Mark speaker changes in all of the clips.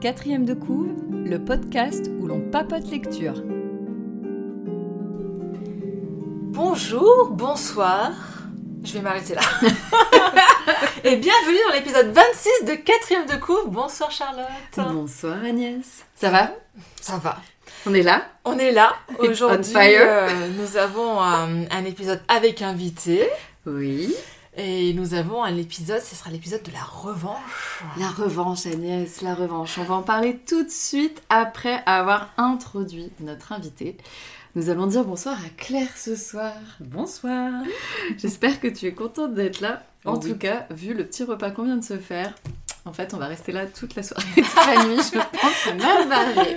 Speaker 1: Quatrième de couve, le podcast où l'on papote lecture.
Speaker 2: Bonjour, bonsoir. Je vais m'arrêter là. Et bienvenue dans l'épisode 26 de Quatrième de couve. Bonsoir Charlotte.
Speaker 1: Bonsoir Agnès.
Speaker 2: Ça va Ça va.
Speaker 1: On est là
Speaker 2: On est là.
Speaker 1: It's
Speaker 2: Aujourd'hui,
Speaker 1: on fire.
Speaker 2: euh, nous avons euh, un épisode avec invité.
Speaker 1: Oui.
Speaker 2: Et nous avons un épisode, ce sera l'épisode de la revanche.
Speaker 1: La revanche Agnès, la revanche. On va en parler tout de suite après avoir introduit notre invité. Nous allons dire bonsoir à Claire ce soir.
Speaker 3: Bonsoir.
Speaker 1: J'espère que tu es contente d'être là. En
Speaker 3: Oui.
Speaker 1: tout cas, vu le petit repas qu'on vient de se faire, en fait, on va rester là toute la soirée, toute la nuit, je pense, à mal barré.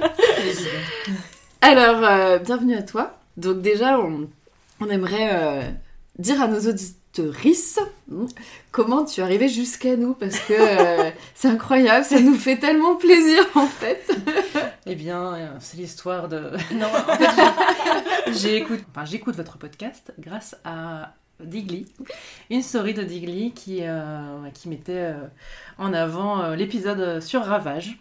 Speaker 1: Alors, euh, bienvenue à toi. Donc déjà, on, on aimerait euh, dire à nos auditrices hmm, comment tu es arrivée jusqu'à nous, parce que euh, c'est incroyable, ça nous fait tellement plaisir, en fait.
Speaker 3: Eh bien, euh, c'est l'histoire de. Non, en fait, j'ai- j'écoute. Enfin, j'écoute votre podcast grâce à Digli, une story de Digli qui euh, qui mettait euh, en avant euh, l'épisode sur Ravage.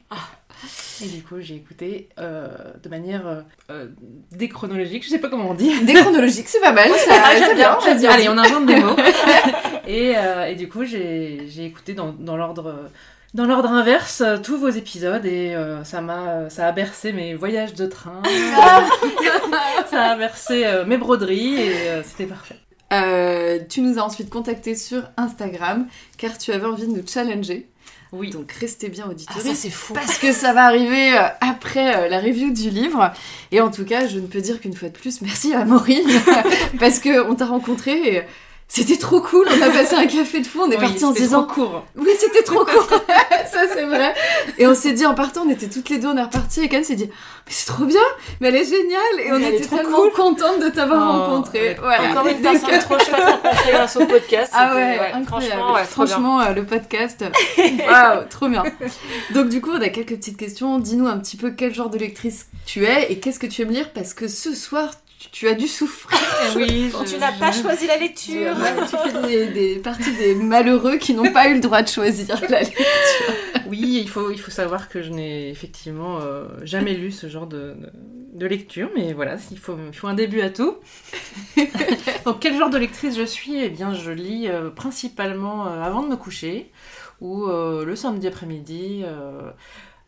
Speaker 3: Et du coup, j'ai écouté euh, de manière euh, euh, déchronologique. Je sais pas comment on dit.
Speaker 1: Déchronologique, c'est pas mal, ça,
Speaker 3: Ah, j'aime
Speaker 1: c'est
Speaker 3: bien,
Speaker 1: bien,
Speaker 3: j'aime
Speaker 1: vas-y, vas-y.
Speaker 3: bien. Allez, on invente des mots. et, euh, et du coup, j'ai j'ai écouté dans, dans l'ordre. Dans l'ordre inverse, euh, tous vos épisodes et euh, ça m'a, euh, ça a bercé mes voyages de train, euh, ça a bercé euh, mes broderies et euh, c'était parfait.
Speaker 1: Euh, tu nous as ensuite contacté sur Instagram car tu avais envie de nous challenger.
Speaker 3: Oui.
Speaker 1: Donc restez bien
Speaker 2: Ah, ça
Speaker 1: auditeurs
Speaker 2: c'est fou.
Speaker 1: parce que ça va arriver euh, après euh, la review du livre. Et en tout cas, je ne peux dire qu'une fois de plus, merci à Maureen parce que on t'a rencontré et c'était trop cool. On a passé un café de fou, on est
Speaker 3: Oui,
Speaker 1: parti en se
Speaker 3: c'était
Speaker 1: disant
Speaker 3: trop court.
Speaker 1: oui, c'était trop court. ça, c'est vrai. Et on s'est dit, en partant, on était toutes les deux, on est repartis. Et Cam s'est dit, mais c'est trop bien, mais elle est géniale. Et on
Speaker 2: Oui, elle est
Speaker 1: était
Speaker 2: trop
Speaker 1: tellement
Speaker 2: cool.
Speaker 1: contente de t'avoir
Speaker 3: Oh,
Speaker 1: rencontré.
Speaker 3: ouais.
Speaker 1: Voilà.
Speaker 2: Encore une
Speaker 1: Donc,
Speaker 2: personne trop chouette rencontrée grâce au podcast.
Speaker 1: Ah
Speaker 2: C'était-
Speaker 1: ouais, incroyable.
Speaker 2: franchement, ouais, trop bien.
Speaker 1: Franchement, euh, le podcast, waouh, trop bien. Donc du coup, on a quelques petites questions. Dis-nous un petit peu quel genre de lectrice tu es et qu'est-ce que tu aimes lire parce que ce soir, tu, tu as dû souffrir.
Speaker 3: Oui,
Speaker 2: Quand
Speaker 3: je-
Speaker 2: tu n'as pas
Speaker 3: je-
Speaker 2: choisi la
Speaker 1: Tu,
Speaker 2: lecture.
Speaker 1: tu fais des, des parties des malheureux qui n'ont pas eu le droit de choisir. la lecture.
Speaker 3: Oui, il faut, il faut savoir que je n'ai effectivement euh, jamais lu ce genre de, de- de lecture, mais voilà, il faut, il faut un début à tout. Donc, quel genre de lectrice je suis Eh bien, je lis euh, principalement euh, avant de me coucher ou euh, le samedi après-midi. euh,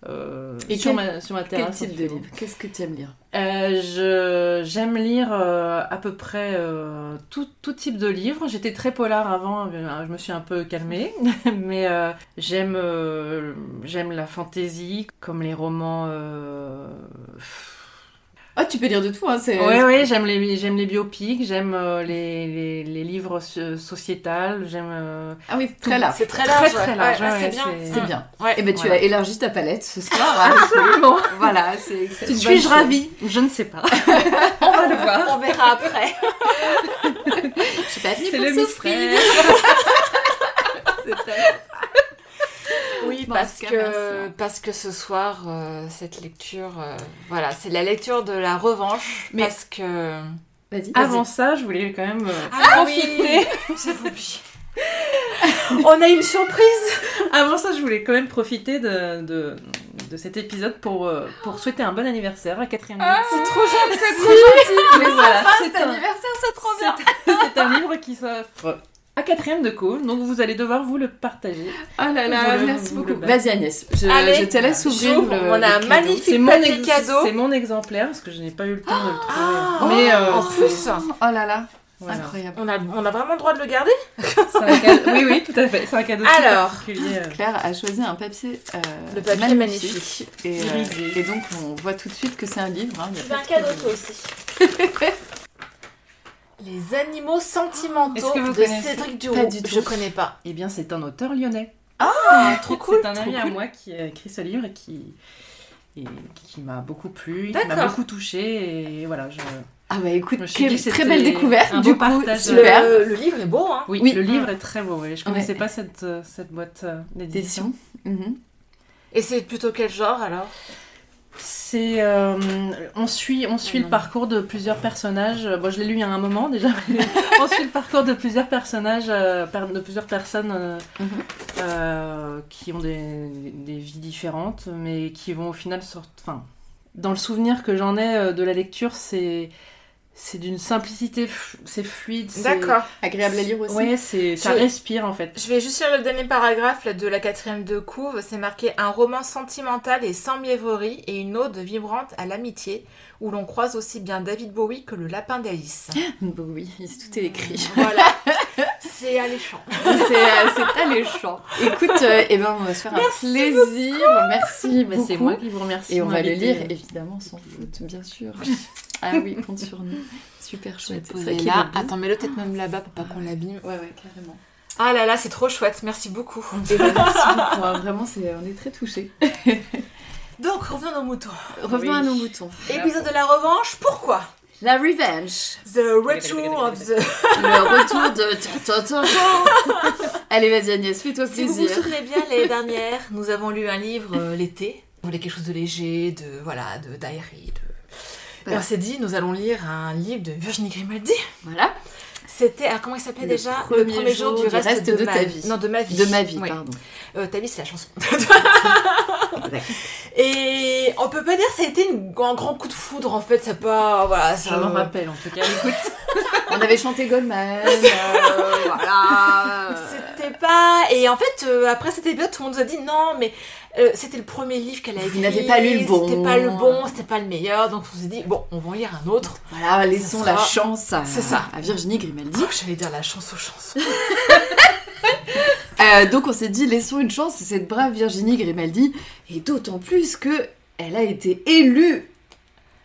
Speaker 3: euh,
Speaker 1: Et
Speaker 3: sur,
Speaker 1: quel-
Speaker 3: ma, sur ma
Speaker 1: Quel
Speaker 3: terrasse.
Speaker 1: type
Speaker 3: en
Speaker 1: de
Speaker 3: fait.
Speaker 1: livre Qu'est-ce que tu aimes lire
Speaker 3: Euh, je- J'aime lire euh, à peu près euh, tout, tout type de livres. J'étais très polar avant, euh, je me suis un peu calmée, mais euh, j'aime euh, j'aime la fantaisie, comme les romans. euh,
Speaker 1: Ah, tu peux lire de tout, hein, c'est...
Speaker 3: Ouais, ouais, j'aime les, j'aime les biopics, j'aime euh, les, les, les livres so- sociétals, j'aime. euh,
Speaker 1: Ah oui, très large.
Speaker 2: C'est très
Speaker 3: Très,
Speaker 2: large.
Speaker 3: très
Speaker 2: ouais.
Speaker 3: large,
Speaker 2: Ouais, ouais,
Speaker 3: ouais,
Speaker 2: c'est bien.
Speaker 3: c'est-
Speaker 1: C'est bien.
Speaker 2: Ouais.
Speaker 1: Eh ben, tu
Speaker 3: Voilà.
Speaker 1: as élargi ta palette ce soir. hein.
Speaker 3: Absolument.
Speaker 1: voilà, c'est... c'est une bonne
Speaker 3: Suis-je
Speaker 1: chose.
Speaker 3: ravie Je ne sais pas. On va le voir.
Speaker 2: On verra après.
Speaker 1: Je suis pas venue
Speaker 3: C'est
Speaker 1: pour
Speaker 3: le
Speaker 1: souffrir.
Speaker 3: mystère.
Speaker 2: Oui,
Speaker 1: Bon, en
Speaker 2: parce
Speaker 1: tout cas, merci,
Speaker 2: que,
Speaker 1: hein.
Speaker 2: parce que ce soir, euh, cette lecture, euh, voilà, c'est la lecture de la revanche.
Speaker 3: Mais-
Speaker 2: Parce que.
Speaker 1: Vas-y, vas-y.
Speaker 3: Avant ça, je voulais quand même. euh,
Speaker 2: Ah, oui J'avoue. On a une surprise
Speaker 3: Avant ça, je voulais quand même profiter de, de, de cet épisode pour, euh, pour souhaiter un bon anniversaire à Catherine.
Speaker 2: C'est trop gentil
Speaker 1: Ah, C'est trop gentil.
Speaker 3: Mais voilà, Ah, c'est
Speaker 1: Cet
Speaker 3: un,
Speaker 1: anniversaire, c'est trop bien.
Speaker 3: c'est un livre qui s'offre à Catherine de Cauve, donc vous allez devoir vous le partager.
Speaker 1: Oh là là,
Speaker 3: Vous le-
Speaker 1: merci
Speaker 3: vous le
Speaker 1: beaucoup.
Speaker 3: battez.
Speaker 1: Vas-y Agnès, je,
Speaker 2: Allez,
Speaker 1: je te laisse ouvrir
Speaker 2: j'ouvre,
Speaker 1: le,
Speaker 2: on a
Speaker 1: le
Speaker 2: un
Speaker 1: cadeau.
Speaker 2: magnifique- C'est
Speaker 3: mon,
Speaker 2: pas des cadeaux.
Speaker 3: c'est mon exemplaire parce que je n'ai pas eu le temps de le trouver.
Speaker 2: Ah,
Speaker 3: Mais euh,
Speaker 2: En
Speaker 3: c'est-
Speaker 2: plus,
Speaker 1: Oh là là,
Speaker 3: voilà,
Speaker 1: incroyable.
Speaker 2: on a, on a vraiment le droit de le garder
Speaker 3: c'est un cadeau- Oui, oui, tout à fait. C'est un cadeau tout
Speaker 2: Alors.
Speaker 3: particulier. euh,
Speaker 1: Claire a choisi un papier, euh,
Speaker 2: Le papier est magnifique.
Speaker 1: Et, euh,
Speaker 3: Irisé.
Speaker 1: et donc on voit tout de suite que c'est un livre. hein, il y a
Speaker 2: C'est
Speaker 1: pas
Speaker 2: un
Speaker 1: de
Speaker 2: cadeau,
Speaker 1: problème.
Speaker 2: toi aussi. Les animaux sentimentaux
Speaker 3: Est-ce que vous
Speaker 2: de
Speaker 3: connaissez
Speaker 2: Cédric Duroux.
Speaker 1: Pas du tout.
Speaker 2: Je connais pas.
Speaker 3: Eh bien, c'est un auteur lyonnais.
Speaker 2: Ah, trop cool
Speaker 3: C'est un
Speaker 2: trop
Speaker 3: ami à
Speaker 2: cool.
Speaker 3: moi qui a écrit ce livre et qui, et qui m'a beaucoup plu, qui m'a
Speaker 2: D'accord.
Speaker 3: beaucoup touchée. Et voilà, je,
Speaker 1: Ah bah écoute,
Speaker 3: Je me suis
Speaker 1: quelle-
Speaker 3: dit que
Speaker 1: très belle
Speaker 3: c'était
Speaker 1: découverte.
Speaker 3: un
Speaker 1: Du
Speaker 3: beau
Speaker 1: coup,
Speaker 3: partage.
Speaker 1: super.
Speaker 2: Le, le livre est beau, hein
Speaker 3: Oui,
Speaker 1: Oui.
Speaker 3: le livre est très beau. oui. Je
Speaker 1: Ouais.
Speaker 3: connaissais pas cette, euh, cette boîte euh, d'édition.
Speaker 1: D'édition. Mhm.
Speaker 2: Et c'est plutôt quel genre alors
Speaker 3: C'est euh, on suit on suit
Speaker 2: Ah
Speaker 3: le
Speaker 2: non.
Speaker 3: parcours de plusieurs personnages. Bon, je l'ai lu il y a un moment déjà. mais on suit le parcours de plusieurs personnages, euh, per- de plusieurs personnes euh,
Speaker 1: Mhm.
Speaker 3: euh, qui ont des, des vies différentes, mais qui vont au final sort. Enfin, dans le souvenir que j'en ai euh, de la lecture, c'est c'est d'une simplicité, f- c'est fluide. c'est-
Speaker 2: D'accord.
Speaker 1: Agréable à lire aussi.
Speaker 3: Ouais, c'est ça
Speaker 2: Je-
Speaker 3: respire en fait.
Speaker 2: Je vais juste lire le dernier paragraphe là, de la quatrième de couve. C'est marqué un roman sentimental et sans mièvrerie et une ode vibrante à l'amitié où l'on croise aussi bien David Bowie que le lapin d'Alice.
Speaker 1: Bah oui, ici, tout est écrit.
Speaker 2: Voilà. C'est alléchant.
Speaker 1: c'est euh, c'est alléchant. Écoute, euh, eh ben, on va se faire un plaisir. Merci
Speaker 3: Bah,
Speaker 1: beaucoup.
Speaker 3: c'est moi qui vous remercie.
Speaker 1: Et on
Speaker 3: de
Speaker 1: va le
Speaker 3: m'inviter.
Speaker 1: lire, évidemment, sans faute, bien sûr. Ah oui, compte sur nous. Super chouette. C'est vrai qu'il
Speaker 2: là.
Speaker 1: est beau.
Speaker 2: Attends, mets-le peut-être même là-bas pour pas qu'on l'abîme.
Speaker 1: Ouais, ouais, carrément.
Speaker 2: Ah là là, c'est trop chouette. Merci beaucoup.
Speaker 1: Et ben, merci beaucoup, hein. Vraiment, c'est- on est très touchés.
Speaker 2: Donc, revenons aux moutons.
Speaker 1: Revenons
Speaker 3: Oui.
Speaker 1: à nos moutons.
Speaker 2: Épisode de la revanche, pourquoi
Speaker 1: La revenge.
Speaker 2: The Return of the...
Speaker 1: Le retour de... ta- ta- ta- ta. Allez, vas-y Agnès, fais-toi
Speaker 2: Si vous vous
Speaker 1: plaisir.
Speaker 2: souvenez bien, l'année dernière, nous avons lu un livre euh, l'été. On voulait quelque chose de léger, de voilà, de diary. De... Et
Speaker 1: Ouais.
Speaker 2: on s'est dit, nous allons lire un livre de Virginie Grimaldi.
Speaker 1: Voilà,
Speaker 2: C'était, ah, comment il s'appelait
Speaker 1: Le
Speaker 2: déjà
Speaker 1: premier jour du reste de
Speaker 2: ma
Speaker 1: ta vie.
Speaker 2: Non, de ma vie.
Speaker 1: de ma vie,
Speaker 2: Oui.
Speaker 1: pardon.
Speaker 2: Euh, ta vie, c'est la chanson.
Speaker 1: Exact.
Speaker 2: Et on peut pas dire que ça a été une- un grand coup de foudre en fait, ça a pas. Voilà,
Speaker 3: Je
Speaker 2: ça.
Speaker 3: m'en rappelle en tout cas. Écoute,
Speaker 1: On avait chanté Goldman, euh, voilà.
Speaker 2: C'était pas. Et en fait, euh, après cet épisode, tout le monde nous a dit non, mais euh, c'était le premier livre qu'elle a
Speaker 1: Vous
Speaker 2: écrit.
Speaker 1: n'avez pas lu le bon.
Speaker 2: C'était pas le bon, c'était pas le meilleur. Donc on s'est dit, bon, on va en lire un autre.
Speaker 1: Voilà, laissons
Speaker 2: sera-
Speaker 1: la chance à,
Speaker 2: C'est ça.
Speaker 1: à Virginie Grimaldi.
Speaker 2: Oh, J'allais dire la chance aux chansons.
Speaker 1: Euh, donc on s'est dit, laissons une chance à cette brave Virginie Grimaldi, et d'autant plus que elle a été élue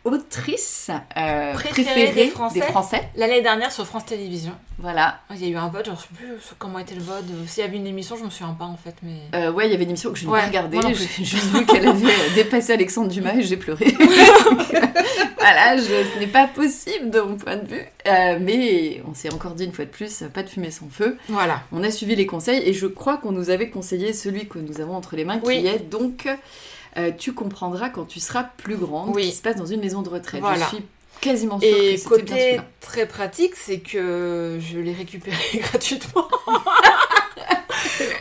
Speaker 1: autrice euh,
Speaker 2: Préférée des Français.
Speaker 1: Français.
Speaker 2: L'année dernière sur France Télévisions,
Speaker 1: Voilà.
Speaker 2: il y a eu un vote, je sais plus comment était le vote. S'il y avait une émission, je me souviens pas en fait, mais.
Speaker 1: Euh, ouais, il y avait une émission que je n'ai
Speaker 2: Ouais,
Speaker 1: pas regardée.
Speaker 2: moi non
Speaker 1: J'ai juste vu qu'elle avait euh, dépassé Alexandre Dumas et j'ai pleuré. Donc, euh, voilà, je- ce n'est pas possible de mon point de vue. Euh, mais on s'est encore dit une fois de plus, euh, pas de fumée sans feu.
Speaker 2: Voilà.
Speaker 1: On a suivi les conseils et je crois qu'on nous avait conseillé celui que nous avons entre les mains
Speaker 2: Oui.
Speaker 1: qui est donc euh, Tu comprendras quand tu seras plus grande,
Speaker 2: Oui.
Speaker 1: qui se passe dans une maison de retraite.
Speaker 2: Voilà.
Speaker 1: Je suis quasiment sûre
Speaker 2: Et
Speaker 1: que c'était bien
Speaker 2: côté
Speaker 1: celui-là.
Speaker 2: très pratique, c'est que je l'ai récupéré gratuitement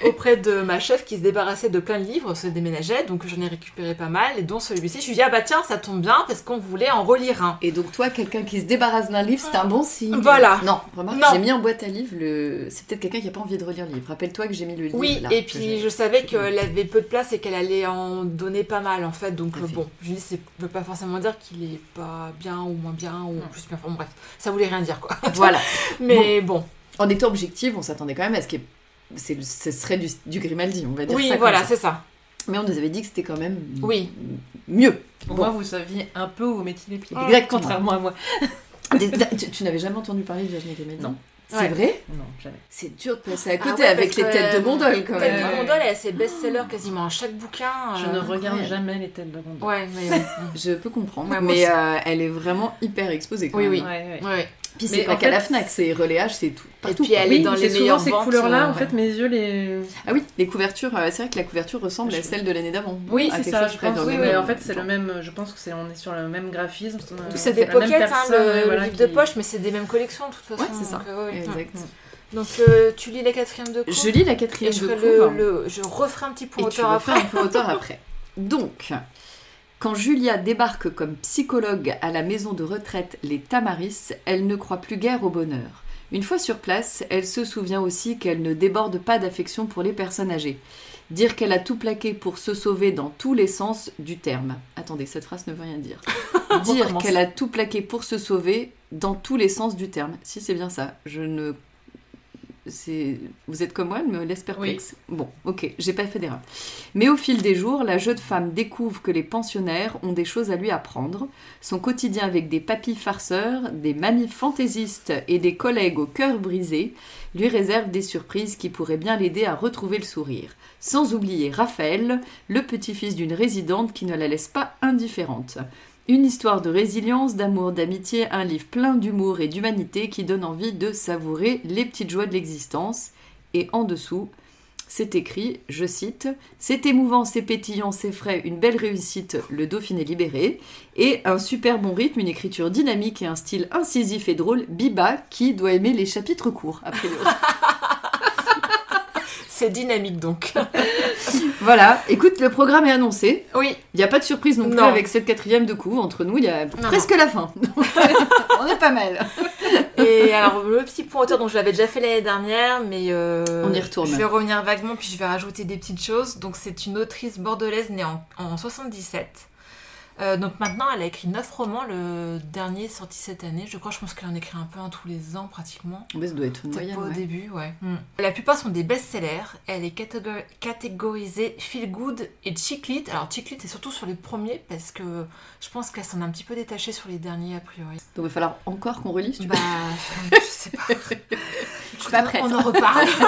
Speaker 2: auprès de ma chef qui se débarrassait de plein de livres, se déménageait, donc j'en ai récupéré pas mal, et dont celui-ci. Je lui ai dit, ah bah tiens, ça tombe bien parce qu'on voulait en relire un.
Speaker 1: Et donc toi, quelqu'un qui se débarrasse d'un livre, c'est un bon signe.
Speaker 2: Voilà.
Speaker 1: Non, remarque,
Speaker 2: Non.
Speaker 1: j'ai mis en boîte à livres le. C'est peut-être quelqu'un qui a pas envie de relire le livre. Rappelle-toi que j'ai mis le livre.
Speaker 2: Oui,
Speaker 1: là,
Speaker 2: et
Speaker 1: que
Speaker 2: puis
Speaker 1: j'ai-
Speaker 2: je savais qu'elle avait peu de place et qu'elle allait en donner pas mal en fait, donc
Speaker 1: Tout à fait.
Speaker 2: bon, je lui ai dit, c'est- ça veut pas forcément dire qu'il est pas bien ou moins bien ou
Speaker 1: Mm.
Speaker 2: plus bien, enfin bref, ça voulait rien dire quoi.
Speaker 1: Voilà.
Speaker 2: Mais bon,
Speaker 1: En étant objectif, on s'attendait quand même à ce qu'il y ait- c'est le- ce serait du, du Grimaldi, on va dire ça
Speaker 2: oui,
Speaker 1: comme
Speaker 2: voilà,
Speaker 1: ça. Mm.
Speaker 2: c'est ça.
Speaker 1: Mais on nous avait dit que c'était quand même
Speaker 2: Oui.
Speaker 1: mieux.
Speaker 3: pour
Speaker 1: Bon.
Speaker 3: moi, vous saviez un peu où vous mettiez les
Speaker 2: Oh,
Speaker 3: pieds.
Speaker 1: Exactement.
Speaker 3: Contrairement à moi.
Speaker 1: Des- tu tu n'avais jamais entendu parler de Virginie Grimaldi
Speaker 3: Non.
Speaker 1: C'est
Speaker 2: Ouais.
Speaker 1: vrai
Speaker 3: Non, jamais.
Speaker 1: C'est dur de passer à
Speaker 2: Ah
Speaker 1: côté
Speaker 2: ouais,
Speaker 1: avec
Speaker 2: parce
Speaker 1: les
Speaker 2: que,
Speaker 1: têtes de gondole quand
Speaker 2: Tête
Speaker 1: même. hein.
Speaker 3: Ouais.
Speaker 2: de gondole, elle c'est best-seller quasiment à chaque bouquin.
Speaker 3: Je
Speaker 2: euh,
Speaker 3: ne regarde
Speaker 1: incroyable.
Speaker 3: jamais les têtes de gondole.
Speaker 2: Ouais, mais. ouais,
Speaker 1: hein. Je peux comprendre,
Speaker 2: Ouais, moi
Speaker 1: mais
Speaker 2: aussi.
Speaker 1: euh, elle est vraiment hyper exposée quand
Speaker 2: Oui,
Speaker 1: même.
Speaker 2: oui.
Speaker 3: Ouais, ouais.
Speaker 2: ouais.
Speaker 1: Puis
Speaker 3: Mais
Speaker 1: c'est pas
Speaker 3: en
Speaker 1: qu'à la
Speaker 3: fait,
Speaker 1: Fnac, c'est reléage, c'est tout. Partout,
Speaker 2: puis
Speaker 1: quoi.
Speaker 2: elle est
Speaker 3: Oui,
Speaker 2: dans
Speaker 3: mais
Speaker 2: les
Speaker 3: c'est
Speaker 2: meilleures
Speaker 3: souvent ces
Speaker 2: ventes,
Speaker 3: couleurs-là,
Speaker 2: euh,
Speaker 3: en fait,
Speaker 2: ouais.
Speaker 3: mes yeux les.
Speaker 1: Ah oui, les couvertures, euh, c'est vrai que la couverture ressemble à celle de l'année d'avant.
Speaker 3: Oui,
Speaker 1: À
Speaker 3: c'est
Speaker 1: quelque
Speaker 3: ça,
Speaker 1: chose
Speaker 3: je
Speaker 1: près
Speaker 3: pense.
Speaker 1: dans le
Speaker 3: oui,
Speaker 1: même
Speaker 3: mais en fait, c'est
Speaker 1: temps.
Speaker 3: le même. Je pense que c'est, on est sur le même graphisme.
Speaker 1: Tout
Speaker 2: C'est
Speaker 1: ça
Speaker 3: euh,
Speaker 2: des
Speaker 1: fait
Speaker 3: la même
Speaker 2: pockets, hein,
Speaker 3: personne,
Speaker 2: le,
Speaker 3: ouais,
Speaker 2: le
Speaker 3: voilà,
Speaker 2: livre de
Speaker 3: qui-
Speaker 2: poche, mais c'est des mêmes collections de toute façon.
Speaker 1: Ouais, c'est ça.
Speaker 2: donc, euh, ouais.
Speaker 1: Exact.
Speaker 2: Donc euh, tu lis la quatrième de coupe.
Speaker 1: Je lis la
Speaker 2: et
Speaker 1: quatrième
Speaker 2: je,
Speaker 1: de
Speaker 2: ferai
Speaker 1: couve.
Speaker 2: le, le- je referai un petit
Speaker 1: Et
Speaker 2: point
Speaker 1: tu
Speaker 2: auteur
Speaker 1: refais
Speaker 2: après.
Speaker 1: un peu auteur après. Donc, quand Julia débarque comme psychologue à la maison de retraite Les Tamaris, elle ne croit plus guère au bonheur. Une fois sur place, elle se souvient aussi qu'elle ne déborde pas d'affection pour les personnes âgées. Dire qu'elle a tout plaqué pour se sauver dans tous les sens du terme. Attendez, cette phrase ne veut rien dire. Dire
Speaker 2: recommence.
Speaker 1: qu'elle a tout plaqué pour se sauver dans tous les sens du terme. Si c'est bien ça, je ne. c'est- Vous êtes comme moi, elle me laisse perplexe. Bon, ok, j'ai pas fait d'erreur. Mais au fil des jours, la jeune femme découvre que les pensionnaires ont des choses à lui apprendre. Son quotidien avec des papis farceurs, des mamies fantaisistes et des collègues au cœur brisé lui réserve des surprises qui pourraient bien l'aider à retrouver le sourire. Sans oublier Raphaël, le petit-fils d'une résidente qui ne la laisse pas indifférente. Une histoire de résilience, d'amour, d'amitié, un livre plein d'humour et d'humanité qui donne envie de savourer les petites joies de l'existence. Et en dessous, C'est écrit, je cite, C'est émouvant, c'est pétillant, c'est frais, une belle réussite, le Dauphiné libéré, et un super bon rythme, une écriture dynamique et un style incisif et drôle, Biba, qui doit aimer les chapitres courts, après l'autre.
Speaker 2: C'est dynamique donc.
Speaker 1: Voilà, écoute, le programme est annoncé.
Speaker 2: Oui,
Speaker 1: Il n'y a pas de surprise non plus
Speaker 2: Non.
Speaker 1: avec cette quatrième de coup. Entre nous, il y a
Speaker 2: non.
Speaker 1: presque la fin. On est pas mal.
Speaker 2: et alors le petit point auteur, donc je l'avais déjà fait l'année dernière, mais euh,
Speaker 1: On y retourne.
Speaker 2: Je vais revenir vaguement, puis je vais rajouter des petites choses. Donc c'est une autrice bordelaise née en, en 77. Euh, donc maintenant, elle a écrit 9 romans, le dernier sorti cette année. Je crois, je pense qu'elle en écrit un peu un tous les ans pratiquement.
Speaker 1: Mais ça doit être une
Speaker 2: Peut-être
Speaker 1: moyenne,
Speaker 2: pas au
Speaker 1: ouais. Mm.
Speaker 2: début, ouais. La plupart sont des best-sellers. Elle est catégor- catégorisée feel good et chick lit. Alors chick lit, c'est surtout sur les premiers parce que je pense qu'elle s'en est un petit peu détachée sur les derniers a priori.
Speaker 1: Donc il va falloir encore qu'on relise. tu
Speaker 2: Bah, je sais pas. Je
Speaker 1: suis pas prête.
Speaker 2: On en reparle.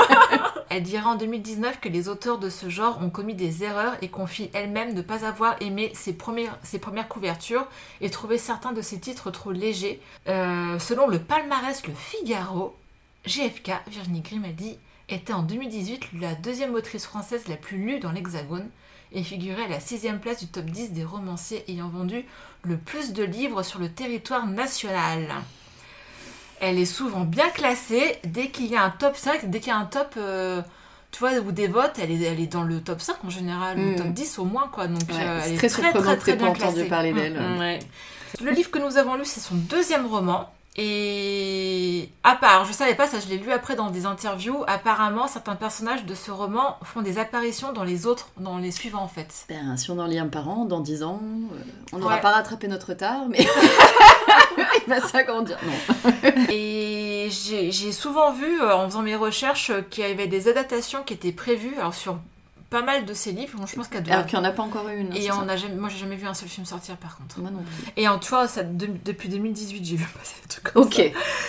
Speaker 2: Elle dira en 2019 que les auteurs de ce genre ont commis des erreurs et confie elle-même ne pas avoir aimé ses premières, ses premières couvertures et trouvé certains de ses titres trop légers. Euh, selon le palmarès Le Figaro, GFK, Virginie Grimaldi, était en 2018 la deuxième autrice française la plus lue dans l'Hexagone et figurait à la sixième place du top 10 des romanciers ayant vendu le plus de livres sur le territoire national. Elle est souvent bien classée dès qu'il y a un top 5, dès qu'il y a un top, euh, tu vois, ou des votes, elle est, elle est dans le top 5 en général, ou
Speaker 1: Mm.
Speaker 2: top 10 au moins, quoi. Donc,
Speaker 1: Ouais,
Speaker 2: euh, elle
Speaker 1: c'est
Speaker 2: est
Speaker 1: très surprenant
Speaker 2: très,
Speaker 1: que
Speaker 2: très
Speaker 1: t'aies pas
Speaker 2: bien
Speaker 1: entendu
Speaker 2: classée.
Speaker 1: parler
Speaker 2: Mm.
Speaker 1: d'elle.
Speaker 3: Ouais.
Speaker 2: Le livre que nous avons lu, c'est son deuxième roman. Et à part, je savais pas ça, je l'ai lu après dans des interviews. Apparemment, certains personnages de ce roman font des apparitions dans les autres, dans les suivants en fait.
Speaker 1: Ben, si on en lit un par an, dans 10 ans, euh, on n'aura
Speaker 2: Ouais.
Speaker 1: pas rattrapé notre retard, mais il va s'agrandir. Non.
Speaker 2: Et j'ai j'ai souvent vu, euh, en faisant mes recherches, euh, qu'il y avait des adaptations qui étaient prévues alors sur pas mal de ces livres. Bon, je pense qu'elle doit.
Speaker 1: Alors qu'il n'y en a pas encore eu une. hein, c'est
Speaker 2: Ah. Et
Speaker 1: ça Mm.
Speaker 2: on a jamais, moi, j'ai jamais vu un seul film sortir par contre.
Speaker 1: Moi non plus.
Speaker 2: Et en tu vois, ça, de- depuis 2018, j'ai vu passer des trucs comme ça.
Speaker 1: Ok,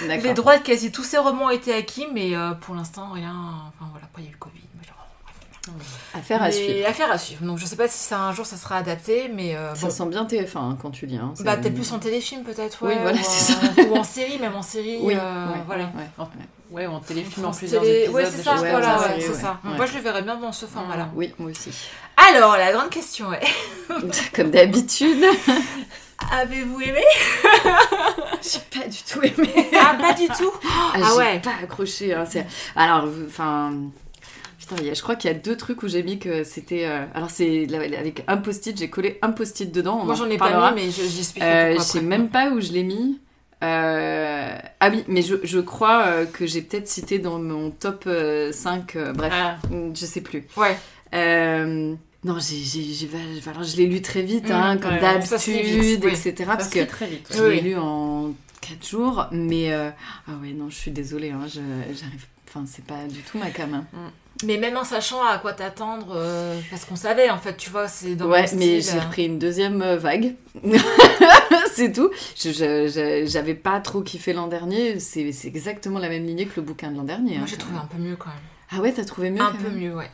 Speaker 2: Les
Speaker 1: d'accord.
Speaker 2: droits de quasi tous ces romans ont été acquis, mais euh, pour l'instant, rien. Enfin voilà, après il y a eu le Covid. mais genre, bref.
Speaker 1: Affaire à
Speaker 2: Mais
Speaker 1: suivre.
Speaker 2: Affaire à suivre. Donc je sais pas si ça un jour ça sera adapté, mais euh,
Speaker 1: Ça
Speaker 2: bon.
Speaker 1: sent bien TF1 hein, quand tu lis. hein, c'est-
Speaker 2: Bah peut-être plus en téléfilm peut-être,
Speaker 1: Oui,
Speaker 2: ouais,
Speaker 1: voilà,
Speaker 2: ou,
Speaker 1: c'est
Speaker 2: euh, ou en série, même en série,
Speaker 1: Oui,
Speaker 2: euh,
Speaker 1: ouais,
Speaker 2: voilà.
Speaker 1: ouais, ouais.
Speaker 3: Ouais, ou en téléfilm en
Speaker 2: France
Speaker 3: plusieurs
Speaker 2: Télé-
Speaker 3: épisodes.
Speaker 2: ouais, c'est
Speaker 3: des
Speaker 2: ça,
Speaker 3: choses comme
Speaker 2: voilà,
Speaker 1: en
Speaker 2: ouais,
Speaker 1: série,
Speaker 2: c'est
Speaker 1: ouais,
Speaker 2: ça.
Speaker 1: ouais.
Speaker 2: Moi, je le verrais bien dans ce format-là.
Speaker 1: Oui, moi aussi.
Speaker 2: Alors, la grande question est
Speaker 1: Comme d'habitude.
Speaker 2: avez-vous aimé
Speaker 1: J'ai pas du tout aimé.
Speaker 2: Ah, pas du tout
Speaker 1: Ah,
Speaker 2: Ah
Speaker 1: j'ai
Speaker 2: ouais.
Speaker 1: pas accroché. hein, c'est- Alors, v- enfin. Putain, il y a- je crois qu'il y a deux trucs où j'ai mis que c'était. euh, Alors, c'est là, avec un post-it, j'ai collé un post-it dedans. on
Speaker 2: Moi,
Speaker 1: en
Speaker 2: j'en ai
Speaker 1: parlera.
Speaker 2: pas mis, mais je- j'expliquerai
Speaker 1: Euh, je
Speaker 2: pourquoi
Speaker 1: sais
Speaker 2: après.
Speaker 1: même pas où je l'ai mis. Euh, Ah oui, mais je, je crois euh, que j'ai peut-être cité dans mon top euh, 5. euh, bref,
Speaker 3: Ah,
Speaker 1: mm, je sais plus.
Speaker 2: Ouais.
Speaker 1: Euh, Non, j'ai, j'ai- j'ai- enfin, alors, je l'ai lu très vite, hein,
Speaker 3: Mm,
Speaker 1: comme
Speaker 3: ouais,
Speaker 1: d'habitude,
Speaker 2: Mmh, ça se lit vite, oui.
Speaker 1: etc.
Speaker 3: parce
Speaker 1: Parce que
Speaker 3: très vite.
Speaker 1: je
Speaker 3: ouais.
Speaker 2: Oui,
Speaker 1: l'ai
Speaker 2: oui.
Speaker 1: lu en 4 jours, mais euh, ah ouais, non, je suis désolée, hein, je- j'arrive. Enfin, c'est pas du tout ma cam. hein.
Speaker 2: Mais même en sachant à quoi t'attendre, euh, parce qu'on savait en fait, tu vois, c'est dans
Speaker 1: ouais,
Speaker 2: mon style.
Speaker 1: mais j'ai
Speaker 2: euh,
Speaker 1: repris une deuxième euh, vague. c'est tout. Je- je- je- J'avais pas trop kiffé l'an dernier. C'est c'est exactement la même lignée que le bouquin de l'an dernier.
Speaker 2: Moi,
Speaker 1: hein,
Speaker 2: j'ai
Speaker 1: quand
Speaker 2: trouvé
Speaker 1: même.
Speaker 2: un peu mieux quand même.
Speaker 1: Ah ouais, t'as trouvé mieux
Speaker 2: un
Speaker 1: quand
Speaker 2: peu
Speaker 1: même.
Speaker 2: mieux, ouais.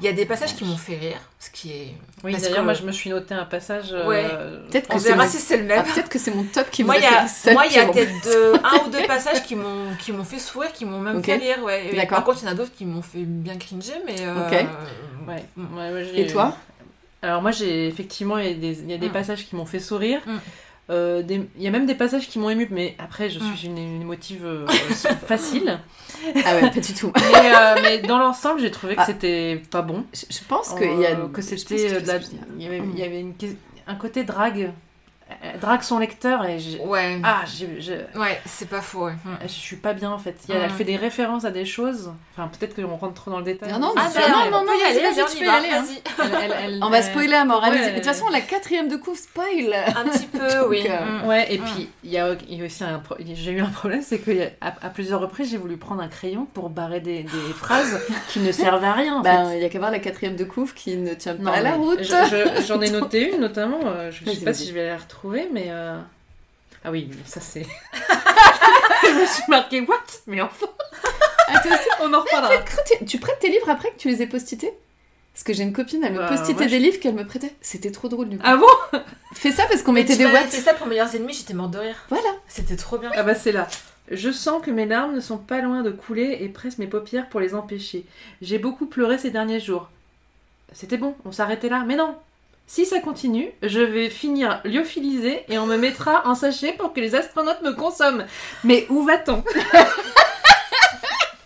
Speaker 2: Il y a des passages qui m'ont fait rire, ce qui est.
Speaker 3: Oui,
Speaker 2: Parce
Speaker 3: d'ailleurs,
Speaker 2: que-
Speaker 3: moi, je me suis noté un passage. euh,
Speaker 2: Ouais.
Speaker 1: Peut-être que
Speaker 2: On
Speaker 1: c'est
Speaker 2: verra
Speaker 1: mon-
Speaker 2: si c'est le
Speaker 1: Ah,
Speaker 2: même.
Speaker 1: Peut-être que c'est mon top qui
Speaker 2: Moi,
Speaker 1: me
Speaker 2: il y a,
Speaker 1: fait
Speaker 2: moi, il y a
Speaker 1: le pire, en
Speaker 2: peut-être deux- un ou deux passages qui m'ont, qui m'ont fait sourire, qui m'ont même
Speaker 1: Ok.
Speaker 2: fait rire, ouais. Et
Speaker 1: D'accord.
Speaker 2: Par contre, il y en a d'autres qui m'ont fait bien cringer, mais. euh,
Speaker 1: Ok.
Speaker 3: Ouais. Ouais, ouais, je l'ai
Speaker 1: Et
Speaker 3: eu.
Speaker 1: toi
Speaker 3: Alors moi, j'ai effectivement, il y a des, il y a des
Speaker 2: Mm.
Speaker 3: passages qui m'ont fait sourire.
Speaker 2: Mm.
Speaker 3: Euh, des- il y a même des passages qui m'ont ému, mais après, je suis
Speaker 1: Mm.
Speaker 3: une, une émotive euh, facile.
Speaker 1: Ah ouais, pas du tout.
Speaker 3: Mais, euh, mais dans l'ensemble, j'ai trouvé que
Speaker 1: Ah.
Speaker 3: c'était pas bon.
Speaker 1: Je, je pense qu'il y a.
Speaker 3: Euh, que
Speaker 1: je pense
Speaker 3: c'était
Speaker 1: que
Speaker 3: euh, de la-
Speaker 1: c'est-
Speaker 3: il y avait,
Speaker 1: Mm.
Speaker 3: il y avait une que- un côté drague, Euh, drague son lecteur et j'ai-
Speaker 2: Ouais.
Speaker 3: ah, j'ai- je-
Speaker 2: Ouais, c'est pas faux, ouais.
Speaker 1: Ah,
Speaker 2: Mm.
Speaker 3: je suis pas bien en fait. Il y a-
Speaker 2: Mm.
Speaker 3: Elle fait des références à des choses. Enfin, peut-être qu'on rentre trop dans le détail.
Speaker 1: Ah non,
Speaker 3: mais
Speaker 1: Ah,
Speaker 3: c'est
Speaker 1: bah, non,
Speaker 3: vrai.
Speaker 1: non,
Speaker 2: on peut y
Speaker 1: vas-y,
Speaker 2: aller,
Speaker 1: vas-y,
Speaker 2: vas-y,
Speaker 1: tu
Speaker 2: on y
Speaker 1: peux y
Speaker 2: va,
Speaker 1: aller, hein.
Speaker 2: vas-y.
Speaker 3: Elle- elle- elle-
Speaker 1: On va
Speaker 3: elle-
Speaker 1: spoiler à mort. allez-y.
Speaker 3: Ouais.
Speaker 1: De toute façon, la quatrième de coup spoil.
Speaker 2: Un petit peu, oui.
Speaker 1: Donc, euh,
Speaker 2: Mm.
Speaker 3: Ouais, et
Speaker 2: Mm.
Speaker 3: puis il y a, il y a aussi un pro- j'ai eu un problème, c'est que à, à plusieurs reprises j'ai voulu prendre un crayon pour barrer des, des phrases qui ne servent à rien. En
Speaker 1: Ben,
Speaker 3: fait.
Speaker 1: il y a qu'à voir la quatrième de couvre qui ne tient pas
Speaker 3: Non,
Speaker 1: à la
Speaker 3: mais
Speaker 1: route.
Speaker 3: je- je- J'en ai noté une notamment. euh, Je ne sais
Speaker 1: Vas-y,
Speaker 3: pas
Speaker 1: vas-y.
Speaker 3: si je vais la retrouver, mais euh, ah oui, mais ça c'est. je me suis marqué what Mais enfin,
Speaker 1: Ah, toi aussi,
Speaker 3: on en reparlera.
Speaker 1: Quand tu- tu prêtes tes livres après que tu les aies postités Parce que j'ai une copine, elle me
Speaker 3: Bah,
Speaker 1: postitait
Speaker 3: ouais,
Speaker 1: des livres qu'elle me prêtait. C'était trop drôle du coup.
Speaker 3: Ah bon
Speaker 1: Fais ça parce qu'on
Speaker 2: Mais
Speaker 1: mettait
Speaker 2: tu
Speaker 1: des
Speaker 2: m'avais
Speaker 1: watts.
Speaker 2: fait ça pour Meilleurs Ennemis, j'étais morte de rire.
Speaker 1: Voilà.
Speaker 2: C'était trop bien.
Speaker 3: Ah bah c'est là. Je sens que mes larmes ne sont pas loin de couler et presse mes paupières pour les empêcher. J'ai beaucoup pleuré ces derniers jours. C'était bon, on s'arrêtait là. Mais non Si ça continue, je vais finir lyophilisée et on me mettra en sachet pour que les astronautes me consomment. Mais où va-t-on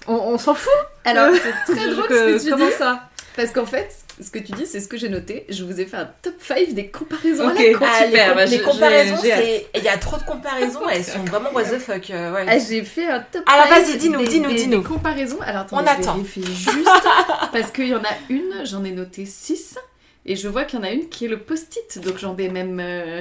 Speaker 3: On, on s'en fout Euh,
Speaker 1: Alors, c'est très
Speaker 3: Je-
Speaker 1: drôle
Speaker 3: que-
Speaker 1: ce que tu
Speaker 3: Comment
Speaker 1: dis.
Speaker 3: ça
Speaker 1: Parce qu'en fait, ce que tu dis, c'est ce que j'ai noté. Je vous ai fait un top 5 des comparaisons. à
Speaker 3: Ok,
Speaker 1: la con.
Speaker 2: Ah, les,
Speaker 3: super,
Speaker 2: com-
Speaker 3: bah,
Speaker 2: les
Speaker 3: je-
Speaker 2: comparaisons,
Speaker 3: j'ai- j'ai
Speaker 2: c'est. Il y a trop de comparaisons, elles sont vraiment what the fuck. euh, ouais.
Speaker 1: Ah, j'ai fait un top
Speaker 2: Alors,
Speaker 1: 5
Speaker 2: vas-y, dis-nous,
Speaker 1: des-
Speaker 2: dis-nous,
Speaker 1: des-
Speaker 2: dis-nous.
Speaker 1: des comparaisons. Alors, attendez,
Speaker 2: On
Speaker 1: je
Speaker 2: attend.
Speaker 1: vérifie juste. parce qu'il y en a une, j'en ai noté 6. Et je vois qu'il y en a une qui est le post-it. Donc, j'en ai même... euh,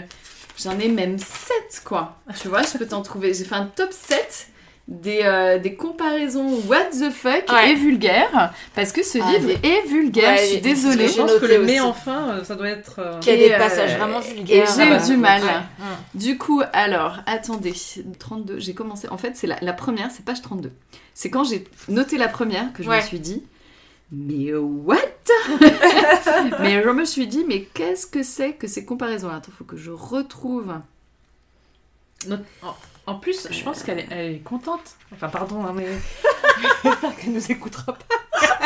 Speaker 1: j'en ai même 7, quoi. Tu vois, je peux t'en trouver. J'ai fait un top 7 des, euh, des comparaisons what the fuck
Speaker 2: Ouais.
Speaker 1: et vulgaire. Parce que ce
Speaker 2: Ah,
Speaker 1: livre est vulgaire,
Speaker 2: Ouais,
Speaker 1: je suis
Speaker 2: c'est ce que
Speaker 1: désolée.
Speaker 3: Je
Speaker 2: j'ai
Speaker 3: pense que
Speaker 2: noté
Speaker 3: le mais
Speaker 2: aussi.
Speaker 3: enfin, euh, ça doit être... euh,
Speaker 2: Il y a des
Speaker 1: euh,
Speaker 2: passages vraiment vulgaires.
Speaker 1: et j'ai
Speaker 3: eu
Speaker 2: euh,
Speaker 1: du mal.
Speaker 2: ouais. Mm.
Speaker 1: Du coup, alors, attendez, 32, j'ai commencé. En fait, c'est la, la première, c'est page 32. C'est quand j'ai noté la première que je
Speaker 2: Ouais.
Speaker 1: me suis dit, mais what Mais je me suis dit, mais qu'est-ce que c'est que ces comparaisons-là Attends, faut que je retrouve.
Speaker 3: Notre- en- En plus, je
Speaker 1: euh,
Speaker 3: pense qu'elle est, elle est contente. Enfin, pardon, hein, mais j'espère qu'elle nous écoutera pas.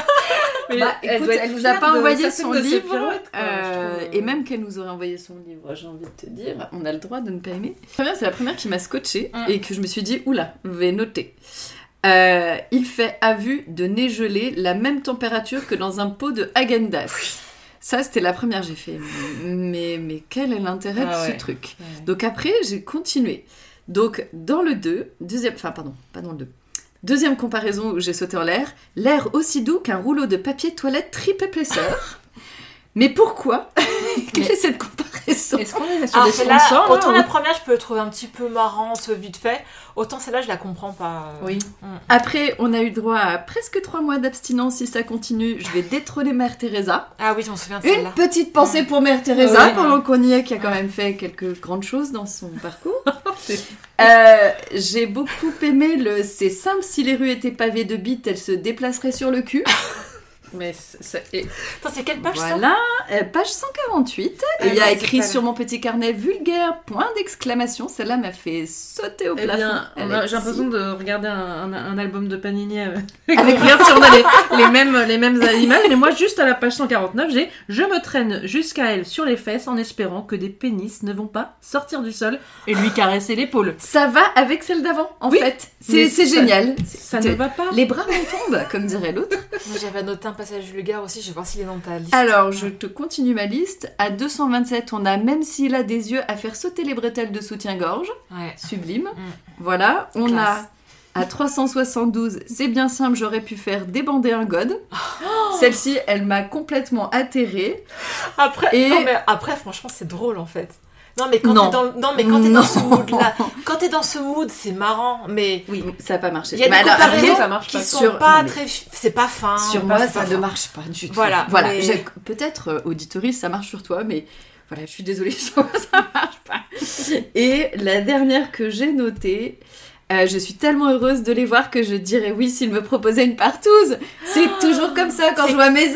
Speaker 3: Mais
Speaker 1: Bah, écoute,
Speaker 3: doit être
Speaker 1: elle nous a
Speaker 3: fière
Speaker 1: pas
Speaker 3: de-
Speaker 1: envoyé
Speaker 3: certaines
Speaker 1: son
Speaker 3: de ses
Speaker 1: livre,
Speaker 3: pirouettes, quoi,
Speaker 1: euh,
Speaker 3: je trouve.
Speaker 1: et même qu'elle nous aurait envoyé son livre, j'ai envie de te dire, on a le droit de ne pas aimer. La première, c'est la première qui m'a scotché
Speaker 2: Mm.
Speaker 1: et que je me suis dit, oula, je vais noter. Euh, il fait à vue de nez gelée la même température que dans un pot de Häagen-Dazs. Ça, c'était la première, j'ai fait. Mais, mais quel est l'intérêt
Speaker 3: Ah
Speaker 1: de
Speaker 3: ouais.
Speaker 1: ce truc
Speaker 3: Ouais.
Speaker 1: donc après, j'ai continué. Donc dans le 2, deuxième, enfin pardon, pas dans le 2. Deuxième comparaison où j'ai sauté en l'air, l'air aussi doux qu'un rouleau de papier toilette triple épaisseur. Mais pourquoi Quelle est cette comparaison
Speaker 3: Est-ce qu'on est
Speaker 2: Alors
Speaker 3: sur des
Speaker 2: Ah,
Speaker 3: hein
Speaker 2: celle-là,
Speaker 3: sponsors
Speaker 2: autant
Speaker 3: là,
Speaker 2: la première, je peux la trouver un petit peu marrante, vite fait. Autant celle-là, je la comprends pas.
Speaker 3: ou- Oui.
Speaker 1: Après, on a eu droit à presque trois mois d'abstinence. Si ça continue, je vais détrôner Mère Teresa.
Speaker 2: Ah oui, je me souviens de
Speaker 1: Une
Speaker 2: celle-là.
Speaker 1: petite pensée pour Mère Teresa
Speaker 3: Oui.
Speaker 1: pendant qu'on y est, qui a quand même fait quelques grandes choses dans son parcours. Euh, j'ai beaucoup aimé le c'est simple si les rues étaient pavées de bites elle se déplacerait sur le cul
Speaker 3: Mais c'est- c'est- et-
Speaker 2: Attends, c'est quelle page ça
Speaker 1: voilà euh, page 148
Speaker 2: Ah
Speaker 1: il y
Speaker 2: non,
Speaker 1: a
Speaker 2: c'est
Speaker 1: écrit
Speaker 2: pas là.
Speaker 1: sur mon petit carnet vulgaire point d'exclamation celle-là m'a fait sauter au
Speaker 3: eh
Speaker 1: plafond
Speaker 3: bien, on a-
Speaker 1: Alexis.
Speaker 3: j'ai l'impression de regarder un, un- un album de Panini avec
Speaker 1: Avec-
Speaker 3: regarde si on a les, les mêmes les mêmes images. Mais moi, juste à la page 149, j'ai je me traîne jusqu'à elle sur les fesses en espérant que des pénis ne vont pas sortir du sol et lui caresser l'épaule.
Speaker 1: ça va avec celle d'avant en
Speaker 3: Oui,
Speaker 1: fait
Speaker 3: mais
Speaker 1: c'est c'est
Speaker 3: ça-
Speaker 1: génial
Speaker 3: Ça
Speaker 1: T'es-
Speaker 3: ne va pas.
Speaker 1: les bras me tombent comme dirait l'autre
Speaker 2: Moi, J'avais noté un passage vulgaire aussi, je vais voir s'il est dans ta liste.
Speaker 1: Alors, je te continue ma liste. À 227, on a même s'il a des yeux à faire sauter les bretelles de soutien-gorge.
Speaker 2: Ouais.
Speaker 1: Sublime.
Speaker 2: Mm.
Speaker 1: Voilà. On
Speaker 2: Classe.
Speaker 1: a à 372, c'est bien simple, j'aurais pu faire débander un god. Celle-ci, elle m'a complètement atterrée.
Speaker 2: Après,
Speaker 1: Et-
Speaker 2: non, mais après, franchement, c'est drôle en fait. Non, mais quand
Speaker 1: Non.
Speaker 2: t'es dans, le- non, mais quand t'es
Speaker 1: Non.
Speaker 2: dans ce mood-là, quand t'es dans ce mood, c'est marrant, mais
Speaker 1: Oui, ça n'a pas marché.
Speaker 2: il y a des
Speaker 1: Mais alors,
Speaker 2: comparaisons
Speaker 1: rien-
Speaker 3: ça marche
Speaker 2: qui
Speaker 3: pas.
Speaker 2: sont
Speaker 1: Sur-
Speaker 2: pas
Speaker 1: non, mais-
Speaker 2: très. fi- C'est pas fin.
Speaker 1: sur
Speaker 2: pas-
Speaker 1: moi,
Speaker 2: c'est
Speaker 1: ça
Speaker 2: pas
Speaker 1: ne
Speaker 2: fin.
Speaker 1: marche pas du tout.
Speaker 2: Voilà,
Speaker 1: Voilà.
Speaker 2: mais-
Speaker 1: j'ai- Peut-être, euh, auditoriste, ça marche sur toi, mais voilà, je suis désolée, sur moi, ça marche pas. Et la dernière que j'ai notée. euh, je suis tellement heureuse de les voir que je dirais oui s'ils me proposaient une partouze. C'est toujours comme ça quand
Speaker 2: Ah, C'est-
Speaker 1: je vois mes amis.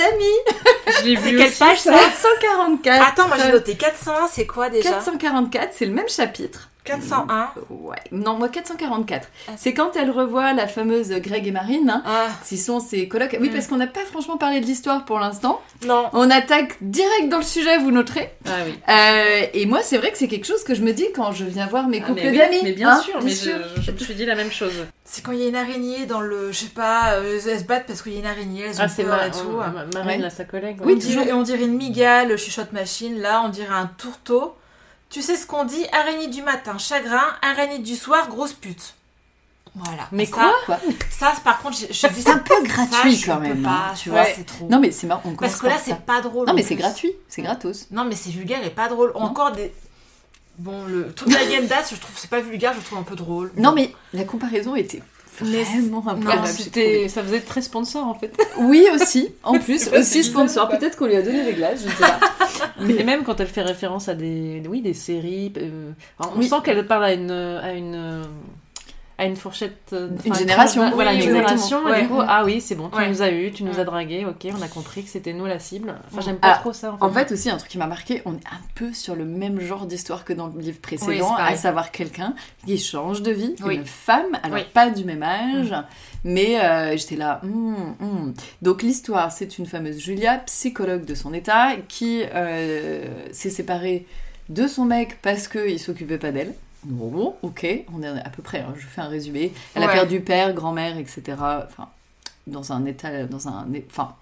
Speaker 3: Je l'ai
Speaker 2: C'est
Speaker 3: vu.
Speaker 2: quelle
Speaker 3: aussi.
Speaker 2: page ça
Speaker 1: 444.
Speaker 2: Attends, moi j'ai noté 401, c'est quoi Ah, déjà
Speaker 1: 444, c'est le même chapitre.
Speaker 2: 401.
Speaker 1: Ouais. Non, moi 444.
Speaker 2: Ah.
Speaker 1: C'est quand elle revoit la fameuse Greg et Marine. hein,
Speaker 2: Ah,
Speaker 1: qui sont ses colocs. Oui,
Speaker 2: Mm.
Speaker 1: parce qu'on n'a pas franchement parlé de l'histoire pour l'instant.
Speaker 2: non.
Speaker 1: On attaque direct dans le sujet, vous noterez.
Speaker 3: Ah oui.
Speaker 1: Euh, et moi, c'est vrai que c'est quelque chose que je me dis quand je viens voir mes
Speaker 3: Ah,
Speaker 1: couples
Speaker 3: mais oui,
Speaker 1: d'amis.
Speaker 3: Mais bien
Speaker 1: hein,
Speaker 3: sûr, mais je, je me suis dit la même chose.
Speaker 2: C'est quand il y a une araignée dans le. Je sais pas, euh, elles se battent parce qu'il y a une araignée,
Speaker 3: Ah,
Speaker 2: elles ont peur Ah, et tout. hein.
Speaker 1: Ouais.
Speaker 3: Marine, là, sa collègue. hein.
Speaker 1: Oui,
Speaker 2: on
Speaker 3: ouais.
Speaker 2: dirait, et on dirait une migale chez Shot Machine, là on dirait un tourteau. Tu sais ce qu'on dit Araignée du matin, chagrin, araignée du soir, grosse pute. Voilà.
Speaker 3: Mais
Speaker 2: ça,
Speaker 3: quoi
Speaker 1: Quoi
Speaker 2: Ça, c'est- par contre, je, je dis
Speaker 1: C'est un
Speaker 2: ça,
Speaker 1: peu gratuit
Speaker 2: je
Speaker 1: quand
Speaker 2: peux
Speaker 1: même,
Speaker 2: pas,
Speaker 1: hein, tu
Speaker 2: tu
Speaker 1: vois.
Speaker 2: vois, c'est trop.
Speaker 1: Non, mais c'est marrant. On
Speaker 2: parce
Speaker 1: commence
Speaker 2: que là,
Speaker 1: par ça.
Speaker 2: c'est pas drôle.
Speaker 1: Non, mais
Speaker 2: en
Speaker 1: c'est
Speaker 2: plus.
Speaker 1: gratuit. C'est gratos.
Speaker 2: Non, mais c'est vulgaire et pas drôle.
Speaker 1: Non.
Speaker 2: Encore des. Bon, le. Toute la game d'As, je trouve, c'est pas vulgaire, je trouve un peu drôle.
Speaker 1: Non, mais la comparaison était
Speaker 2: Mais c'est-
Speaker 1: vraiment
Speaker 3: Ah,
Speaker 2: Non,
Speaker 3: bah,
Speaker 1: improbable. j'ai
Speaker 3: c'était, ça faisait très sponsor en fait.
Speaker 1: trouvé. Oui, aussi. En plus,
Speaker 3: pas,
Speaker 1: aussi
Speaker 3: c'est
Speaker 1: sponsor.
Speaker 3: bizarre,
Speaker 1: Peut-être qu'on lui a donné les glaces, je ne sais pas.
Speaker 3: Et même quand elle fait référence à des, oui, des séries, euh, on
Speaker 1: Oui.
Speaker 3: sent qu'elle parle à une, à une, euh, à à une fourchette. euh,
Speaker 1: Une
Speaker 3: enfin,
Speaker 1: génération.
Speaker 3: tranche- Voilà,
Speaker 2: Oui,
Speaker 3: une
Speaker 2: exactement.
Speaker 3: génération. Et
Speaker 2: Ouais.
Speaker 3: du coup, ah oui, c'est bon, tu
Speaker 2: Ouais.
Speaker 3: nous as eu, tu nous
Speaker 2: Ouais.
Speaker 3: as dragué, ok, on a compris que c'était nous la cible. Enfin,
Speaker 2: Mm.
Speaker 3: j'aime pas
Speaker 1: Alors,
Speaker 3: trop ça.
Speaker 1: En fait, aussi, un truc qui m'a marqué, on est un peu sur le même genre d'histoire que dans le livre
Speaker 2: Oui, c'est
Speaker 1: précédent,
Speaker 2: pareil.
Speaker 1: à savoir quelqu'un qui change de vie,
Speaker 2: Oui.
Speaker 1: une femme, alors
Speaker 2: Oui. Mm.
Speaker 1: pas du même âge, mais euh, j'étais là. hmm, hmm. Donc, l'histoire, c'est une fameuse Julia, psychologue de son état, qui euh, s'est séparée de son mec parce qu'il s'occupait pas d'elle. Bon, bon, ok, on est à peu près, hein, je fais un résumé. Elle
Speaker 2: Ouais.
Speaker 1: a perdu père, grand-mère, etc. Enfin, dans un état, dans un. Enfin,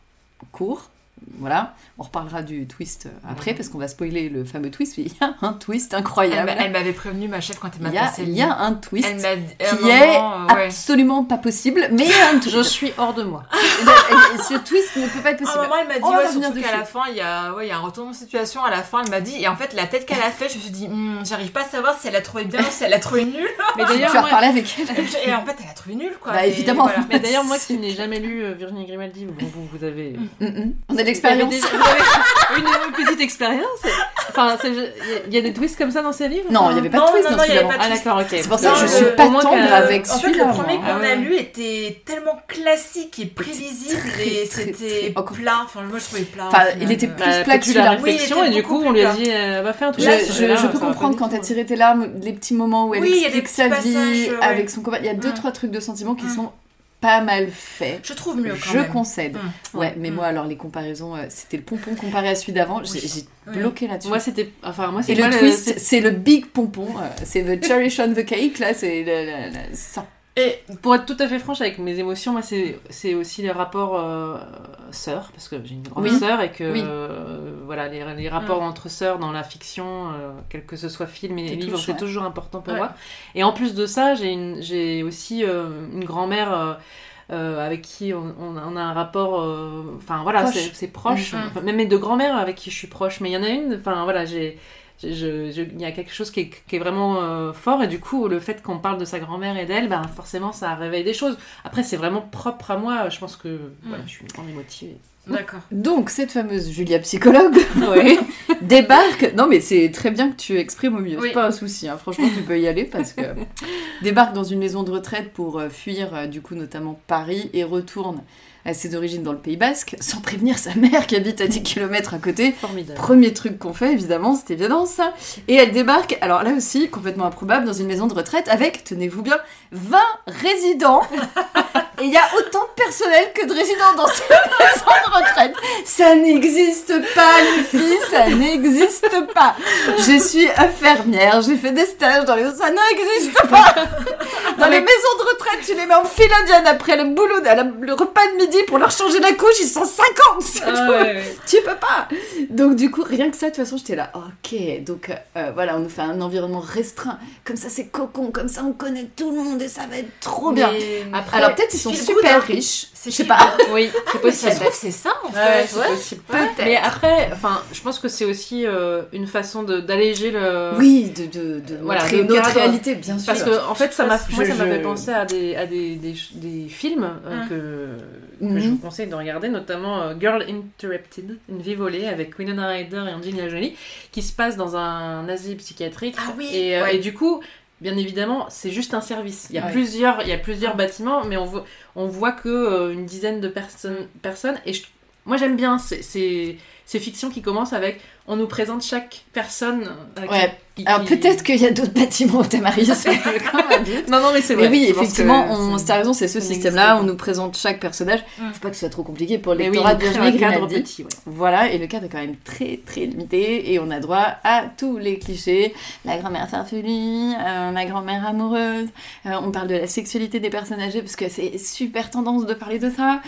Speaker 1: court. Voilà, on reparlera du twist euh, après parce qu'on va spoiler le fameux twist. mais Il y a un twist
Speaker 2: Elle
Speaker 1: incroyable.
Speaker 2: m'a- elle m'avait prévenu ma chef quand elle m'a
Speaker 1: il, y a,
Speaker 2: passé le
Speaker 1: il y a
Speaker 2: lien.
Speaker 1: un
Speaker 2: Elle
Speaker 1: twist
Speaker 2: m'a dit à un
Speaker 1: qui est
Speaker 2: moment, euh, ouais.
Speaker 1: absolument pas possible, mais il y a un
Speaker 3: je
Speaker 1: twist.
Speaker 3: suis hors de moi.
Speaker 1: Et- et- et ce twist ne peut pas être
Speaker 2: À un
Speaker 1: possible.
Speaker 2: moment, elle m'a dit,
Speaker 1: On va
Speaker 2: ouais,
Speaker 1: revenir
Speaker 2: surtout qu'à
Speaker 1: dessus.
Speaker 2: la fin, il y, a, ouais, il y a un retournement de situation. À la fin, elle m'a dit, et en fait, la tête qu'elle a fait, je me suis dit, Hmm, j'arrive pas à savoir si elle a trouvé bien ou si elle a trouvé nulle.
Speaker 3: Mais
Speaker 1: Tu
Speaker 3: d'ailleurs,
Speaker 1: vas
Speaker 3: moi,
Speaker 1: reparler avec elle.
Speaker 2: Et en fait, elle a trouvé nulle, quoi.
Speaker 1: Bah,
Speaker 2: Et
Speaker 1: évidemment.
Speaker 2: voilà.
Speaker 3: mais d'ailleurs, moi qui n'ai jamais lu euh, Virginie Grimaldi, bon, vous, vous avez.
Speaker 1: Mm, mm. On a de l'expérience.
Speaker 3: Vous avez Une euh, petite expérience. Enfin, c'est- il y, a des twists comme ça dans ces livres
Speaker 1: Non,
Speaker 3: enfin
Speaker 1: il n'y avait pas de
Speaker 2: Non,
Speaker 1: twist
Speaker 2: non,
Speaker 1: dans
Speaker 2: non, il y avait
Speaker 1: celui-là.
Speaker 2: pas de
Speaker 3: Ah
Speaker 2: twist.
Speaker 3: d'accord, ok.
Speaker 1: C'est pour ça que
Speaker 2: Non,
Speaker 1: je
Speaker 2: le-
Speaker 1: suis pas
Speaker 3: au moins
Speaker 1: tendre
Speaker 3: que-
Speaker 1: avec
Speaker 2: En fait,
Speaker 1: celui-là.
Speaker 2: le premier
Speaker 1: moi.
Speaker 3: Ah
Speaker 2: qu'on a
Speaker 3: ouais.
Speaker 2: lu était tellement classique et prévisible
Speaker 1: très,
Speaker 2: et
Speaker 1: très,
Speaker 2: c'était
Speaker 1: très- encore-
Speaker 2: plat. Enfin, moi, je trouvais plat.
Speaker 1: Enfin,
Speaker 2: au final.
Speaker 1: il était
Speaker 2: Euh,
Speaker 1: plus
Speaker 3: Bah,
Speaker 1: plat
Speaker 3: peut-être
Speaker 1: que
Speaker 3: tu la
Speaker 1: celui-là.
Speaker 3: réflexion
Speaker 2: Oui, il était
Speaker 3: et du
Speaker 2: beaucoup
Speaker 3: coup on
Speaker 2: plus
Speaker 3: lui a
Speaker 2: plat.
Speaker 3: dit euh, va faire un
Speaker 1: Je,
Speaker 3: truc.
Speaker 2: Là,
Speaker 3: là,
Speaker 1: je-
Speaker 3: ça va
Speaker 1: je
Speaker 3: pas
Speaker 1: peux
Speaker 3: du
Speaker 1: comprendre
Speaker 3: tout.
Speaker 1: quand elle tirait tes larmes, les petits moments où elle
Speaker 2: Oui, il y a des
Speaker 1: explique
Speaker 2: petits
Speaker 1: sa vie
Speaker 2: passages, ouais.
Speaker 1: avec son copain. Il y a deux,
Speaker 2: Mm.
Speaker 1: trois trucs de sentiments qui
Speaker 2: Mm.
Speaker 1: sont pas mal faits.
Speaker 2: Je trouve mieux quand
Speaker 1: je
Speaker 2: même.
Speaker 1: concède.
Speaker 2: Mm.
Speaker 1: Ouais, mais
Speaker 2: Mm.
Speaker 1: moi, alors les comparaisons, euh, c'était le pompon comparé à celui d'avant. J'ai
Speaker 2: Oui.
Speaker 1: j'ai
Speaker 2: Oui.
Speaker 1: bloqué là-dessus.
Speaker 3: Moi c'était enfin moi c'est
Speaker 1: Et le
Speaker 3: pas
Speaker 1: twist,
Speaker 3: c'est-
Speaker 1: c'est le big pompon. euh, c'est the cherry on the cake, là, c'est le- le- le- ça.
Speaker 2: Et
Speaker 3: pour être tout à fait franche avec mes émotions, moi c'est c'est aussi les rapports euh, sœurs parce que j'ai une grande
Speaker 1: Oui.
Speaker 3: sœur et que
Speaker 1: Oui.
Speaker 3: euh, voilà les, les rapports entre sœurs dans la fiction, euh, quel que ce soit film et
Speaker 1: Te
Speaker 3: livre,
Speaker 1: touche,
Speaker 3: c'est
Speaker 1: ouais.
Speaker 3: toujours important pour
Speaker 2: Ouais.
Speaker 3: moi. Et en plus de ça, j'ai une- j'ai aussi euh, une grand-mère euh, euh, avec qui on, on a- on a un rapport, euh, enfin voilà,
Speaker 1: Proche.
Speaker 3: c'est c'est proche. Mm-hmm.
Speaker 2: Mhm.
Speaker 3: Enfin, Même mes deux grand-mères avec qui je suis proche, mais il y en a une, enfin voilà, j'ai je- je- je- il y a quelque chose qui est, qui est vraiment euh, fort et du coup le fait qu'on parle de sa grand-mère et d'elle, ben, forcément ça réveille des choses. Après c'est vraiment propre à moi, je pense que voilà, je suis une grande émotive.
Speaker 2: d'accord.
Speaker 1: Donc, cette fameuse Julia psychologue débarque. Non, mais c'est très bien que tu exprimes au mieux.
Speaker 2: Oui.
Speaker 1: C'est pas un souci. hein. Franchement, tu peux y aller parce que débarque dans une maison de retraite pour euh, fuir, euh, du coup, notamment Paris et retourne à ses origines dans le Pays Basque sans prévenir sa mère qui habite à 10 km à côté.
Speaker 3: Formidable.
Speaker 1: Premier truc qu'on fait, évidemment, c'était évident ça. Et elle débarque, alors là aussi, complètement improbable, dans une maison de retraite avec, tenez-vous bien, 20 résidents. Et il y a autant de personnel que de résidents dans cette maison de retraite. Ça n'existe pas, les filles, ça n'existe pas. Je suis infirmière, j'ai fait des stages dans les... Ça n'existe pas. Dans les maisons de retraite, tu les mets en file indienne après le boulot, la- le repas de midi pour leur changer la couche, ils sont 50. c'est
Speaker 3: Ah ouais, ouais, ouais.
Speaker 1: tu peux pas Donc du coup, rien que ça, de toute façon, j'étais là, ok, donc euh, voilà, on nous fait un environnement restreint, comme ça c'est cocon, comme ça on connaît tout le monde et ça va être trop bien.
Speaker 2: Après,
Speaker 1: Alors peut-être ils sont
Speaker 2: feel
Speaker 1: super
Speaker 2: good, hein.
Speaker 1: riches, je
Speaker 2: C'est
Speaker 1: sais
Speaker 2: feel
Speaker 1: pas.
Speaker 3: Oui, c'est
Speaker 2: Mais ça
Speaker 3: possible.
Speaker 2: se trouve, c'est ça en
Speaker 3: Ouais,
Speaker 2: fait.
Speaker 3: c'est possible. Mais après, enfin, je pense que c'est aussi euh, une façon de- d'alléger le.
Speaker 1: Oui, de, de, de
Speaker 3: euh, Voilà,
Speaker 1: montrer
Speaker 3: le
Speaker 1: notre
Speaker 3: cadre.
Speaker 1: réalité, bien sûr.
Speaker 3: Parce que en fait, ça m'a, moi,
Speaker 1: Je-
Speaker 3: ça m'a fait
Speaker 1: je-
Speaker 3: penser à des, à des, des, ch- des films euh,
Speaker 2: Mm.
Speaker 3: que, que
Speaker 1: Mhm.
Speaker 3: je vous conseille de regarder, notamment euh, Girl Interrupted, une vie volée avec Winona Ryder et Angelina Jolie, qui se passe dans un asile psychiatrique.
Speaker 2: Ah oui,
Speaker 3: et, euh,
Speaker 2: ouais.
Speaker 3: et du coup, bien évidemment, c'est juste un service. Il y a
Speaker 1: Ouais.
Speaker 3: plusieurs, il y a plusieurs bâtiments, mais on voit, on voit que euh, une dizaine de personnes, personnes. Et je- moi, j'aime bien ces, ces, ces fictions qui commencent avec on nous présente chaque personne. euh, qui-
Speaker 1: Ouais.
Speaker 3: qui-
Speaker 1: Alors
Speaker 3: qui-
Speaker 1: peut-être qu'il y a d'autres bâtiments au Tamari, ça je veux quand même dire.
Speaker 3: Non, non, mais c'est
Speaker 1: Mais
Speaker 3: vrai.
Speaker 1: oui,
Speaker 3: je pense
Speaker 1: effectivement,
Speaker 3: que
Speaker 1: on,
Speaker 3: c'est-
Speaker 1: t'as raison, c'est ce
Speaker 3: ça n'existe
Speaker 1: système-là,
Speaker 3: pas.
Speaker 1: on nous présente chaque personnage.
Speaker 2: Mm.
Speaker 1: Faut pas que ce soit trop compliqué pour le
Speaker 3: Mais oui,
Speaker 1: lectorat de
Speaker 3: donc, c'est
Speaker 1: Virginie
Speaker 3: un cadre
Speaker 1: Grimaldi.
Speaker 3: petit, ouais.
Speaker 1: Voilà, et le cadre est quand même très très limité, et on a droit à tous les clichés. La grand-mère farfelue, euh, la grand-mère amoureuse, euh, on parle de la sexualité des personnes âgées, parce que c'est super tendance de parler de ça.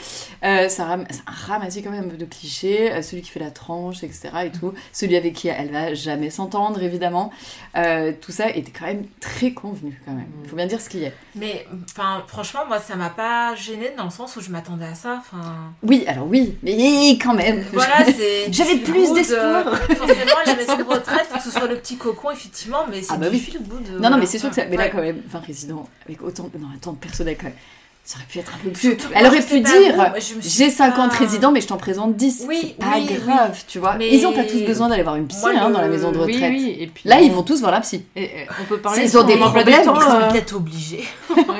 Speaker 1: Euh, ça ram- c'est un ramassis quand même de clichés, euh, celui qui fait la tranche, etc. et tout, celui avec qui elle va jamais s'entendre, évidemment. Euh, tout ça était quand même très convenu, quand même. Faut bien dire ce qu'il y a.
Speaker 2: Mais enfin, franchement, moi, ça m'a pas gêné dans le sens où je m'attendais à ça. Enfin,
Speaker 1: Oui, alors oui, mais quand même.
Speaker 2: voilà, c'est.
Speaker 1: J'avais
Speaker 2: du
Speaker 1: plus
Speaker 2: good,
Speaker 1: d'espoir.
Speaker 2: euh, Forcément, la maison de retraite, faut que ce soit le petit cocon, effectivement, mais c'est
Speaker 1: Ah bah
Speaker 2: du
Speaker 1: oui.
Speaker 2: feel good, euh,
Speaker 1: Non, non,
Speaker 2: voilà.
Speaker 1: mais c'est sûr que ça. Mais là,
Speaker 2: Ouais.
Speaker 1: quand même, 20 résidents, avec autant, non, tant de personnel, quand même. Ça aurait pu être un peu plus. Elle aurait pu dire J'ai 50 résidents, mais je t'en présente 10.
Speaker 2: Oui,
Speaker 1: c'est pas
Speaker 2: oui, oui.
Speaker 1: grave, tu vois.
Speaker 2: Mais-
Speaker 1: Ils n'ont pas tous besoin d'aller voir une psy
Speaker 2: Moi,
Speaker 1: hein,
Speaker 2: le-
Speaker 1: dans la maison de
Speaker 3: Oui,
Speaker 1: retraite.
Speaker 3: oui, et puis
Speaker 1: Là, ils vont tous voir la psy.
Speaker 3: Et, euh, on peut parler
Speaker 1: Ils
Speaker 3: de
Speaker 1: ont
Speaker 3: son
Speaker 1: des
Speaker 3: emploi
Speaker 1: problèmes,
Speaker 3: du temps,
Speaker 2: Ils sont
Speaker 3: euh,
Speaker 2: peut-être obligés.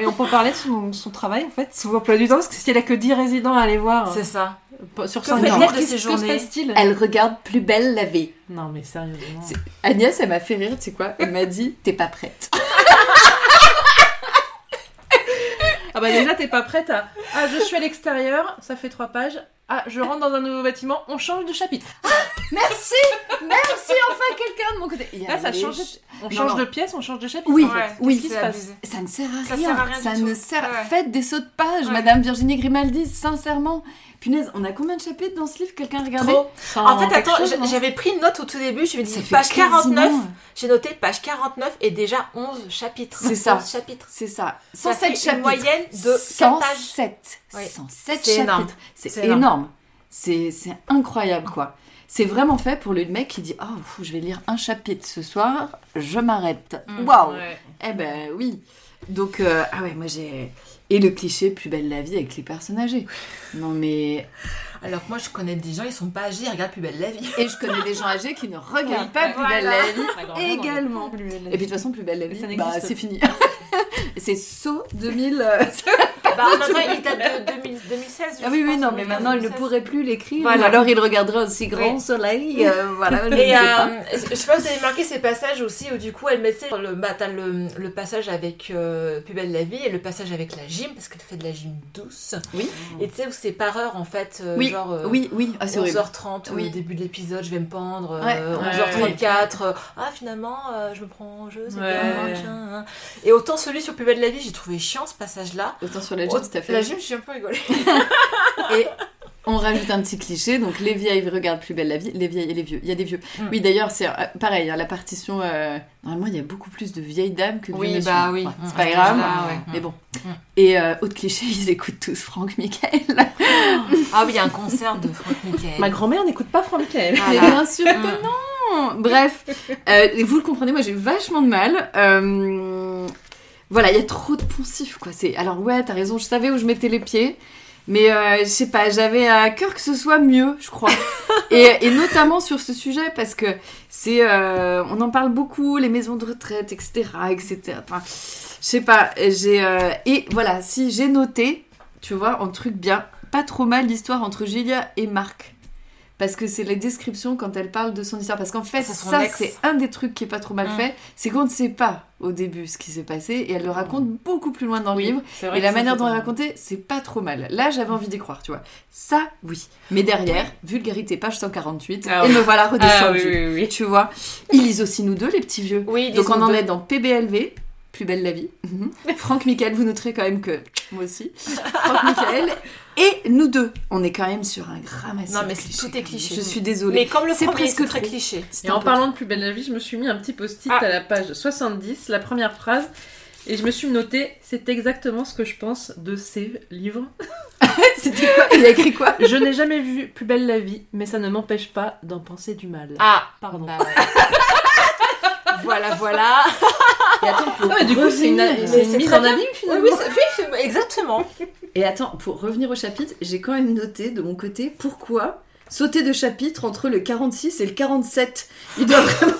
Speaker 3: et on peut parler de son, son travail, en fait, son emploi du temps, parce que si elle a que 10 résidents à aller voir
Speaker 2: C'est ça.
Speaker 3: euh, sur
Speaker 2: Que
Speaker 3: cinq
Speaker 1: fait-elle
Speaker 3: jours,
Speaker 2: de
Speaker 3: qu'est-ce-
Speaker 2: ces
Speaker 3: que
Speaker 2: journées
Speaker 3: se passe-t-il
Speaker 1: Elle regarde plus belle la vie.
Speaker 3: Non, mais sérieusement.
Speaker 1: C'est- Agnès, elle m'a fait rire, tu sais quoi Elle m'a dit T'es pas prête.
Speaker 3: Ah bah déjà, t'es pas prête à... Ah, je suis à l'extérieur, ça fait trois pages. Ah, je rentre dans un nouveau bâtiment, on change de chapitre.
Speaker 1: Merci Merci, enfin quelqu'un de mon côté. Il y a
Speaker 3: Là, ça
Speaker 1: les
Speaker 3: change,
Speaker 1: ch-
Speaker 3: on
Speaker 1: Non,
Speaker 3: change
Speaker 1: non.
Speaker 3: de pièce, on change de chapitre.
Speaker 1: Oui,
Speaker 3: en fait.
Speaker 1: oui,
Speaker 3: Qu'est-ce qui
Speaker 2: c'est
Speaker 3: se passe
Speaker 2: abusé.
Speaker 1: Ça ne sert à
Speaker 2: Ça
Speaker 1: rien.
Speaker 2: sert à rien
Speaker 1: Ça
Speaker 2: du
Speaker 1: ne
Speaker 2: tout.
Speaker 1: sert.
Speaker 2: Ouais.
Speaker 1: Faites des sauts de page,
Speaker 2: Ouais.
Speaker 1: Madame Virginie Grimaldi, sincèrement. Punaise, on a combien de chapitres dans ce livre Quelqu'un a regardé
Speaker 2: Trop. En fait, attends,
Speaker 1: quelque chose,
Speaker 2: j'a-
Speaker 1: hein.
Speaker 2: j'avais pris une note au tout début, je me
Speaker 1: Ça
Speaker 2: dis
Speaker 1: fait
Speaker 2: page 49,
Speaker 1: quasiment- euh,
Speaker 2: j'ai noté page 49 et déjà 11 chapitres.
Speaker 1: C'est ça.
Speaker 2: 11 chapitres.
Speaker 1: C'est ça.
Speaker 2: Ça
Speaker 1: 107
Speaker 2: fait une
Speaker 1: chapitres.
Speaker 2: moyenne de 4 pages.
Speaker 1: 107.
Speaker 2: Oui.
Speaker 1: 107
Speaker 2: C'est énorme.
Speaker 1: chapitres. C'est
Speaker 2: C'est énorme.
Speaker 1: énorme. C'est c'est incroyable, quoi. C'est vraiment fait pour le mec qui dit Oh, fou, je vais lire un chapitre ce soir, je m'arrête.
Speaker 2: Mm,
Speaker 1: Waouh
Speaker 3: Ouais.
Speaker 1: Eh ben oui. Donc, euh, ah ouais, moi j'ai. Et le cliché plus belle la vie avec les personnages âgés. Non mais.
Speaker 2: Alors que moi, je connais des gens, ils sont pas âgés, ils regardent plus belle la vie.
Speaker 1: Et je connais des gens âgés qui ne regardent
Speaker 3: Oui,
Speaker 1: pas
Speaker 2: bah
Speaker 1: plus belle
Speaker 2: voilà.
Speaker 1: la vie.
Speaker 3: Ma grand-mère, on
Speaker 1: Également.
Speaker 3: a- Lui, elle a-
Speaker 1: Et puis de toute façon, plus belle la
Speaker 3: Ça
Speaker 1: vie,
Speaker 3: n'existe
Speaker 1: bah,
Speaker 3: pas.
Speaker 1: c'est fini. c'est saut 2000. euh,
Speaker 2: bah, maintenant, il date de 2000 2016. je
Speaker 1: Ah oui, oui,
Speaker 2: pense,
Speaker 1: non,
Speaker 2: ou
Speaker 1: mais
Speaker 2: 2015,
Speaker 1: maintenant, il ne
Speaker 2: 2016.
Speaker 1: pourrait plus l'écrire.
Speaker 2: Voilà.
Speaker 1: Ou alors, il regarderait aussi grand
Speaker 2: Oui.
Speaker 1: soleil. euh, voilà, je ne sais
Speaker 2: Et
Speaker 1: pas.
Speaker 2: euh, je sais pas si vous avez marqué ces passages aussi où du coup elle mettait le, bah, t'as le, le passage avec euh, Plus belle la vie et le passage avec la gym parce qu'elle fait de la gym douce.
Speaker 1: Oui.
Speaker 2: Et tu sais où c'est par heure en fait, euh,
Speaker 1: Oui,
Speaker 2: genre euh,
Speaker 1: Oui, oui, ah, c'est horrible.
Speaker 2: 11h30
Speaker 1: Oui.
Speaker 2: euh, au début de l'épisode, je vais me pendre. euh,
Speaker 1: Ouais.
Speaker 2: 11h34. euh, ah finalement, euh, je me prends en jeu. c'est
Speaker 3: Ouais.
Speaker 2: bien, tiens, hein. Et autant celui sur Plus belle la vie, j'ai trouvé chiant ce passage-là.
Speaker 1: Autant sur la
Speaker 2: Au-
Speaker 1: gym, tout à fait.
Speaker 2: La gym, je suis un peu rigolée.
Speaker 1: Et on rajoute un petit cliché, donc les vieilles regardent plus belle la vie, les vieilles et les vieux. Il y a des vieux.
Speaker 2: Mm.
Speaker 1: Oui, d'ailleurs, c'est euh, pareil, hein, la partition. euh, normalement, il y a beaucoup plus de vieilles dames que de vieux messieurs.
Speaker 2: bah
Speaker 1: Ouais, bah c'est
Speaker 2: Ah,
Speaker 1: pas grave. hein.
Speaker 3: âge-là, ouais.
Speaker 1: Mais bon.
Speaker 2: Mm.
Speaker 1: Et euh, autre cliché, ils écoutent tous Franck Michael.
Speaker 2: Ah oui, il y a un concert de Franck Michael.
Speaker 3: Ma grand-mère n'écoute pas Franck Michael.
Speaker 1: Mais
Speaker 2: Voilà.
Speaker 1: bien sûr
Speaker 2: Mm.
Speaker 1: que non Bref, euh, et vous le comprenez, moi j'ai eu vachement de mal. Euh, voilà, il y a trop de poncifs, quoi. C'est... Alors ouais, t'as raison, je savais où je mettais les pieds. Mais euh, je sais pas, j'avais à cœur que ce soit mieux, je crois. et, et notamment sur ce sujet, parce que c'est... euh, on en parle beaucoup, les maisons de retraite, etc. etc. Enfin, je sais pas, j'ai... euh, et voilà, si j'ai noté, tu vois, en truc bien, pas trop mal l'histoire entre Julia et Marc. Parce que c'est la description quand elle parle de son histoire. Parce qu'en fait,
Speaker 2: C'est son
Speaker 1: ça,
Speaker 2: ex.
Speaker 1: c'est un des trucs qui est pas trop mal
Speaker 2: Mm.
Speaker 1: fait. C'est qu'on ne sait pas au début ce qui s'est passé. Et elle le raconte beaucoup plus loin dans le livre.
Speaker 3: Mm. C'est vrai
Speaker 1: Et
Speaker 3: que
Speaker 1: la
Speaker 3: ça,
Speaker 1: manière
Speaker 3: c'est
Speaker 1: dont elle
Speaker 3: pas-
Speaker 1: racontait, c'est pas trop mal. Là, j'avais envie d'y croire, tu vois. Ça, oui. Mais derrière, vulgarité, page 148.
Speaker 3: Ah
Speaker 1: Et
Speaker 3: oui.
Speaker 1: me voilà
Speaker 3: Ah
Speaker 1: redescendue.
Speaker 3: oui, oui, oui.
Speaker 1: Tu vois. Ils lisent aussi nous deux, les petits vieux.
Speaker 2: Oui,
Speaker 1: Donc on en
Speaker 2: est
Speaker 1: est dans PBLV, plus belle la vie. Mhm. Franck Michael, vous noterez quand même que moi aussi. Franck Michael et nous deux, on est quand même sur un ramassis.
Speaker 2: Non, mais
Speaker 1: de
Speaker 2: c'est-
Speaker 1: clichés,
Speaker 2: tout est
Speaker 1: quand
Speaker 2: cliché.
Speaker 1: même. hein. Je suis désolée.
Speaker 2: Mais comme le
Speaker 1: C'est
Speaker 2: premier,
Speaker 1: presque
Speaker 2: c'est très
Speaker 1: trop.
Speaker 2: cliché.
Speaker 1: C'est
Speaker 3: Et
Speaker 1: un
Speaker 3: en
Speaker 1: peu-
Speaker 3: parlant de plus belle la vie, je me suis mis un petit post-it
Speaker 2: Ah.
Speaker 3: à la page 70, la première phrase, et je me suis noté, c'est exactement ce que je pense de ces livres.
Speaker 1: C'était quoi Il a écrit quoi
Speaker 3: Je n'ai jamais vu plus belle la vie, mais ça ne m'empêche pas d'en penser du mal.
Speaker 2: Ah,
Speaker 3: pardon.
Speaker 2: bah ouais. voilà, voilà.
Speaker 1: Et attends, pour
Speaker 3: Ah, mais du coup, c'est une,
Speaker 1: revenir-
Speaker 3: c'est
Speaker 2: Mais
Speaker 3: une
Speaker 2: c'est
Speaker 3: mise
Speaker 2: très
Speaker 3: en
Speaker 2: bien.
Speaker 3: abîme
Speaker 2: Oui,
Speaker 3: finalement.
Speaker 2: oui, c'est- oui, c'est- exactement.
Speaker 1: Et attends, pour revenir au chapitre, j'ai quand même noté de mon côté pourquoi sauter de chapitre entre le 46 et le 47. Il doit vraiment...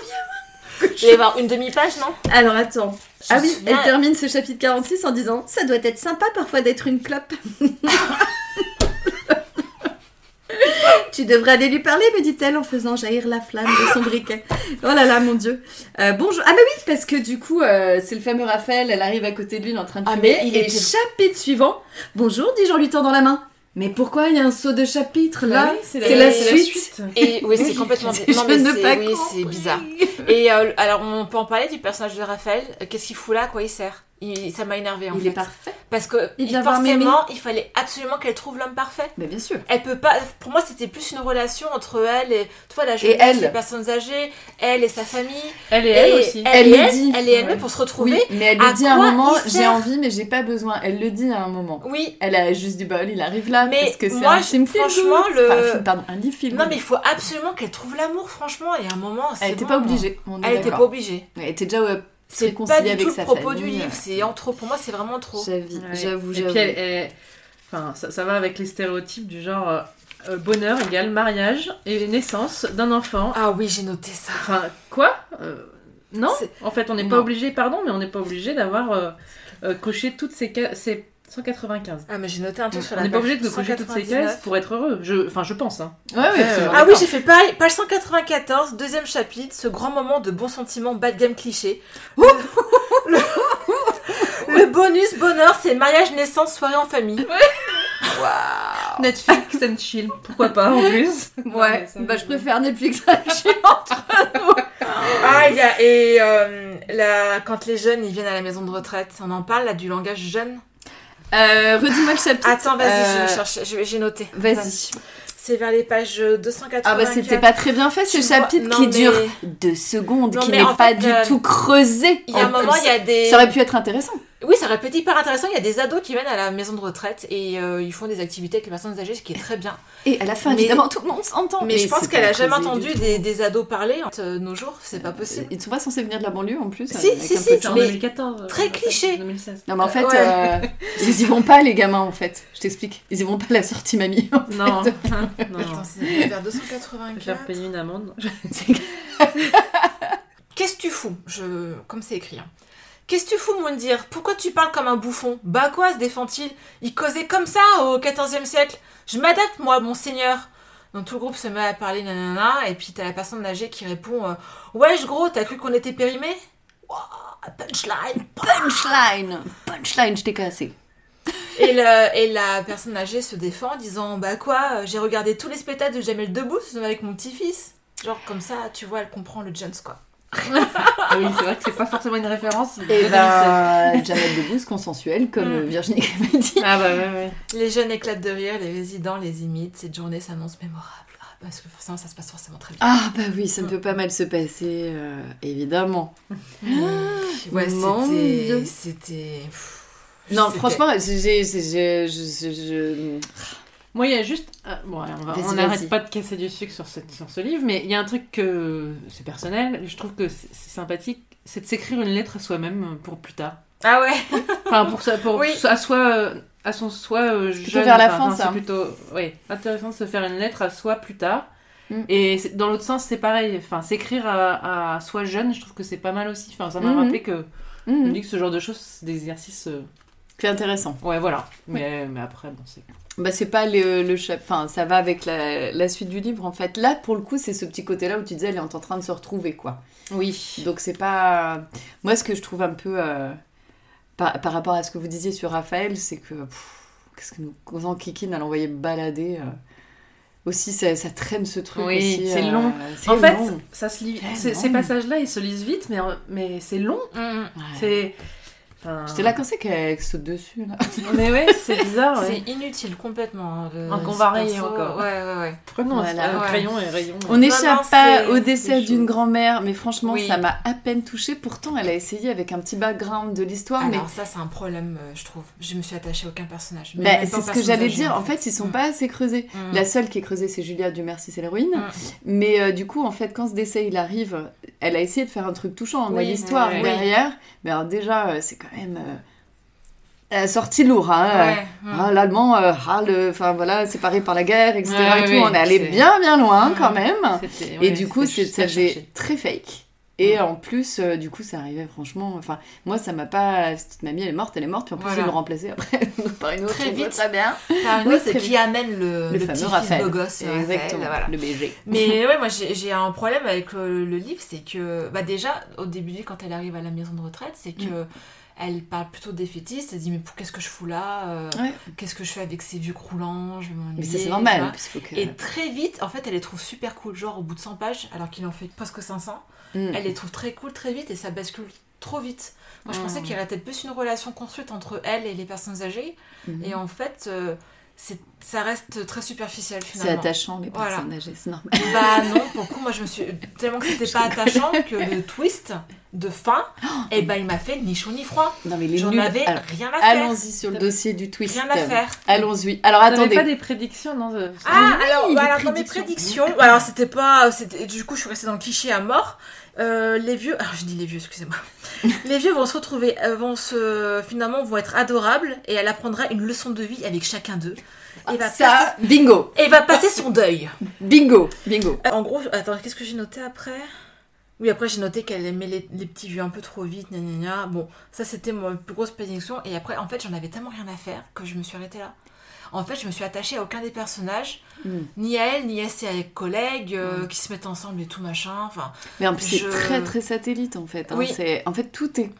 Speaker 2: Je vais avoir une demi-page, non
Speaker 1: Alors attends.
Speaker 2: Je
Speaker 1: Ah
Speaker 2: me
Speaker 1: oui,
Speaker 2: souviens-
Speaker 1: elle termine ce chapitre 46 en disant Ça doit être sympa parfois d'être une clope. tu devrais aller lui parler, me dit-elle en faisant jaillir la flamme de son briquet. Oh là là, mon Dieu. Euh, bonjour. Ah bah oui, parce que du coup, euh, c'est le fameux Raphaël, elle arrive à côté de lui, il est en train de
Speaker 2: Ah,
Speaker 1: fumer.
Speaker 2: mais il
Speaker 1: et
Speaker 2: était-
Speaker 1: chapitre suivant Bonjour, dis-je en lui tendant la main. Mais pourquoi il y a un saut de chapitre là
Speaker 3: c'est
Speaker 2: c'est la
Speaker 1: suite.
Speaker 2: Et oui, c'est complètement
Speaker 1: Je
Speaker 2: Non, mais
Speaker 1: ne
Speaker 2: c'est-
Speaker 1: pas
Speaker 2: oui, c'est
Speaker 1: compris.
Speaker 2: bizarre. Et euh, alors, on peut en parler du personnage de Raphaël. Euh, Qu'est-ce qu'il fout là À Quoi il sert Il- Ça m'a énervé en
Speaker 1: Il
Speaker 2: fait.
Speaker 1: est parfait.
Speaker 2: Parce que
Speaker 1: Il vient voir
Speaker 2: forcément, il fallait absolument qu'elle trouve l'homme parfait.
Speaker 1: Mais bien sûr.
Speaker 2: Elle peut pas. Pour moi, c'était plus une relation entre elle et toi, la
Speaker 1: Et
Speaker 2: jeunesse,
Speaker 1: elle.
Speaker 2: les personnes âgées, elle et sa famille.
Speaker 3: Elle et elle aussi.
Speaker 2: Elle,
Speaker 1: Elle
Speaker 2: et
Speaker 1: le
Speaker 2: elle,
Speaker 1: dit.
Speaker 2: elle et elle
Speaker 3: Ouais.
Speaker 2: pour se retrouver.
Speaker 1: Oui, mais elle
Speaker 2: à
Speaker 1: le dit à un
Speaker 2: quoi
Speaker 1: moment
Speaker 2: il
Speaker 1: J'ai
Speaker 2: sert
Speaker 1: envie, mais j'ai pas besoin. Elle le dit à un moment.
Speaker 2: oui,
Speaker 1: Elle a juste du bol, il arrive là
Speaker 2: Mais
Speaker 1: parce que c'est
Speaker 2: moi,
Speaker 1: un film
Speaker 2: franchement,
Speaker 1: film,
Speaker 2: le-
Speaker 1: enfin, un film, pardon, un livre film.
Speaker 2: Non, mais il faut absolument qu'elle trouve l'amour, franchement. Et à un moment, c'est
Speaker 1: elle était
Speaker 2: bon.
Speaker 1: pas obligée. On est
Speaker 2: Elle était pas
Speaker 1: d'accord.
Speaker 2: obligée.
Speaker 1: Elle était déjà euh,
Speaker 2: C'est pas
Speaker 1: réconcilier
Speaker 2: du
Speaker 1: avec
Speaker 2: tout le
Speaker 1: sa
Speaker 2: propos du
Speaker 1: famille, euh, ouais.
Speaker 2: livre. C'est en trop. Pour moi, c'est vraiment trop.
Speaker 1: J'avoue,
Speaker 3: Ouais.
Speaker 1: j'avoue,
Speaker 3: Et
Speaker 1: j'avoue.
Speaker 3: puis elle, elle- enfin, ça, ça va avec les stéréotypes du genre euh, euh, bonheur égale mariage et naissance d'un enfant.
Speaker 2: Ah oui, j'ai noté ça.
Speaker 3: Enfin, quoi Euh, Non
Speaker 1: C'est-
Speaker 3: En fait, on n'est pas
Speaker 2: Non.
Speaker 3: obligé, pardon, mais on n'est pas obligé d'avoir euh, euh, coché toutes ces, ca- ces 195.
Speaker 2: Ah, mais j'ai noté un truc sur
Speaker 3: on
Speaker 2: la
Speaker 3: n'est pas obligé de cocher
Speaker 2: coucher
Speaker 3: toutes ces cases pour être heureux. Je, enfin, je pense. Hein.
Speaker 1: Ouais, ouais,
Speaker 3: Après,
Speaker 1: c'est
Speaker 3: euh,
Speaker 1: vrai.
Speaker 2: Ah oui, j'ai fait pareil. Page 194, deuxième chapitre, ce grand moment de bons sentiments, bad game cliché. Le, le- le bonus bonheur, c'est mariage, naissance, soirée en famille.
Speaker 3: Netflix and chill, pourquoi pas en plus
Speaker 1: Ouais, bah je préfère Netflix à la chaîne.
Speaker 2: Ah, il y a et euh, la- quand les jeunes ils viennent à la maison de retraite, on en parle là du langage jeune.
Speaker 1: Euh, redis-moi le chapitre.
Speaker 2: Attends, vas-y,
Speaker 1: Euh,
Speaker 2: je cherche, je- j'ai noté.
Speaker 1: Vas-y.
Speaker 2: C'est vers les pages 284.
Speaker 1: Ah bah c'était pas très bien fait ce
Speaker 2: Tu vois-
Speaker 1: chapitre
Speaker 2: non,
Speaker 1: qui
Speaker 2: mais-
Speaker 1: dure deux secondes,
Speaker 2: Non,
Speaker 1: qui
Speaker 2: mais
Speaker 1: n'est
Speaker 2: en
Speaker 1: pas
Speaker 2: fait,
Speaker 1: du
Speaker 2: euh,
Speaker 1: tout creusé.
Speaker 2: Il y a un
Speaker 1: en
Speaker 2: moment,
Speaker 1: plus.
Speaker 2: il y a des.
Speaker 1: Ça aurait pu être intéressant.
Speaker 2: Oui, ça aurait pu être hyper intéressant. Il y a des ados qui viennent à la maison de retraite et euh, ils font des activités avec les personnes âgées, ce qui est très bien.
Speaker 1: Et à la fin,
Speaker 2: Mais-
Speaker 1: évidemment, tout le monde s'entend.
Speaker 2: Mais, je pense
Speaker 1: c'est
Speaker 2: qu'elle
Speaker 1: pas
Speaker 2: a jamais
Speaker 1: creusé du
Speaker 2: entendu
Speaker 1: tout.
Speaker 2: des, des ados parler en euh, nos jours, c'est pas possible.
Speaker 1: Ils ne sont pas censés venir de la banlieue en plus.
Speaker 2: Si,
Speaker 1: avec
Speaker 2: si,
Speaker 1: un
Speaker 2: si,
Speaker 1: peu de
Speaker 3: C'est en
Speaker 1: chance.
Speaker 2: mais-
Speaker 3: 2014.
Speaker 2: très
Speaker 3: euh,
Speaker 2: cliché.
Speaker 3: 2016.
Speaker 1: Non mais en fait,
Speaker 2: Ouais.
Speaker 1: euh, ils y vont pas les gamins en fait. Je t'explique. Ils y vont pas à la sortie mamie.
Speaker 3: Non, non,
Speaker 2: Attends,
Speaker 3: non.
Speaker 2: c'est vers
Speaker 3: Je vais faire
Speaker 2: 284.
Speaker 3: payer une amende.
Speaker 2: Qu'est-ce que tu fous Je... Comme c'est écrit. hein. Qu'est-ce que tu fous, Moundir Pourquoi tu parles comme un bouffon Bah quoi, se défend-il Il causait comme ça au XIVe siècle. Je m'adapte, moi, monseigneur. Donc tout le groupe se met à parler nanana, et puis t'as la personne âgée qui répond euh, Wesh gros, t'as cru qu'on était périmé Punchline
Speaker 1: Punchline, punchline, je t'ai cassé.
Speaker 2: et, le- et la personne âgée se défend en disant Bah quoi, euh, j'ai regardé tous les spectacles de Jamel Debbouze avec mon petit-fils. Genre comme ça, tu vois, elle comprend le Jones quoi.
Speaker 3: Ah oui, c'est vrai que c'est pas forcément une référence. de
Speaker 1: Et
Speaker 3: 2016.
Speaker 1: ben, Janet Debbouze consensuelle comme euh, Virginie Grimaldi.
Speaker 3: Ah bah ouais, ouais.
Speaker 2: Les jeunes éclatent de rire, les résidents les imitent, cette journée s'annonce mémorable. Ah, parce que forcément, ça se passe forcément très bien.
Speaker 1: Ah bah oui, ça ne peut pas mal se passer, euh, évidemment.
Speaker 2: Ah. ouais,
Speaker 1: Ah, mon
Speaker 2: c'était.
Speaker 1: Dieu.
Speaker 2: C'était. pff,
Speaker 1: Non,
Speaker 2: c'était-
Speaker 1: franchement, j'ai, j'ai- j'ai- je- je- je-
Speaker 3: Moi, il y a juste. ah, bon, ouais, on va-
Speaker 1: Vas-y,
Speaker 3: on
Speaker 1: vas-y.
Speaker 3: n'arrête pas de casser du sucre sur, cette- sur ce livre, mais il y a un truc que. C'est personnel, je trouve que c'est c'est sympathique, c'est de s'écrire une lettre à soi-même pour plus tard.
Speaker 2: Ah ouais
Speaker 3: Enfin, pour, ça, pour
Speaker 2: Oui.
Speaker 3: à soi. euh, À son soi euh,
Speaker 1: plutôt
Speaker 3: jeune,
Speaker 1: vers la
Speaker 3: enfin,
Speaker 1: fin,
Speaker 3: enfin,
Speaker 1: ça.
Speaker 3: C'est plutôt ouais, intéressant de se faire une lettre à soi plus tard.
Speaker 1: Mm.
Speaker 3: Et c'est- dans l'autre sens, c'est pareil. Enfin, s'écrire à, à soi jeune, je trouve que c'est pas mal aussi. Enfin, ça m'a
Speaker 1: Mhm.
Speaker 3: rappelé que,
Speaker 1: je-
Speaker 3: on
Speaker 1: Mhm.
Speaker 3: dit que ce genre de choses, c'est des exercices. euh,
Speaker 1: C'est intéressant.
Speaker 3: Ouais, voilà. Mais, mais après, bon, c'est.
Speaker 1: Bah c'est pas le, le chap- enfin ça va avec la, la suite du livre en fait. Là pour le coup c'est ce petit côté là où tu disais elle est en train de se retrouver quoi.
Speaker 3: Oui.
Speaker 1: Donc c'est pas moi ce que je trouve un peu euh, par, par rapport à ce que vous disiez sur Raphaël c'est que pff, qu'est-ce que nous faisons Kikine à l'envoyer balader euh. aussi ça, ça traîne ce truc
Speaker 3: Oui,
Speaker 1: aussi,
Speaker 3: c'est
Speaker 1: euh,
Speaker 3: long.
Speaker 1: c'est
Speaker 3: En fait,
Speaker 1: long.
Speaker 3: ça se lit.
Speaker 1: Quel
Speaker 3: ces-
Speaker 1: long.
Speaker 3: Ces passages-là, ils se lisent vite, mais, en- mais c'est long.
Speaker 2: Mm.
Speaker 1: Ouais.
Speaker 3: C'est. Enfin...
Speaker 1: J'étais là quand c'est qu'elle saute dessus là.
Speaker 3: Mais ouais, c'est bizarre.
Speaker 2: C'est
Speaker 3: ouais.
Speaker 2: inutile complètement. hein, le-
Speaker 3: Un qu'on va
Speaker 2: ce
Speaker 3: rayer
Speaker 2: perso.
Speaker 3: encore.
Speaker 2: Ouais, ouais, ouais.
Speaker 3: Prenons
Speaker 1: Voilà.
Speaker 3: un
Speaker 2: Ouais.
Speaker 3: crayon et rayon.
Speaker 1: On n'échappe pas
Speaker 2: c'est-
Speaker 1: au
Speaker 3: c'est
Speaker 1: décès
Speaker 3: chaud.
Speaker 1: d'une grand-mère, mais franchement,
Speaker 2: Oui.
Speaker 1: ça m'a à peine touchée. Pourtant, elle a essayé avec un petit background de l'histoire, mais
Speaker 2: Alors, ça, c'est un problème, euh, je trouve. Je me suis attachée à aucun personnage. mais
Speaker 1: Bah,
Speaker 2: même pas
Speaker 1: c'est
Speaker 2: aux
Speaker 1: ce que
Speaker 2: personnes
Speaker 1: j'allais
Speaker 2: âgées,
Speaker 1: dire. En fait, ils sont
Speaker 2: Mm.
Speaker 1: pas assez creusés.
Speaker 2: Mm.
Speaker 1: La seule qui est creusée, c'est Julia du Merci, c'est l'héroïne.
Speaker 2: Mm.
Speaker 1: Mais euh, du coup, en fait, quand ce décès il arrive, elle a essayé de faire un truc touchant. On a
Speaker 2: Oui,
Speaker 1: l'histoire
Speaker 3: ouais, ouais.
Speaker 1: derrière. Mais alors, déjà, euh, c'est quand même. euh, Elle a sorti lourd, hein.
Speaker 2: Ouais, mm.
Speaker 1: Ah, L'allemand, euh, ah, le... enfin voilà, séparé par la guerre, etc.
Speaker 3: Ouais,
Speaker 1: et tout.
Speaker 3: ouais,
Speaker 1: on est allé
Speaker 3: c'est-
Speaker 1: bien, bien loin
Speaker 2: Mm.
Speaker 1: quand même.
Speaker 3: C'était-
Speaker 1: Et
Speaker 3: ouais,
Speaker 1: du coup, c'est-
Speaker 3: c'était juste
Speaker 1: ça
Speaker 3: à
Speaker 1: faisait
Speaker 3: chercher.
Speaker 1: très fake. Et en plus, euh, du coup, ça arrivait franchement. Enfin, moi, ça m'a pas. Cette petite mamie, elle est morte, elle est morte. Puis en plus,
Speaker 2: Voilà.
Speaker 1: ils l'ont remplacée après par une autre.
Speaker 2: Très
Speaker 1: on voit
Speaker 2: vite.
Speaker 1: Très bien.
Speaker 2: Par une
Speaker 1: Oui,
Speaker 2: autre
Speaker 1: très
Speaker 2: qui
Speaker 1: bien.
Speaker 2: amène le,
Speaker 1: Le
Speaker 2: le,
Speaker 1: fameux
Speaker 2: petit fils
Speaker 1: Raphaël.
Speaker 2: beau gosse. euh,
Speaker 1: Exactement.
Speaker 2: Raphaël, voilà.
Speaker 1: Le BG.
Speaker 2: Mais ouais, moi j'ai j'ai un problème avec euh, le, le livre, c'est que bah déjà au début quand elle arrive à la maison de retraite, c'est
Speaker 1: Mm.
Speaker 2: que elle parle plutôt des fétistes, elle dit mais pour qu'est-ce que je fous là, Euh,
Speaker 1: Ouais.
Speaker 2: qu'est-ce que je fais avec ces vieux croulants, je vais m'ennuyer.
Speaker 1: Mais ça, c'est
Speaker 2: tu
Speaker 1: normal.
Speaker 2: vois.
Speaker 1: parce qu'il faut que-
Speaker 2: Et très vite, en fait, elle les trouve super cool. Genre, au bout de 100 pages, alors qu'il en fait presque 500,
Speaker 1: Mm.
Speaker 2: elle les trouve très cool très vite et ça bascule trop vite. Moi, je
Speaker 1: Ah,
Speaker 3: Mm.
Speaker 2: pensais qu'il y aurait peut-être plus une relation construite entre elle et les personnes âgées.
Speaker 1: Mhm.
Speaker 2: Et en fait, euh, c'est- ça reste très superficiel
Speaker 1: C'est
Speaker 2: finalement.
Speaker 1: attachant, les
Speaker 2: Voilà.
Speaker 1: personnes âgées, c'est normal.
Speaker 2: Bah non, pour le coup, moi je me suis tellement que c'était pas attachant que le twist de fin, eh ben il m'a fait ni chaud ni froid.
Speaker 1: Non, mais Oh, les
Speaker 2: J'en
Speaker 1: nuls.
Speaker 2: avais
Speaker 1: Alors,
Speaker 2: rien à faire.
Speaker 1: Allons-y sur le dossier du twist.
Speaker 2: Rien à faire.
Speaker 1: Allons-y. Alors,
Speaker 3: T'avais pas
Speaker 1: attendez.
Speaker 3: des prédictions dans ce-
Speaker 2: Ah, alors,
Speaker 1: oui,
Speaker 2: voilà,
Speaker 1: des
Speaker 2: dans mes bah,
Speaker 1: prédictions.
Speaker 2: prédictions, alors c'était pas. c'était- Du coup, je suis restée dans le cliché à mort. Euh, les vieux, alors je dis les vieux, excusez-moi. les vieux vont se retrouver, euh, vont se, finalement, vont être adorables et elle apprendra une leçon de vie avec chacun d'eux. Et va,
Speaker 1: Ça, bingo,
Speaker 2: passer- et va passer son deuil.
Speaker 1: bingo, bingo.
Speaker 2: Euh, En gros, attends, qu'est-ce que j'ai noté après Oui, après j'ai noté qu'elle aimait les, les petits vieux un peu trop vite, gna gna gna. Bon, ça c'était ma plus grosse pénition. Et après, en fait, j'en avais tellement rien à faire que je me suis arrêtée là. En fait, je me suis attachée à aucun des personnages,
Speaker 1: Mm.
Speaker 2: ni à elle, ni à ses collègues euh, qui se mettent ensemble et tout machin. Enfin,
Speaker 1: Mais en plus,
Speaker 2: Je-
Speaker 1: c'est très très satellite en fait. hein.
Speaker 2: Oui.
Speaker 1: C'est- En fait, tout est,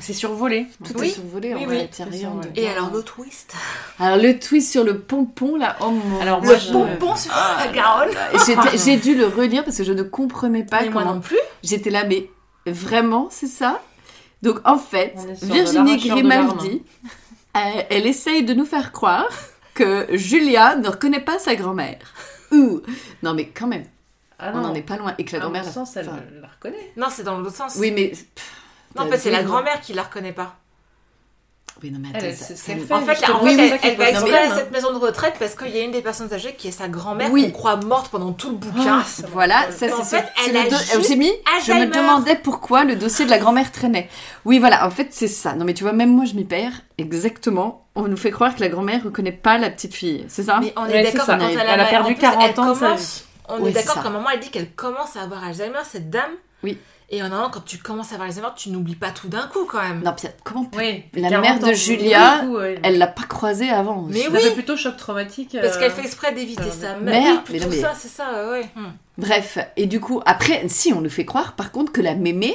Speaker 3: C'est survolé.
Speaker 1: tout
Speaker 2: Oui.
Speaker 1: est survolé
Speaker 2: Oui,
Speaker 1: en
Speaker 2: oui.
Speaker 1: fait. Il y a rien de-
Speaker 2: et alors le twist,
Speaker 1: Alors, le twist sur le pompon là, oh mon
Speaker 3: Alors,
Speaker 1: Dieu.
Speaker 3: moi,
Speaker 2: le
Speaker 3: je-
Speaker 2: bonbon sur la Garonne.
Speaker 1: J'étais- J'ai dû le relire parce que je ne comprenais pas
Speaker 2: Mais moi
Speaker 1: comment.
Speaker 2: non plus.
Speaker 1: J'étais là, mais vraiment, c'est ça Donc en fait,
Speaker 3: On est sur de
Speaker 1: Virginie
Speaker 3: l'arracheur de larmes.
Speaker 1: Grimaldi, euh, elle essaye de nous faire croire que Julia ne reconnaît pas sa grand-mère. Ouh Non mais quand même,
Speaker 3: Ah
Speaker 1: on n'en est pas loin. Et que la
Speaker 3: à mon
Speaker 1: grand-mère...
Speaker 3: sens, elle
Speaker 1: enfin,
Speaker 3: la reconnaît.
Speaker 2: Non, c'est dans l'autre sens.
Speaker 1: Oui mais... pff,
Speaker 2: non, en
Speaker 1: t'as
Speaker 2: fait, c'est
Speaker 1: vu,
Speaker 2: la
Speaker 1: non
Speaker 2: grand-mère qui la reconnaît pas.
Speaker 1: Oui non mais
Speaker 3: Elle,
Speaker 1: attends,
Speaker 3: elle
Speaker 1: ça-
Speaker 3: sait ce
Speaker 1: ça
Speaker 3: qu'elle
Speaker 1: me-
Speaker 3: fait.
Speaker 2: Mm. En fait, là, en
Speaker 1: Oui,
Speaker 2: fait,
Speaker 1: oui,
Speaker 2: elle, elle va
Speaker 3: elle pose
Speaker 2: exprès
Speaker 3: problème,
Speaker 2: à
Speaker 3: hein.
Speaker 2: cette maison de retraite parce qu'il y a une des personnes âgées qui est sa grand-mère
Speaker 1: Oui.
Speaker 2: qu'on croit morte pendant tout le bouquin.
Speaker 3: ça me
Speaker 1: Voilà,
Speaker 3: rappelle.
Speaker 1: ça c'est
Speaker 2: En
Speaker 1: ce-
Speaker 2: fait,
Speaker 1: c'est
Speaker 2: elle
Speaker 1: le
Speaker 2: a
Speaker 1: do- euh,
Speaker 2: juste
Speaker 1: J'ai mis, je me
Speaker 2: Alzheimer.
Speaker 1: demandais pourquoi le dossier de la grand-mère traînait. Oui, voilà, en fait, c'est ça. Non, mais tu vois, même moi, je m'y perds. Exactement. On nous fait croire que la grand-mère reconnaît pas la petite fille, c'est ça
Speaker 2: Mais on
Speaker 3: Ouais,
Speaker 2: est
Speaker 3: c'est
Speaker 2: d'accord
Speaker 3: ça.
Speaker 2: quand elle,
Speaker 3: Elle a
Speaker 2: en
Speaker 3: perdu
Speaker 2: plus,
Speaker 3: 40
Speaker 2: elle
Speaker 3: ans de sa
Speaker 2: commence- On
Speaker 1: Oui,
Speaker 2: est
Speaker 1: c'est
Speaker 2: d'accord
Speaker 1: ça.
Speaker 2: qu'à un moment elle dit qu'elle commence à avoir Alzheimer, cette dame.
Speaker 1: Oui.
Speaker 2: Et en un moment, quand tu commences à avoir Alzheimer, tu n'oublies pas tout d'un coup quand même.
Speaker 1: Non, puis comment peut-
Speaker 3: Oui,
Speaker 1: La
Speaker 3: 40
Speaker 1: mère de
Speaker 3: ans,
Speaker 1: Julia,
Speaker 3: du coup, ouais.
Speaker 1: elle l'a pas croisée avant
Speaker 2: Mais
Speaker 1: Je-
Speaker 2: oui.
Speaker 3: Ça fait plutôt choc traumatique.
Speaker 2: Parce
Speaker 3: euh,
Speaker 2: qu'elle fait exprès d'éviter
Speaker 3: euh,
Speaker 2: sa
Speaker 1: merde,
Speaker 2: mère. Oui,
Speaker 1: mais non,
Speaker 2: plutôt
Speaker 1: mais-
Speaker 2: ça, c'est ça, ouais, ouais. Hmm.
Speaker 1: Bref, et du coup, après, si, on nous fait croire, par contre, que la mémé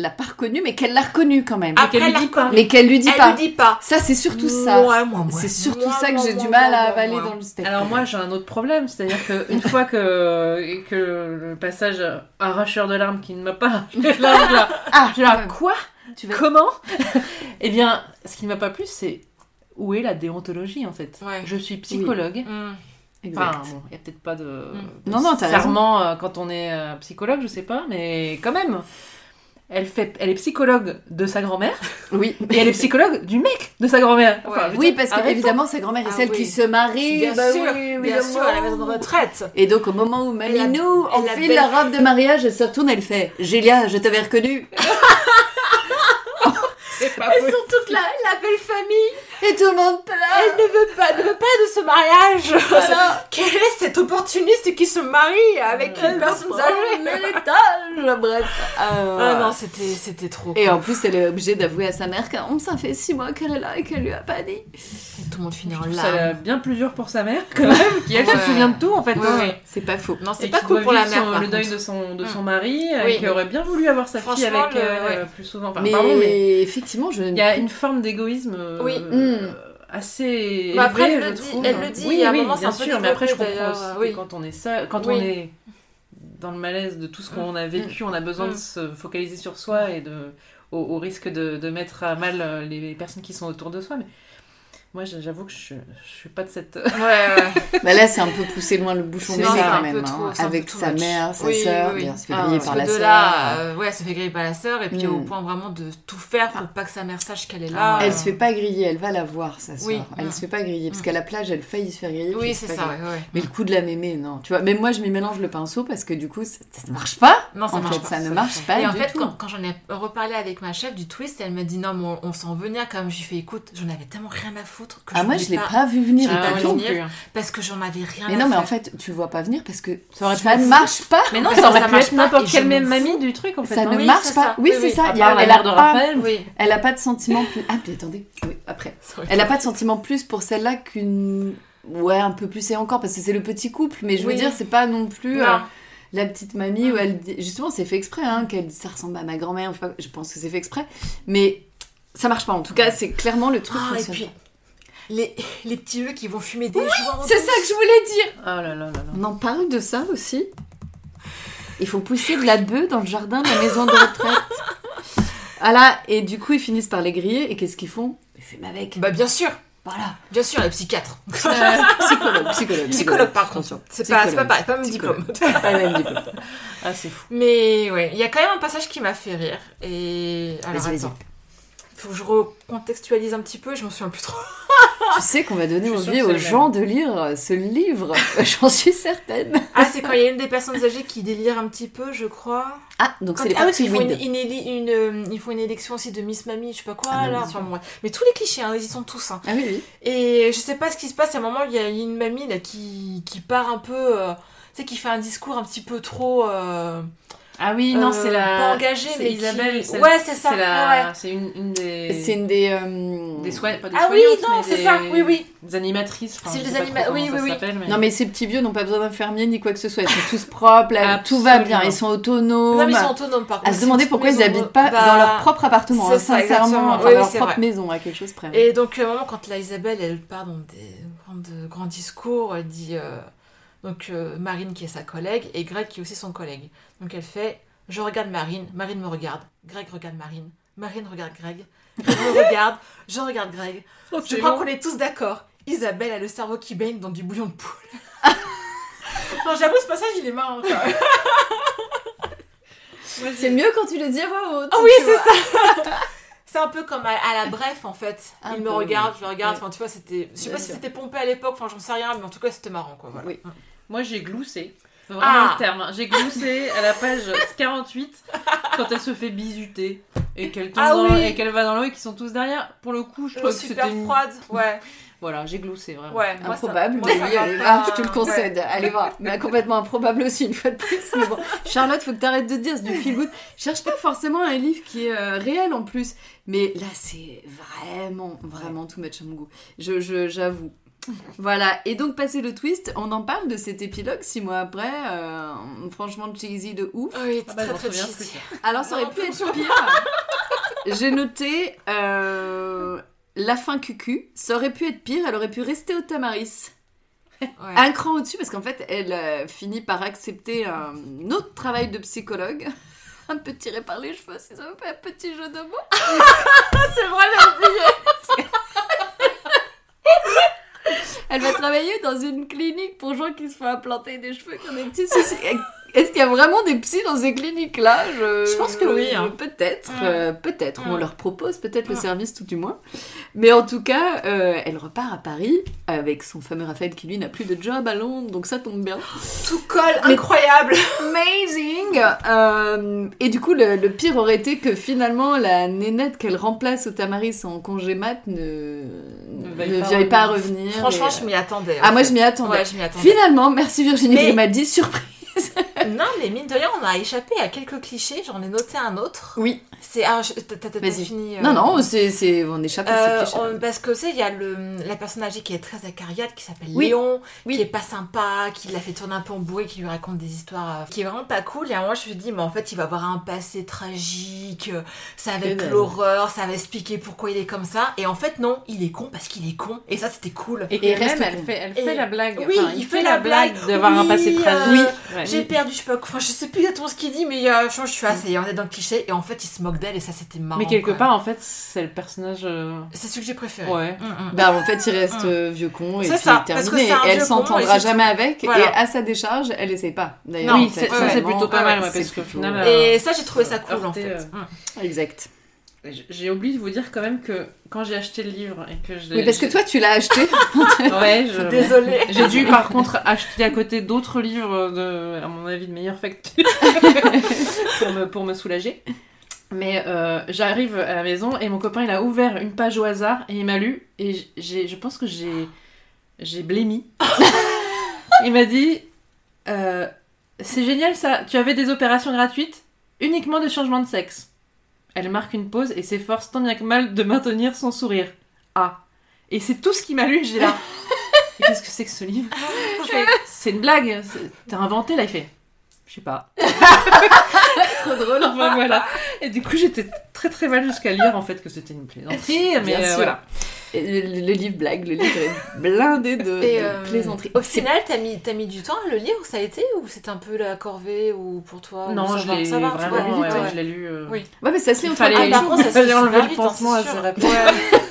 Speaker 1: l'a pas reconnue, mais qu'elle l'a reconnue quand même.
Speaker 2: Après,
Speaker 3: qu'elle lui
Speaker 2: elle
Speaker 3: dit
Speaker 2: la
Speaker 3: pas.
Speaker 2: reconnaît.
Speaker 1: Mais qu'elle lui dit
Speaker 2: Ah. Elle
Speaker 1: pas.
Speaker 2: ne dit pas.
Speaker 1: Ça, c'est surtout ça.
Speaker 2: Mouais, mouais, mouais.
Speaker 1: C'est surtout
Speaker 2: Mouais,
Speaker 1: ça que
Speaker 2: mouais,
Speaker 1: j'ai du
Speaker 2: mouais,
Speaker 1: mal à
Speaker 2: mouais,
Speaker 1: avaler
Speaker 2: mouais.
Speaker 1: dans le steak.
Speaker 3: Alors moi j'ai un autre problème, c'est-à-dire qu'une fois que, que le passage euh, arracheur de larmes qui ne m'a pas arraché les larmes, là,
Speaker 1: ah,
Speaker 3: je la quoi
Speaker 1: tu vas-
Speaker 3: Comment Eh bien, ce qui ne m'a pas plu, c'est où est la déontologie en fait
Speaker 2: Ouais.
Speaker 3: Je suis psychologue.
Speaker 2: Hmm.
Speaker 1: Exact.
Speaker 3: Enfin, bon, il n'y a peut-être pas de, de
Speaker 1: Non, non, t'as raison.
Speaker 3: serment euh, quand on est euh, psychologue, je sais pas, mais quand même. Elle, fait, elle est psychologue de sa grand-mère
Speaker 1: Oui.
Speaker 3: et elle est psychologue du mec de sa grand-mère. Enfin,
Speaker 2: Ouais.
Speaker 3: je veux
Speaker 1: Oui,
Speaker 3: dire,
Speaker 1: parce que
Speaker 3: arrêtons.
Speaker 1: évidemment, sa grand-mère est
Speaker 2: Ah
Speaker 1: celle
Speaker 2: oui.
Speaker 1: qui se marie.
Speaker 2: Bien
Speaker 1: bah
Speaker 2: sûr,
Speaker 1: oui, oui,
Speaker 2: bien
Speaker 1: oui.
Speaker 2: sûr, à la maison de retraite.
Speaker 1: Et donc, au moment où
Speaker 2: Et la-
Speaker 1: Malinou
Speaker 2: et la
Speaker 1: enfile
Speaker 2: belle-
Speaker 1: la robe de mariage, elle se retourne, elle fait Julia, je t'avais reconnue.
Speaker 3: C'est pas
Speaker 2: Elles
Speaker 3: possible.
Speaker 2: sont toutes là, la belle famille.
Speaker 1: Et tout le monde pleure.
Speaker 2: Elle ne veut pas, ne veut pas de ce mariage.
Speaker 1: Voilà.
Speaker 2: Quelle est cette opportuniste qui se marie avec une personne âgée
Speaker 1: Mais l'étage. Bref. euh,
Speaker 2: Ah non, c'était, c'était trop.
Speaker 1: Et en plus, elle est obligée d'avouer à sa mère qu'on ça fait six mois qu'elle est là et qu'elle lui a pas dit.
Speaker 2: tout le monde finit en
Speaker 1: Oh
Speaker 3: Je trouve ça
Speaker 2: larmes.
Speaker 3: euh, bien plus dur pour sa mère quand même, qui elle
Speaker 2: Ouais.
Speaker 3: se souvient de tout en fait.
Speaker 2: Ouais, ouais.
Speaker 1: C'est pas faux.
Speaker 2: Non, c'est
Speaker 3: Et
Speaker 2: pas
Speaker 3: qui
Speaker 2: cool
Speaker 3: doit
Speaker 2: pour la
Speaker 3: vivre
Speaker 2: mère.
Speaker 3: son-
Speaker 2: par
Speaker 3: le deuil
Speaker 2: contre.
Speaker 3: de son, de
Speaker 2: Mm.
Speaker 3: son mari, euh,
Speaker 2: Oui.
Speaker 3: qui aurait bien voulu avoir sa fille
Speaker 2: Franchement,
Speaker 3: avec
Speaker 2: le-
Speaker 3: euh,
Speaker 2: ouais.
Speaker 3: plus souvent. Enfin,
Speaker 1: mais...
Speaker 3: pardon, mais
Speaker 1: effectivement, je
Speaker 3: il y a une forme d'égoïsme euh,
Speaker 2: Oui.
Speaker 1: Mm.
Speaker 3: assez.
Speaker 2: Mais après,
Speaker 3: élevée,
Speaker 2: elle le
Speaker 3: je
Speaker 2: dit-
Speaker 3: trouve.
Speaker 2: elle le dit,
Speaker 3: Oui,
Speaker 2: il y a un
Speaker 3: oui,
Speaker 2: moment, c'est
Speaker 3: bien
Speaker 2: un peu
Speaker 3: sûr, mais après, je
Speaker 2: développé,
Speaker 3: comprends
Speaker 2: d'ailleurs,
Speaker 3: aussi
Speaker 2: oui.
Speaker 3: que quand on est seul, quand
Speaker 2: Oui.
Speaker 3: on est dans le malaise de tout ce qu'on a vécu, on a besoin
Speaker 2: Mm.
Speaker 3: de se focaliser sur soi et de au, au risque de, de mettre à mal euh, les personnes qui sont autour de soi. Mais moi, j'avoue que je, je suis pas de cette.
Speaker 2: Ouais, ouais.
Speaker 1: Bah là, c'est un peu poussé loin le bouchon
Speaker 3: C'est
Speaker 1: de nez
Speaker 3: ça,
Speaker 1: quand
Speaker 2: un peu
Speaker 1: même.
Speaker 2: trop,
Speaker 1: hein.
Speaker 2: c'est un peu
Speaker 1: Avec
Speaker 2: too
Speaker 1: sa
Speaker 2: much.
Speaker 1: mère, sa
Speaker 2: Oui, oui,
Speaker 1: sœur.
Speaker 2: oui.
Speaker 1: D'ailleurs, elle se fait
Speaker 3: Ah,
Speaker 1: briller
Speaker 3: parce
Speaker 1: par
Speaker 2: Parce
Speaker 1: la
Speaker 2: que de
Speaker 1: sœur.
Speaker 2: là, euh, ouais, elle se fait griller par la sœur et puis
Speaker 1: Mm.
Speaker 2: au point vraiment de tout faire pour pas que sa mère sache qu'elle est
Speaker 1: Ah,
Speaker 2: là.
Speaker 1: Elle
Speaker 2: euh.
Speaker 1: se fait pas griller, elle va la voir, sa sœur.
Speaker 2: Oui.
Speaker 1: Elle
Speaker 2: Mm.
Speaker 1: se fait pas griller, parce qu'à la plage, elle faillit se faire griller. puis
Speaker 2: Oui,
Speaker 1: elle se
Speaker 2: c'est
Speaker 1: fait
Speaker 2: ça,
Speaker 1: griller.
Speaker 2: ouais, ouais.
Speaker 1: Mais le coup de la mémé, non. Tu vois, même moi, je m'y mélange le pinceau parce que du coup, ça, ça ne marche pas.
Speaker 2: Non, ça
Speaker 1: en
Speaker 2: marche
Speaker 1: fait,
Speaker 2: pas.
Speaker 1: ça ne marche pas
Speaker 2: et en
Speaker 1: du
Speaker 2: fait,
Speaker 1: tout. Ah,
Speaker 2: quand, quand j'en ai reparlé avec ma chef du twist, elle m'a dit non, mais on, on s'en venait quand même. J'ai fait écoute, j'en avais tellement rien à foutre que
Speaker 1: Ah,
Speaker 2: je
Speaker 1: moi,
Speaker 2: voulais
Speaker 1: je l'ai
Speaker 2: pas,
Speaker 1: pas vu venir.
Speaker 3: Ah,
Speaker 1: du
Speaker 2: j'ai
Speaker 3: euh,
Speaker 2: pas
Speaker 1: tout.
Speaker 2: vu venir. parce que j'en avais rien
Speaker 1: Mais
Speaker 2: à
Speaker 1: non, mais en
Speaker 2: faire.
Speaker 1: fait, tu le vois pas venir parce que
Speaker 3: aurait
Speaker 1: ça
Speaker 3: pu
Speaker 1: ne
Speaker 3: être-
Speaker 1: marche pas.
Speaker 2: mais non,
Speaker 3: ça,
Speaker 2: ça,
Speaker 3: aurait
Speaker 2: ça
Speaker 3: pu
Speaker 2: marche
Speaker 3: être
Speaker 2: pas et
Speaker 3: n'importe
Speaker 2: je
Speaker 3: quelle
Speaker 2: m'en
Speaker 3: même
Speaker 2: fous.
Speaker 3: mamie du truc en fait.
Speaker 1: Ça
Speaker 3: hein.
Speaker 1: ne
Speaker 2: oui,
Speaker 1: marche
Speaker 2: c'est
Speaker 1: pas.
Speaker 2: ça.
Speaker 1: Oui,
Speaker 2: Oui,
Speaker 1: c'est
Speaker 2: oui.
Speaker 1: ça.
Speaker 3: À
Speaker 1: Il y
Speaker 3: part
Speaker 1: a-
Speaker 3: la
Speaker 1: elle,
Speaker 3: mère
Speaker 1: a
Speaker 3: de
Speaker 1: pas,
Speaker 3: Raphaël.
Speaker 2: Oui.
Speaker 1: elle a pas de sentiment plus. Ah, puis attendez. Oui, après. Elle a pas de sentiment plus pour celle-là qu'une. Ouais, un peu plus et encore, parce que c'est le petit couple, mais je veux
Speaker 2: Oui.
Speaker 1: dire, c'est pas non plus. euh,
Speaker 2: Non.
Speaker 1: la petite mamie où elle dit, justement c'est fait exprès hein, qu'elle dit ça ressemble à ma grand-mère, je sais pas, je pense que c'est fait exprès, mais ça marche pas en tout cas, c'est clairement le truc
Speaker 2: Ah, et
Speaker 1: fonctionne
Speaker 2: puis
Speaker 1: pas.
Speaker 2: les, les petits vieux qui vont fumer des joints.
Speaker 1: C'est ça que je voulais dire.
Speaker 3: Oh là là là là.
Speaker 1: On en parle de ça aussi. Il faut pousser de la bœuf dans le jardin de la maison de retraite. Voilà, et du coup ils finissent par les griller et qu'est-ce qu'ils font Ils fument avec.
Speaker 2: Bah bien sûr,
Speaker 1: Voilà.
Speaker 2: bien sûr, les psychiatres.
Speaker 1: Euh, psychologue, psychologue.
Speaker 2: Psychologue par contre.
Speaker 1: attention.
Speaker 2: C'est pas, c'est pas
Speaker 1: Psychologue.
Speaker 2: pareil, pas même
Speaker 1: Psychologue.
Speaker 2: diplôme.
Speaker 1: Pas le même diplôme.
Speaker 3: Ah c'est fou.
Speaker 2: Mais ouais, il y a quand même un passage qui m'a fait rire. Et alors
Speaker 1: Vas-y, vas-y.
Speaker 2: attends, faut que je recontextualise un petit peu, je m'en souviens plus trop.
Speaker 1: Tu sais qu'on va donner
Speaker 3: Je suis sûre
Speaker 1: envie
Speaker 3: que
Speaker 1: aux
Speaker 3: c'est le
Speaker 1: gens de lire ce livre, j'en suis certaine.
Speaker 2: Ah, c'est quand il y a une des personnes âgées qui délire un petit peu, je crois.
Speaker 1: Ah, donc c'est les
Speaker 2: ah oui, parce
Speaker 1: parties
Speaker 2: qu'ils font une,
Speaker 1: weed.
Speaker 2: une éli- une, euh, ils font une élection aussi de Miss Mamie, je sais pas quoi,
Speaker 1: Ah, bah
Speaker 2: là.
Speaker 1: oui.
Speaker 2: Enfin, bon, ouais. Mais tous les clichés, hein, ils y sont tous. hein.
Speaker 1: Ah oui, oui.
Speaker 2: Et je sais pas ce qui se passe, à un moment, il y a une mamie là, qui, qui part un peu. euh, tu sais, qui fait un discours un petit peu trop. euh,
Speaker 3: Ah oui, non,
Speaker 2: euh,
Speaker 3: c'est
Speaker 2: Pas
Speaker 3: la.
Speaker 2: engagé,
Speaker 3: c'est
Speaker 2: mais. qui-
Speaker 3: Isabelle, c'est-
Speaker 2: Ouais, c'est ça.
Speaker 3: C'est la-
Speaker 2: ouais.
Speaker 3: c'est une, une des.
Speaker 1: C'est une des. euh,
Speaker 3: Des soignantes, pas des
Speaker 2: Ah oui,
Speaker 3: soignantes,
Speaker 2: non,
Speaker 3: mais
Speaker 2: c'est
Speaker 3: des-
Speaker 2: ça, oui, oui.
Speaker 3: Des animatrices. Enfin,
Speaker 2: C'est
Speaker 3: je
Speaker 2: des
Speaker 3: sais pas trop
Speaker 2: anima-
Speaker 3: comment
Speaker 2: oui,
Speaker 3: ça
Speaker 2: oui, oui.
Speaker 3: s'appelle, mais-
Speaker 1: Non mais ces petits vieux n'ont pas besoin d'infirmiers ni quoi que ce soit, ils sont tous propres, là, tout
Speaker 3: Absolument.
Speaker 1: va bien, ils sont autonomes.
Speaker 2: Non, mais ils sont autonomes par contre.
Speaker 1: À se demander
Speaker 2: C'est
Speaker 1: pourquoi
Speaker 2: une
Speaker 1: ils
Speaker 2: maison-
Speaker 1: habitent pas
Speaker 2: Bah,
Speaker 1: dans leur propre appartement,
Speaker 2: c'est
Speaker 1: hein,
Speaker 2: ça,
Speaker 1: sincèrement,
Speaker 2: exactement.
Speaker 1: enfin
Speaker 2: Oui,
Speaker 1: leur
Speaker 2: c'est
Speaker 1: propre
Speaker 2: vrai.
Speaker 1: maison à quelque chose près.
Speaker 2: Et donc, à un moment, quand la Isabelle, elle part dans des grands, de grands discours, elle dit. euh, donc, euh, Marine, qui est sa collègue, et Greg, qui est aussi son collègue. Donc, elle fait Je regarde Marine, Marine me regarde, Greg regarde Marine, Marine regarde Greg, Greg me regarde, je regarde Greg.
Speaker 3: Oh,
Speaker 2: Je crois qu'on est tous d'accord. Isabelle a le cerveau qui baigne dans du bouillon de poule. non, j'avoue, ce passage, il est marrant. quoi.
Speaker 1: C'est mieux quand tu le dis à voix haute.
Speaker 2: Ah oui, c'est ça. C'est un peu comme à, à la bref en fait.
Speaker 1: Un
Speaker 2: il me
Speaker 1: peu,
Speaker 2: regarde,
Speaker 1: oui.
Speaker 2: je le regarde.
Speaker 1: Ouais.
Speaker 2: Enfin, tu vois, c'était. Je sais
Speaker 1: Bien
Speaker 2: pas si
Speaker 1: sûr.
Speaker 2: c'était pompé à l'époque. Enfin, j'en sais rien, mais en tout cas, c'était marrant quoi. Voilà.
Speaker 1: Oui.
Speaker 3: Moi, j'ai gloussé. C'est Vraiment
Speaker 2: Ah.
Speaker 3: le terme. hein. J'ai gloussé à la page 48 quand elle se fait bisuter et qu'elle tombe
Speaker 2: Ah
Speaker 3: dans-
Speaker 2: oui.
Speaker 3: et qu'elle va dans l'eau et qu'ils sont tous derrière. Pour le coup, je
Speaker 2: L'eau
Speaker 3: trouve que
Speaker 2: super
Speaker 3: c'était une-
Speaker 2: froide. Ouais,
Speaker 3: Voilà, j'ai gloussé vraiment.
Speaker 2: ouais. moi, ça-
Speaker 1: Improbable,
Speaker 2: moi,
Speaker 1: mais
Speaker 2: ça
Speaker 1: oui,
Speaker 2: m'a
Speaker 1: allez
Speaker 2: pas-
Speaker 1: voir, je te le concède,
Speaker 2: Ouais.
Speaker 1: allez voir. Mais complètement improbable aussi, une fois de plus. Mais bon, Charlotte, faut que t'arrêtes de dire, c'est du feel good. Cherche pas forcément un livre qui est euh, réel en plus. Mais là, c'est vraiment, vraiment too much à mon goût. Je, je- j'avoue. Voilà, et donc passer le twist, on en parle de cet épilogue six mois après, euh, franchement cheesy de ouf.
Speaker 2: Ah Oui,
Speaker 3: Ah bah,
Speaker 2: très
Speaker 3: je m'en
Speaker 2: très
Speaker 3: souviens,
Speaker 2: cheesy.
Speaker 3: ce truc.
Speaker 1: Alors ça aurait
Speaker 2: Non,
Speaker 1: pu
Speaker 2: non,
Speaker 1: être pire. J'ai noté euh, la fin cucu, ça aurait pu être pire, elle aurait pu rester au Tamaris
Speaker 2: Ouais.
Speaker 1: un cran au-dessus parce qu'en fait, elle euh, finit par accepter un autre travail de psychologue. Un peu tiré par les cheveux, si ça veut pas un petit jeu de mots.
Speaker 2: C'est vrai, j'ai oublié.
Speaker 1: Elle va travailler dans une clinique pour gens qui se font implanter des cheveux qui ont des petits soucis. Est-ce qu'il y a vraiment des psys dans ces cliniques-là
Speaker 2: Je pense que oui, hein.
Speaker 1: Peut-être,
Speaker 2: Mm.
Speaker 1: euh, peut-être. On
Speaker 2: Mm.
Speaker 1: leur propose peut-être le
Speaker 2: Mm.
Speaker 1: service tout du moins. Mais en tout cas, euh, elle repart à Paris avec son fameux Raphaël qui lui n'a plus de job à Londres, donc ça tombe bien.
Speaker 2: Tout colle, incroyable.
Speaker 1: Amazing Euh, Et du coup, le, le pire aurait été que finalement, la nénette qu'elle remplace au Tamaris en congé mat ne, ne
Speaker 3: veuille
Speaker 1: veuille, pas
Speaker 3: pas revenir.
Speaker 1: revenir.
Speaker 2: Franchement,
Speaker 1: et,
Speaker 2: je m'y attendais. en
Speaker 1: Ah, moi,
Speaker 2: fait.
Speaker 1: je m'y attendais.
Speaker 2: Ouais, je m'y attendais.
Speaker 1: Finalement, merci Virginie
Speaker 2: Mais-
Speaker 1: qui m'a dit surprise.
Speaker 2: Non, mais mine de rien, on a échappé à quelques clichés. J'en ai noté un autre.
Speaker 1: Oui.
Speaker 2: C'est. Ah, je- t'as t'as- t'as
Speaker 1: Vas-y.
Speaker 2: fini. euh,
Speaker 1: Non, non, c'est, c'est- on échappe à
Speaker 2: Euh,
Speaker 1: ces clichés.
Speaker 2: on- parce que c'est il y a le, la personne âgée qui est très acariâtre qui s'appelle
Speaker 1: Oui.
Speaker 2: Léon
Speaker 1: Oui.
Speaker 2: qui est pas sympa qui la fait tourner un peu en bourré qui lui raconte des histoires euh, qui est vraiment pas cool et à moi je me dis mais en fait il va avoir un passé tragique euh, ça va
Speaker 1: Et
Speaker 2: être
Speaker 1: ben.
Speaker 2: l'horreur ça va expliquer pourquoi il est comme ça et en fait non il est con parce qu'il est con et ça c'était cool
Speaker 3: Et
Speaker 1: Et
Speaker 3: qu'elle
Speaker 1: reste
Speaker 3: même,
Speaker 1: con.
Speaker 3: elle fait, elle
Speaker 2: Et-
Speaker 3: fait la blague.
Speaker 2: oui,
Speaker 3: Enfin,
Speaker 2: il fait la blague.
Speaker 3: d'avoir un passé
Speaker 2: Oui,
Speaker 3: tragique.
Speaker 2: euh,
Speaker 3: Ouais.
Speaker 2: j'ai perdu je sais pas quoi. enfin je sais plus exactement ce qu'il dit mais euh, franchement, je suis assez on est dans le cliché et en fait il se moque d'elle et ça c'était marrant
Speaker 3: Mais quelque
Speaker 2: quoi.
Speaker 3: part, en fait, c'est le personnage. euh,
Speaker 2: c'est celui que j'ai préféré
Speaker 3: Ouais.
Speaker 2: Mm, mm.
Speaker 1: Bah, en fait, il reste
Speaker 2: Mm.
Speaker 1: euh, vieux con et
Speaker 2: C'est
Speaker 1: puis
Speaker 2: ça, parce que
Speaker 1: terminé.
Speaker 2: c'est un
Speaker 1: Et elle
Speaker 2: vieux con,
Speaker 1: s'entendra
Speaker 2: et c'est
Speaker 1: jamais avec.
Speaker 2: Voilà.
Speaker 1: Et à sa décharge, elle essaye pas. D'ailleurs,
Speaker 2: Non,
Speaker 1: en fait,
Speaker 2: c'est- ça, c'est
Speaker 1: vraiment,
Speaker 3: plutôt pas
Speaker 1: ah
Speaker 3: mal,
Speaker 1: ouais,
Speaker 3: ouais,
Speaker 1: c'est
Speaker 3: parce qu'au
Speaker 1: plutôt-
Speaker 3: final,
Speaker 2: et ça j'ai trouvé ça cool en
Speaker 3: heurté,
Speaker 2: fait
Speaker 3: euh,
Speaker 2: Mm.
Speaker 1: Exact.
Speaker 3: J'ai- J'ai oublié de vous dire quand même que quand j'ai acheté le livre et que je l'ai.
Speaker 1: Oui, parce que toi, tu l'as acheté.
Speaker 3: Ouais, je-
Speaker 2: Désolée.
Speaker 3: J'ai dû par contre acheter à côté d'autres livres, de, à mon avis, de meilleure facture pour, me, pour me soulager. Mais euh, j'arrive à la maison et mon copain il a ouvert une page au hasard et il m'a lu et j- j'ai, je pense que j'ai, j'ai blémi. il m'a dit euh, C'est génial ça, tu avais des opérations gratuites uniquement de changement de sexe. Elle marque une pause et s'efforce tant bien que mal de maintenir son sourire. Ah Et c'est tout ce qu'il m'a lu, j'ai là. Mais Qu'est-ce que c'est que ce livre Je fais, C'est une blague, c'est- t'as inventé là, il fait. Je sais pas.
Speaker 1: Trop drôle.
Speaker 3: Enfin, voilà. Et du coup, j'étais très très mal jusqu'à lire en fait que c'était une plaisanterie, mais
Speaker 1: Bien
Speaker 3: euh,
Speaker 1: sûr.
Speaker 3: voilà.
Speaker 1: Et Le, le livre blague, le livre est blindé de,
Speaker 2: Et,
Speaker 1: de
Speaker 2: euh,
Speaker 1: plaisanteries. Oh,
Speaker 2: Au final, t'as mis, t'as mis du temps à le lire, ça a été Ou c'était un peu la corvée ou pour toi ou
Speaker 3: Non,
Speaker 2: Oh, ça
Speaker 3: je
Speaker 2: va,
Speaker 3: l'ai
Speaker 2: ça va, tu
Speaker 3: vraiment,
Speaker 2: vois,
Speaker 3: ouais,
Speaker 2: vite,
Speaker 3: ouais,
Speaker 2: ouais.
Speaker 3: je l'ai lu. euh,
Speaker 2: Oui.
Speaker 1: Ouais, mais ça se lit
Speaker 3: Il
Speaker 1: entre
Speaker 3: fallait,
Speaker 2: Ah, par contre, ça se
Speaker 3: fallait
Speaker 2: lit
Speaker 3: enlever
Speaker 2: super
Speaker 3: le
Speaker 2: vite, hein,
Speaker 3: pansement à
Speaker 2: c'est
Speaker 3: ses
Speaker 2: sûr.
Speaker 3: réponses.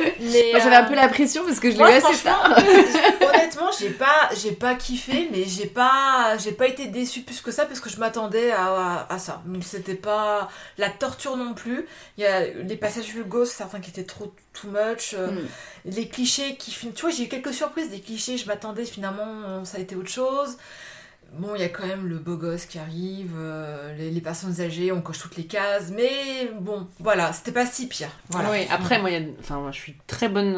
Speaker 2: Ouais. les,
Speaker 1: Moi, J'avais un
Speaker 2: euh,
Speaker 1: peu la pression parce que je l'ai
Speaker 2: Moi,
Speaker 1: eu assez
Speaker 2: franchement,
Speaker 1: tard.
Speaker 2: j'ai- honnêtement, j'ai pas, j'ai pas kiffé, mais j'ai pas, j'ai pas été déçue plus que ça parce que je m'attendais à, à, à ça. Donc c'était pas la torture non plus. Il y a les passages vulgos, certains qui étaient trop too much. euh,
Speaker 1: Mm.
Speaker 2: Les clichés qui, fin- tu vois, j'ai eu quelques surprises des clichés. Je m'attendais finalement, ça a été autre chose. Bon, il y a quand même le beau gosse qui arrive, euh, les, les personnes âgées, on coche toutes les cases, mais bon, voilà, c'était pas si pire. Voilà.
Speaker 3: Oui, après, moi, il y a- enfin, moi, je suis très bonne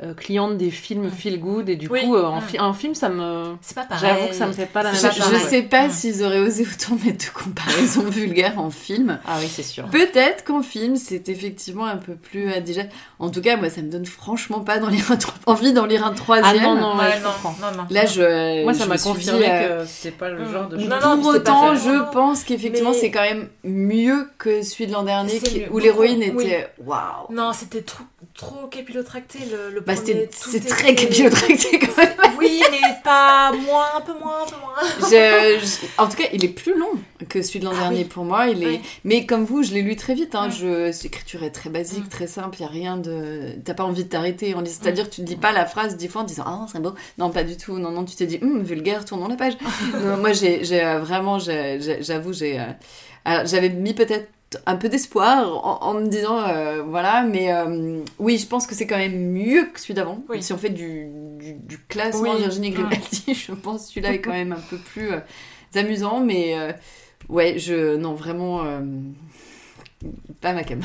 Speaker 3: euh, euh, cliente des films feel good et du
Speaker 2: Oui.
Speaker 3: coup, euh, en,
Speaker 2: Mm.
Speaker 3: fi- en film, ça me.
Speaker 2: C'est pas pareil.
Speaker 3: J'avoue que ça me fait pas la
Speaker 1: Je,
Speaker 3: même
Speaker 2: C'est pas
Speaker 1: je
Speaker 2: pareil.
Speaker 1: sais pas
Speaker 2: Mm.
Speaker 1: s'ils auraient osé autant mettre de comparaisons vulgaires en film.
Speaker 3: Ah oui, c'est sûr.
Speaker 1: Peut-être qu'en film, c'est effectivement un peu plus déjà. En tout cas, moi, ça me donne franchement pas d'en lire un tro- envie d'en lire un
Speaker 3: Ah
Speaker 1: troisième.
Speaker 3: non, non, ouais,
Speaker 2: Ouais,
Speaker 3: je
Speaker 2: non,
Speaker 3: comprends.
Speaker 2: non, non.
Speaker 1: Là, je.
Speaker 3: Moi, ça
Speaker 1: je
Speaker 3: m'a
Speaker 1: me suis
Speaker 3: confirmé
Speaker 1: dit, euh,
Speaker 3: que c'est pas le
Speaker 2: Mm.
Speaker 3: genre de
Speaker 2: Non,
Speaker 3: film.
Speaker 2: non,
Speaker 1: pour
Speaker 2: c'est pas
Speaker 1: autant,
Speaker 2: fait.
Speaker 1: je pense qu'effectivement,
Speaker 2: Mais-
Speaker 1: c'est quand même mieux que celui de l'an dernier
Speaker 2: C'est
Speaker 1: qui-
Speaker 2: mieux.
Speaker 1: où l'héroïne
Speaker 2: Beaucoup, oui.
Speaker 1: était. Waouh!
Speaker 2: Non, c'était trop, trop capillotracté le, le
Speaker 1: Bah,
Speaker 2: premier.
Speaker 1: c'était-
Speaker 2: tout
Speaker 1: c'est
Speaker 2: était-
Speaker 1: très capillotracté quand même.
Speaker 2: Oui, mais pas moins, un peu moins, un peu moins.
Speaker 1: Je- je- En tout cas, il est plus long que celui de l'an
Speaker 2: Ah
Speaker 1: dernier
Speaker 2: oui.
Speaker 1: pour moi. Il est...
Speaker 2: Oui.
Speaker 1: Mais comme vous, je l'ai lu très vite. Hein.
Speaker 2: Mm.
Speaker 1: Je... c'est- L'écriture est très basique,
Speaker 2: Mm.
Speaker 1: très simple. Il n'y a rien de. T'as pas envie de t'arrêter. en lis- C'est-à-dire, que tu ne dis pas la phrase dix fois en disant Ah, non, c'est beau. Non, pas du tout. Non, non, tu t'es dit Hum, vulgaire, tournons la page. Non, moi, j'ai j'ai, euh, vraiment, j'ai- j'ai- j'avoue, j'ai. euh, alors, J'avais mis peut-être un peu d'espoir en, en me disant euh, voilà mais euh, oui je pense que c'est quand même mieux que celui d'avant
Speaker 2: Oui.
Speaker 1: si on fait du, du, du classement
Speaker 2: Oui. Ah.
Speaker 1: Virginie Grimaldi je pense que celui-là est quand même un peu plus euh, amusant mais euh, ouais je non vraiment euh, pas ma cam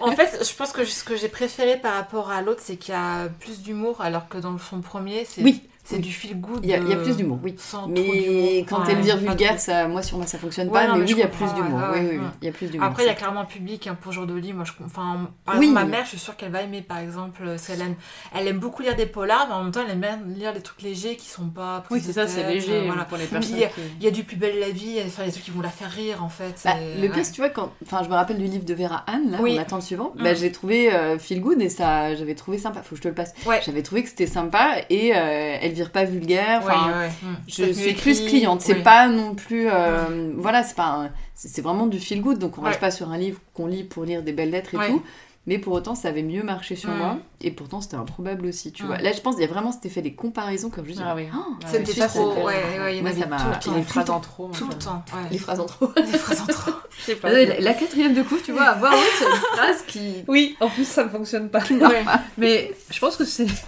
Speaker 2: En fait, je pense que ce que j'ai préféré par rapport à l'autre, c'est qu'il y a plus d'humour, alors que dans son premier, c'est
Speaker 1: Oui.
Speaker 2: c'est
Speaker 1: Oui.
Speaker 2: du feel good.
Speaker 1: il y, a- il y a plus d'humour oui
Speaker 2: Sans Euh, trop
Speaker 1: mais
Speaker 2: d'humour.
Speaker 1: quand
Speaker 2: Ouais,
Speaker 1: Elvire
Speaker 2: pas
Speaker 1: vulgaire
Speaker 2: trop.
Speaker 1: ça moi sur moi ça fonctionne
Speaker 2: Ouais,
Speaker 1: pas
Speaker 2: non,
Speaker 1: mais
Speaker 2: mais
Speaker 1: oui
Speaker 2: je
Speaker 1: il y a plus
Speaker 2: comprends,
Speaker 1: d'humour
Speaker 2: ouais,
Speaker 1: oui,
Speaker 2: ouais,
Speaker 1: oui,
Speaker 2: ouais.
Speaker 1: il y a plus d'humour
Speaker 2: Après, il y a
Speaker 1: ça.
Speaker 2: clairement un public hein, pour Jolie. Moi, je, enfin, par
Speaker 1: Oui.
Speaker 2: exemple, ma mère, je suis sûre qu'elle va aimer, par exemple, parce qu'elle aime, elle aime beaucoup lire des polars, mais en même temps, elle aime bien lire des trucs légers qui sont pas.
Speaker 3: Oui,
Speaker 2: prises
Speaker 3: c'est
Speaker 2: de
Speaker 3: ça, c'est
Speaker 2: tête,
Speaker 3: léger
Speaker 2: euh, voilà.
Speaker 3: pour les
Speaker 2: Puis,
Speaker 3: personnes.
Speaker 2: il y a-
Speaker 3: qui-
Speaker 2: Il y a du plus belle la vie, enfin, il y a des trucs qui vont la faire rire, en fait.
Speaker 1: Bah,
Speaker 2: c'est-
Speaker 1: le
Speaker 2: ouais.
Speaker 1: pire, si tu vois, quand, enfin, je me rappelle du livre de Vera Anne, là,
Speaker 2: Oui.
Speaker 1: on attend le suivant.
Speaker 2: Mm.
Speaker 1: Bah, j'ai trouvé euh, Feel Good et ça, j'avais trouvé sympa. Faut que je te le passe.
Speaker 2: Ouais.
Speaker 1: J'avais trouvé que c'était sympa et euh, elle vire pas vulgaire. Enfin,
Speaker 2: Ouais, ouais. Mm.
Speaker 1: je
Speaker 2: Peut-être
Speaker 1: suis
Speaker 2: mieux
Speaker 1: plus
Speaker 2: écrit,
Speaker 1: cliente. C'est
Speaker 2: ouais.
Speaker 1: pas non plus, euh, voilà, c'est pas, un- c'est c'est vraiment du feel good. Donc on reste
Speaker 2: Ouais.
Speaker 1: pas sur un livre qu'on lit pour lire des belles lettres et
Speaker 2: Ouais.
Speaker 1: tout. Mais pour autant, ça avait mieux marché sur
Speaker 2: Mm.
Speaker 1: moi. Et pourtant, c'était improbable aussi, tu
Speaker 2: Mm.
Speaker 1: vois. Là, je pense qu'il y a vraiment cet effet des comparaisons comme je dis.
Speaker 3: Ah oui.
Speaker 1: Oh,
Speaker 3: Ah,
Speaker 1: je
Speaker 2: C'était
Speaker 1: suis
Speaker 3: ça,
Speaker 2: trop.
Speaker 3: c'est-
Speaker 2: Ouais, ouais, il y en
Speaker 1: Moi,
Speaker 2: avait
Speaker 1: ça m'a-
Speaker 2: tout
Speaker 1: il
Speaker 3: Les
Speaker 1: est
Speaker 2: le temps.
Speaker 3: phrases en trop. hein. Ah
Speaker 2: Tout le temps. ouais.
Speaker 1: Les phrases en trop.
Speaker 2: Les phrases en trop.
Speaker 3: Je sais pas.
Speaker 1: La, la quatrième de couve, tu vois, à voix haute, c'est une phrase qui.
Speaker 3: Oui, en plus, ça ne fonctionne pas.
Speaker 2: Ouais.
Speaker 3: Mais je pense que c'est.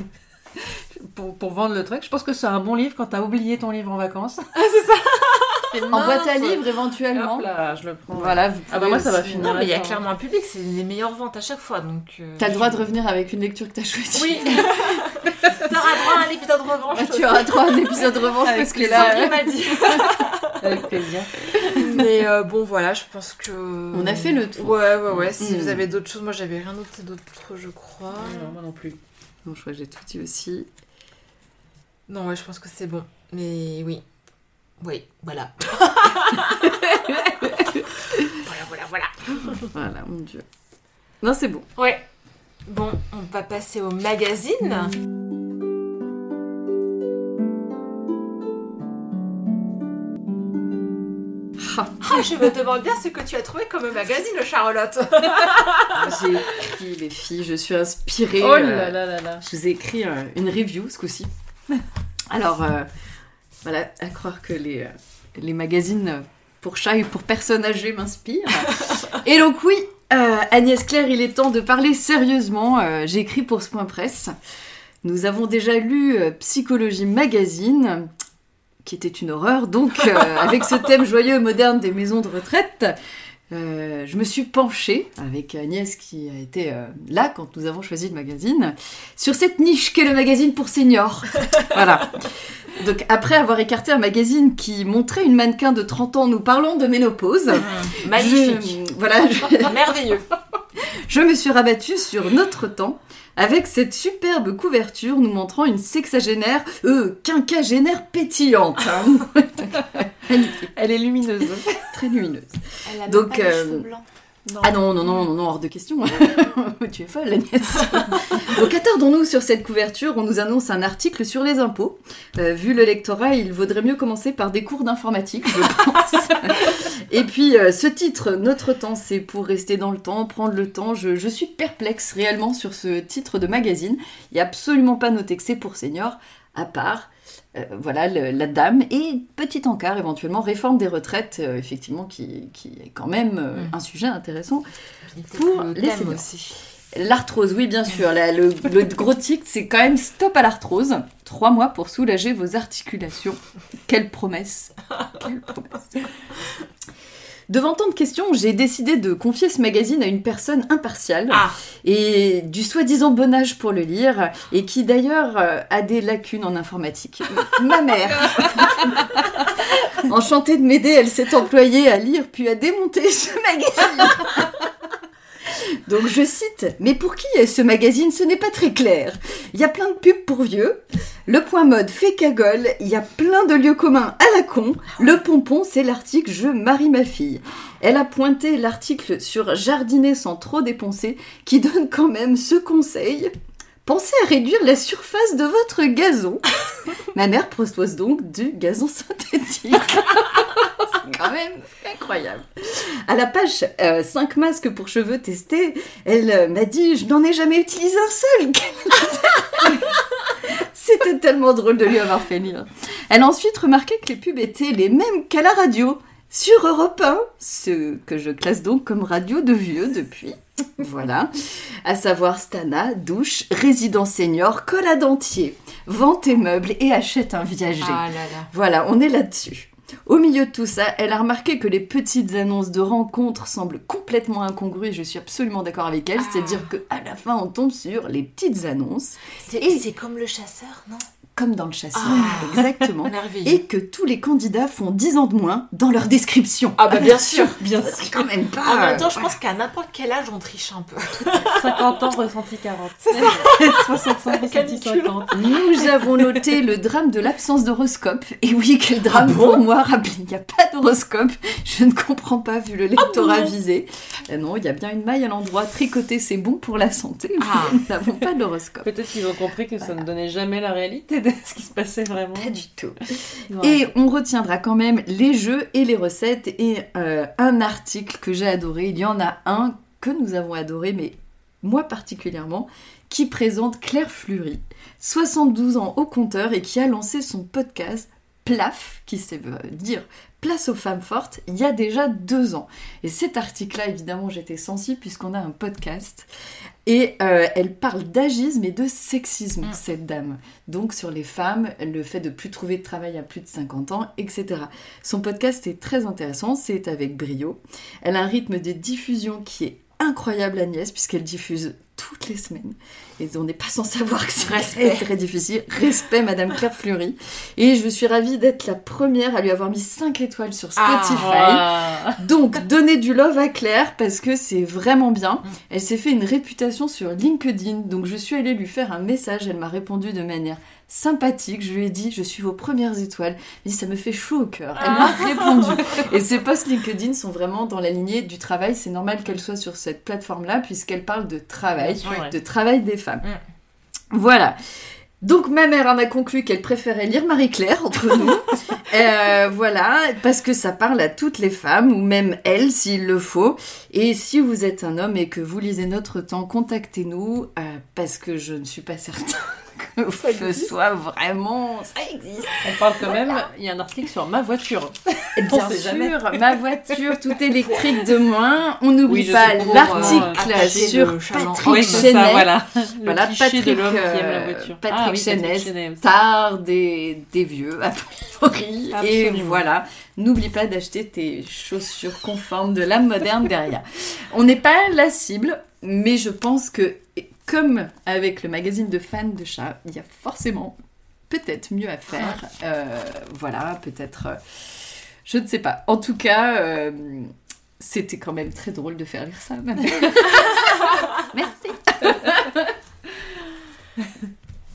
Speaker 3: Pour, pour vendre le truc, je pense que c'est un bon livre quand t'as oublié ton livre en vacances.
Speaker 1: En boîte à
Speaker 2: Mince.
Speaker 1: livres, éventuellement.
Speaker 3: Hop là, je le prends.
Speaker 1: Voilà, vous
Speaker 3: Ah bah
Speaker 1: pouvez
Speaker 3: moi, ça va
Speaker 1: aussi-
Speaker 3: finir.
Speaker 2: Non, mais il y a
Speaker 3: D'accord.
Speaker 2: clairement un public, c'est les meilleures ventes à chaque fois. donc... euh,
Speaker 1: T'as le droit de
Speaker 2: je-
Speaker 1: revenir avec une lecture que t'as choisie.
Speaker 2: Oui T'auras droit à un épisode de revanche.
Speaker 1: Là, Ah, tu auras droit à un épisode de revanche
Speaker 3: Avec
Speaker 1: parce que
Speaker 2: C'est
Speaker 1: là, euh,
Speaker 2: m'a dit.
Speaker 3: Avec plaisir.
Speaker 2: Mais euh, bon, voilà, je pense que. On
Speaker 1: a fait le tour.
Speaker 2: Ouais, ouais, ouais. Si
Speaker 1: Mm.
Speaker 2: vous avez d'autres choses, moi j'avais rien noté d'autre, je crois.
Speaker 3: Non, moi non plus.
Speaker 1: Bon, je crois que j'ai tout dit aussi.
Speaker 2: Non, ouais, je pense que c'est bon. Mais oui. Oui, voilà. voilà, voilà, voilà.
Speaker 1: Voilà, mon dieu. Non, c'est bon.
Speaker 2: Ouais. Bon, on va passer au magazine.
Speaker 1: Ah,
Speaker 2: Ah, je me demande bien ce que tu as trouvé comme magazine, Charlotte.
Speaker 1: j'ai écrit, les filles, je suis inspirée.
Speaker 3: Ah. oh
Speaker 1: euh,
Speaker 3: là là là là.
Speaker 1: Je vous ai écrit euh, une review ce coup-ci. Alors, euh, voilà, à croire que les, euh, les magazines euh, pour chats et pour personnes âgées m'inspirent. et donc oui, euh, Agnès Claire, il est temps de parler sérieusement. Euh, J'ai écrit pour ce point presse. Nous avons déjà lu euh, Psychologie Magazine, qui était une horreur. Donc, euh, avec ce thème joyeux et moderne des maisons de retraite, euh, je me suis penchée avec Agnès qui a été euh, là quand nous avons choisi le magazine sur cette niche qu'est le magazine pour seniors. voilà. Donc après avoir écarté un magazine qui montrait une mannequin de 30 ans nous parlons de ménopause,
Speaker 2: Mmh, Magnifique.
Speaker 1: je- voilà, je,
Speaker 2: Merveilleux.
Speaker 1: je me suis rabattue sur notre temps avec cette superbe couverture nous montrant une sexagénaire, euh, quinquagénaire pétillante. hein.
Speaker 3: Elle est lumineuse. hein.
Speaker 1: Très lumineuse.
Speaker 2: Elle
Speaker 1: même Donc, pas les euh, cheveux
Speaker 2: blancs.
Speaker 1: Ah non, non, non, non, non, hors de question. tu es folle, Agnès. Donc, attardons-nous sur cette couverture. On nous annonce un article sur les impôts. Euh, vu le lectorat, il vaudrait mieux commencer par des cours d'informatique, je pense. Et puis, euh, ce titre, Notre temps, c'est pour rester dans le temps, prendre le temps. Je, je suis perplexe réellement sur ce titre de magazine. Il n'y a absolument pas noté que c'est pour seniors, à part. euh, voilà le- la dame et petit encart éventuellement réforme des retraites euh, effectivement qui, qui est quand même euh,
Speaker 2: Mm.
Speaker 1: un sujet intéressant
Speaker 2: Pour
Speaker 1: les
Speaker 2: le thème
Speaker 1: seniors.
Speaker 2: aussi.
Speaker 1: L'arthrose, oui, bien sûr. La- le, le gros tic, c'est quand même stop à l'arthrose. Trois mois pour soulager vos articulations. Quelle promesse. Quelle promesse. Devant tant de questions, j'ai décidé de confier ce magazine à une personne impartiale
Speaker 2: Ah,
Speaker 1: et du soi-disant bon âge pour le lire et qui d'ailleurs euh, a des lacunes en informatique. Ma mère Enchantée de m'aider, elle s'est employée à lire puis à démonter ce magazine. Donc je cite, mais pour qui est ce magazine Ce n'est pas très clair. Il y a plein de pubs pour vieux. Le point mode fait cagole. Il y a plein de lieux communs à la con. Le pompon, c'est l'article Je marie ma fille. Elle a pointé l'article sur jardiner sans trop dépenser qui donne quand même ce conseil. Pensez à réduire la surface de votre gazon. Ma mère propose donc du gazon synthétique. C'est quand même incroyable. À la page 5 masques pour cheveux testés, elle euh, m'a dit Je n'en ai jamais utilisé un seul. C'était tellement drôle de lui avoir fait lire. Elle a ensuite remarqué que les pubs étaient les mêmes qu'à la radio, sur Europe 1, ce que je classe donc comme radio de vieux depuis. Voilà, à savoir Stana, douche, résidence senior, colle à dentier, vends tes meubles et achète un viager.
Speaker 2: ah là là.
Speaker 1: Voilà, on est là-dessus. Au milieu de tout ça, elle a remarqué que les petites annonces de rencontres semblent complètement incongrues et je suis absolument d'accord avec elle,
Speaker 2: Ah.
Speaker 1: c'est-à-dire qu'à la fin on tombe sur les petites annonces,
Speaker 2: C'est
Speaker 1: Et-
Speaker 2: c'est comme le chasseur, non
Speaker 1: comme dans le chasseur,
Speaker 2: Ah.
Speaker 1: exactement,
Speaker 2: Merveilleux.
Speaker 1: et que tous les candidats font 10 ans de moins dans leur description.
Speaker 2: Ah bah bien sûr.
Speaker 3: Bien
Speaker 1: C'est quand même pas...
Speaker 2: En même temps, je pense qu'à n'importe quel âge, on triche un peu.
Speaker 3: 50 ans ressenti 40.
Speaker 2: C'est
Speaker 3: ça 60 ans ressenti
Speaker 2: Calcul.
Speaker 3: 50.
Speaker 1: Nous avons noté le drame de l'absence d'horoscope. Et oui, quel drame pour moi, rappelez, il n'y a pas d'horoscope. Je ne comprends pas vu le lectorat visé. Euh, non, il y a bien une maille à l'endroit. Tricoter, c'est bon pour la santé.
Speaker 2: Ah.
Speaker 1: Nous n'avons pas d'horoscope.
Speaker 3: Peut-être qu'ils ont compris que ça ne donnait jamais la réalité de ce qui se passait vraiment.
Speaker 1: Pas du tout.
Speaker 3: Ouais.
Speaker 1: Et on retiendra quand même les jeux et les recettes et euh, un article que j'ai adoré. Il y en a un que nous avons adoré, mais moi particulièrement, qui présente Claire Fleury, 72 ans au compteur et qui a lancé son podcast PLAF, qui sait euh, dire Place aux femmes fortes, il y a déjà deux ans. Et cet article-là, évidemment, j'étais sensible puisqu'on a un podcast. Et euh, elle parle d'agisme et de sexisme,
Speaker 2: Mm.
Speaker 1: cette dame. Donc sur les femmes, le fait de plus trouver de travail à plus de 50 ans, etc. Son podcast est très intéressant, c'est avec brio. Elle a un rythme de diffusion qui est incroyable, Agnès, puisqu'elle diffuse toutes les semaines. Et on n'est pas sans savoir que c'est
Speaker 2: Respect.
Speaker 1: très, très difficile. Respect, Madame Claire Fleury. Et je suis ravie d'être la première à lui avoir mis 5 étoiles sur
Speaker 2: Ah.
Speaker 1: Spotify.
Speaker 3: Ah.
Speaker 1: Donc, donnez du love à Claire parce que c'est vraiment bien.
Speaker 3: Mm.
Speaker 1: Elle s'est fait une réputation sur LinkedIn, donc je suis allée lui faire un message. Elle m'a répondu de manière sympathique. Je lui ai dit Je suis vos premières étoiles. Elle dit Ça me fait chaud au cœur. Elle
Speaker 3: Ah.
Speaker 1: m'a répondu. Et ses posts LinkedIn sont vraiment dans la lignée du travail. C'est normal qu'elle soit sur cette plateforme-là puisqu'elle parle de travail
Speaker 3: Bien sûr, ouais. Mm.
Speaker 1: de travail des femmes. Voilà. Donc ma mère en a conclu qu'elle préférait lire Marie-Claire entre nous. Euh, voilà, parce que ça parle à toutes les femmes, ou même elles s'il le faut. Et si vous êtes un homme et que vous lisez notre temps, contactez-nous, euh, parce que je ne suis pas certain que ce soit vraiment... Ça existe.
Speaker 3: On parle quand même, il y a un article sur ma voiture.
Speaker 1: Eh Bien
Speaker 3: On sait
Speaker 1: sûr,
Speaker 3: jamais.
Speaker 1: ma voiture tout électrique de moins. On n'oublie
Speaker 3: Oui, je
Speaker 1: pas
Speaker 3: sais pour, euh,
Speaker 1: l'article
Speaker 2: attacher le
Speaker 1: sur
Speaker 2: chaland.
Speaker 1: Patrick
Speaker 3: Oui, c'est ça,
Speaker 1: Chenet.
Speaker 3: voilà. Le
Speaker 1: Voilà,
Speaker 3: cliché de
Speaker 1: Patrick,
Speaker 3: l'homme qui aime
Speaker 1: euh,
Speaker 3: la voiture.
Speaker 1: Patrick
Speaker 3: ah, oui,
Speaker 1: Chenet.
Speaker 3: Patrick Chenet aussi.
Speaker 1: tard des, des vieux, a priori. Et
Speaker 3: Absolument.
Speaker 1: voilà, n'oublie pas d'acheter tes chaussures conformes de la moderne derrière. On n'est pas la cible, mais je pense que, comme avec le magazine de fans de chats, il y a forcément peut-être mieux à faire. Euh, voilà, peut-être. euh, je ne sais pas. En tout cas, euh, c'était quand même très drôle de faire lire ça, ma mère. Merci.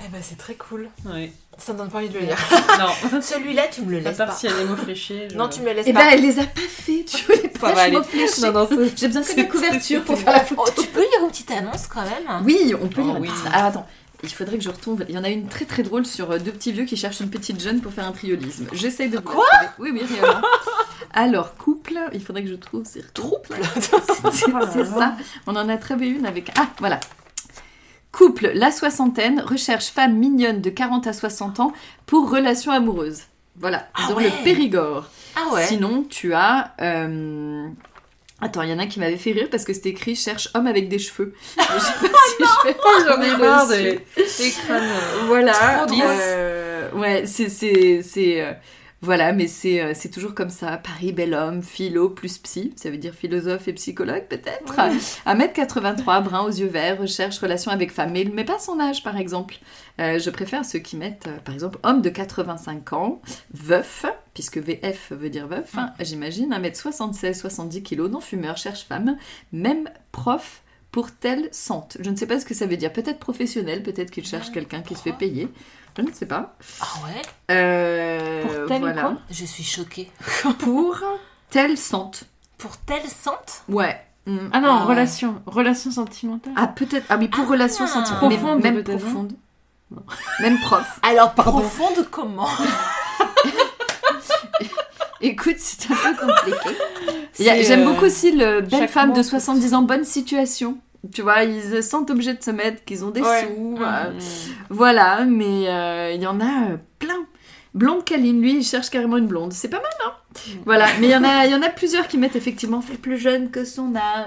Speaker 2: Eh ben, c'est très cool.
Speaker 3: Ouais.
Speaker 2: Ça me donne pas envie de le lire.
Speaker 3: non.
Speaker 2: Celui-là, tu me le
Speaker 3: À
Speaker 2: laisses
Speaker 3: part
Speaker 2: pas.
Speaker 3: s'il y a des mots fléchés. je-
Speaker 2: Non, tu me le laisses
Speaker 1: Et ben,
Speaker 2: pas.
Speaker 1: elle les a pas fait, tu vois, les
Speaker 3: Ça va
Speaker 1: pages
Speaker 3: aller.
Speaker 1: mots fléchés.
Speaker 3: Non, non, c'est-
Speaker 1: J'ai besoin que de
Speaker 3: c'est-
Speaker 1: couverture
Speaker 3: c'est-
Speaker 1: pour faire la photo.
Speaker 2: Oh, tu peux lire une petite annonce quand même
Speaker 1: Oui, on peut
Speaker 3: Oh
Speaker 1: lire.
Speaker 3: oui.
Speaker 1: Alors attends, il faudrait que je retombe. Il y en a une très très drôle sur euh, deux petits vieux qui cherchent une petite jeune pour faire un triolisme. J'essaie de. vous la
Speaker 2: Quoi
Speaker 1: trouver. Oui, oui, réellement. Alors, couple, il faudrait que je trouve. C'est trouble C'est
Speaker 3: Oh là
Speaker 1: c'est
Speaker 3: là.
Speaker 1: ça. On en a trouvé une avec. Ah, voilà. Couple, la soixantaine, recherche femme mignonne de 40 à 60 ans pour relation amoureuse. Voilà,
Speaker 2: Ah
Speaker 1: dans
Speaker 2: ouais.
Speaker 1: le Périgord.
Speaker 2: Ah ouais
Speaker 1: Sinon, tu as. euh, Attends, il y en a un qui m'avait fait rire parce que c'était écrit cherche homme avec des cheveux. Je sais pas si je vais
Speaker 3: Oh J'en ai
Speaker 1: tomber
Speaker 3: marre
Speaker 1: dessus.
Speaker 3: des des crânes.
Speaker 1: Voilà.
Speaker 2: Trop drôle.
Speaker 1: euh, Ouais, c'est. c'est- c'est, euh, Voilà, mais c'est euh, c'est toujours comme ça. Paris, bel homme, philo plus psy, ça veut dire philosophe et psychologue peut-être. 1m83, brun aux yeux verts, recherche relation avec femme. Mais il ne met pas son âge par exemple. Euh, je préfère ceux qui mettent euh, par exemple homme de 85 ans, veuf, puisque VF veut dire veuf, hein, j'imagine, 1m76, 70 kg, non-fumeur, cherche femme, même prof pour telle sente. Je ne sais pas ce que ça veut dire. Peut-être professionnel, peut-être qu'il cherche
Speaker 2: Même
Speaker 1: quelqu'un qui se fait
Speaker 2: prof.
Speaker 1: payer. Je ne sais pas.
Speaker 2: Ah ouais
Speaker 1: Euh,
Speaker 3: Pour telle
Speaker 1: voilà.
Speaker 2: Je suis choquée.
Speaker 1: Pour telle sente.
Speaker 2: Pour telle sente
Speaker 1: Ouais. Mm.
Speaker 4: Ah non,
Speaker 2: Ah ouais.
Speaker 4: relation. Relation sentimentale.
Speaker 1: Ah peut-être. Ah mais pour relation sentimentale. mais
Speaker 4: Profonde,
Speaker 1: même
Speaker 4: peut-être, non
Speaker 1: profonde. Même prof.
Speaker 2: Alors, profonde comment
Speaker 1: Écoute, c'est un peu compliqué. Il y a-
Speaker 3: C'est,
Speaker 1: J'aime
Speaker 3: euh,
Speaker 1: beaucoup aussi le belle
Speaker 3: chaque
Speaker 1: femme de
Speaker 3: mois,
Speaker 1: 70 ans, bonne situation. Tu vois, ils se sentent obligés de se mettre, qu'ils ont des
Speaker 2: Ouais.
Speaker 1: sous.
Speaker 2: Mmh.
Speaker 1: euh, Voilà, mais euh, il y en a euh, plein. Blonde Caline, lui, il cherche carrément une blonde. C'est pas mal, hein Voilà, mais il y, en a, il y en a plusieurs qui mettent effectivement fait plus jeune que son âge.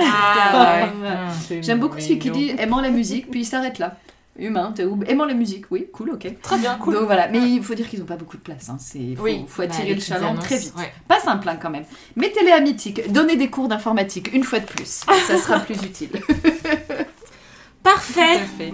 Speaker 2: Ah ouais.
Speaker 1: etc.
Speaker 2: Hmm.
Speaker 3: C'est
Speaker 1: J'aime beaucoup celui qui
Speaker 3: mignon.
Speaker 1: dit aimant la musique, puis il s'arrête là. Humain, t'es où Aimant la musique, oui, cool, ok.
Speaker 2: Très bien, cool.
Speaker 1: Donc voilà, mais il faut dire qu'ils n'ont pas beaucoup de place. Hein. C'est- Faut,
Speaker 2: Oui,
Speaker 1: faut
Speaker 2: bah, les
Speaker 1: attirer le
Speaker 2: petites
Speaker 1: chaland
Speaker 2: annonces,
Speaker 1: très vite.
Speaker 2: ouais.
Speaker 1: Pas simple hein, quand même. Mettez-les à Mythique, donnez des cours d'informatique une fois de plus, ça sera plus utile.
Speaker 3: Tout
Speaker 2: Parfait
Speaker 3: à fait.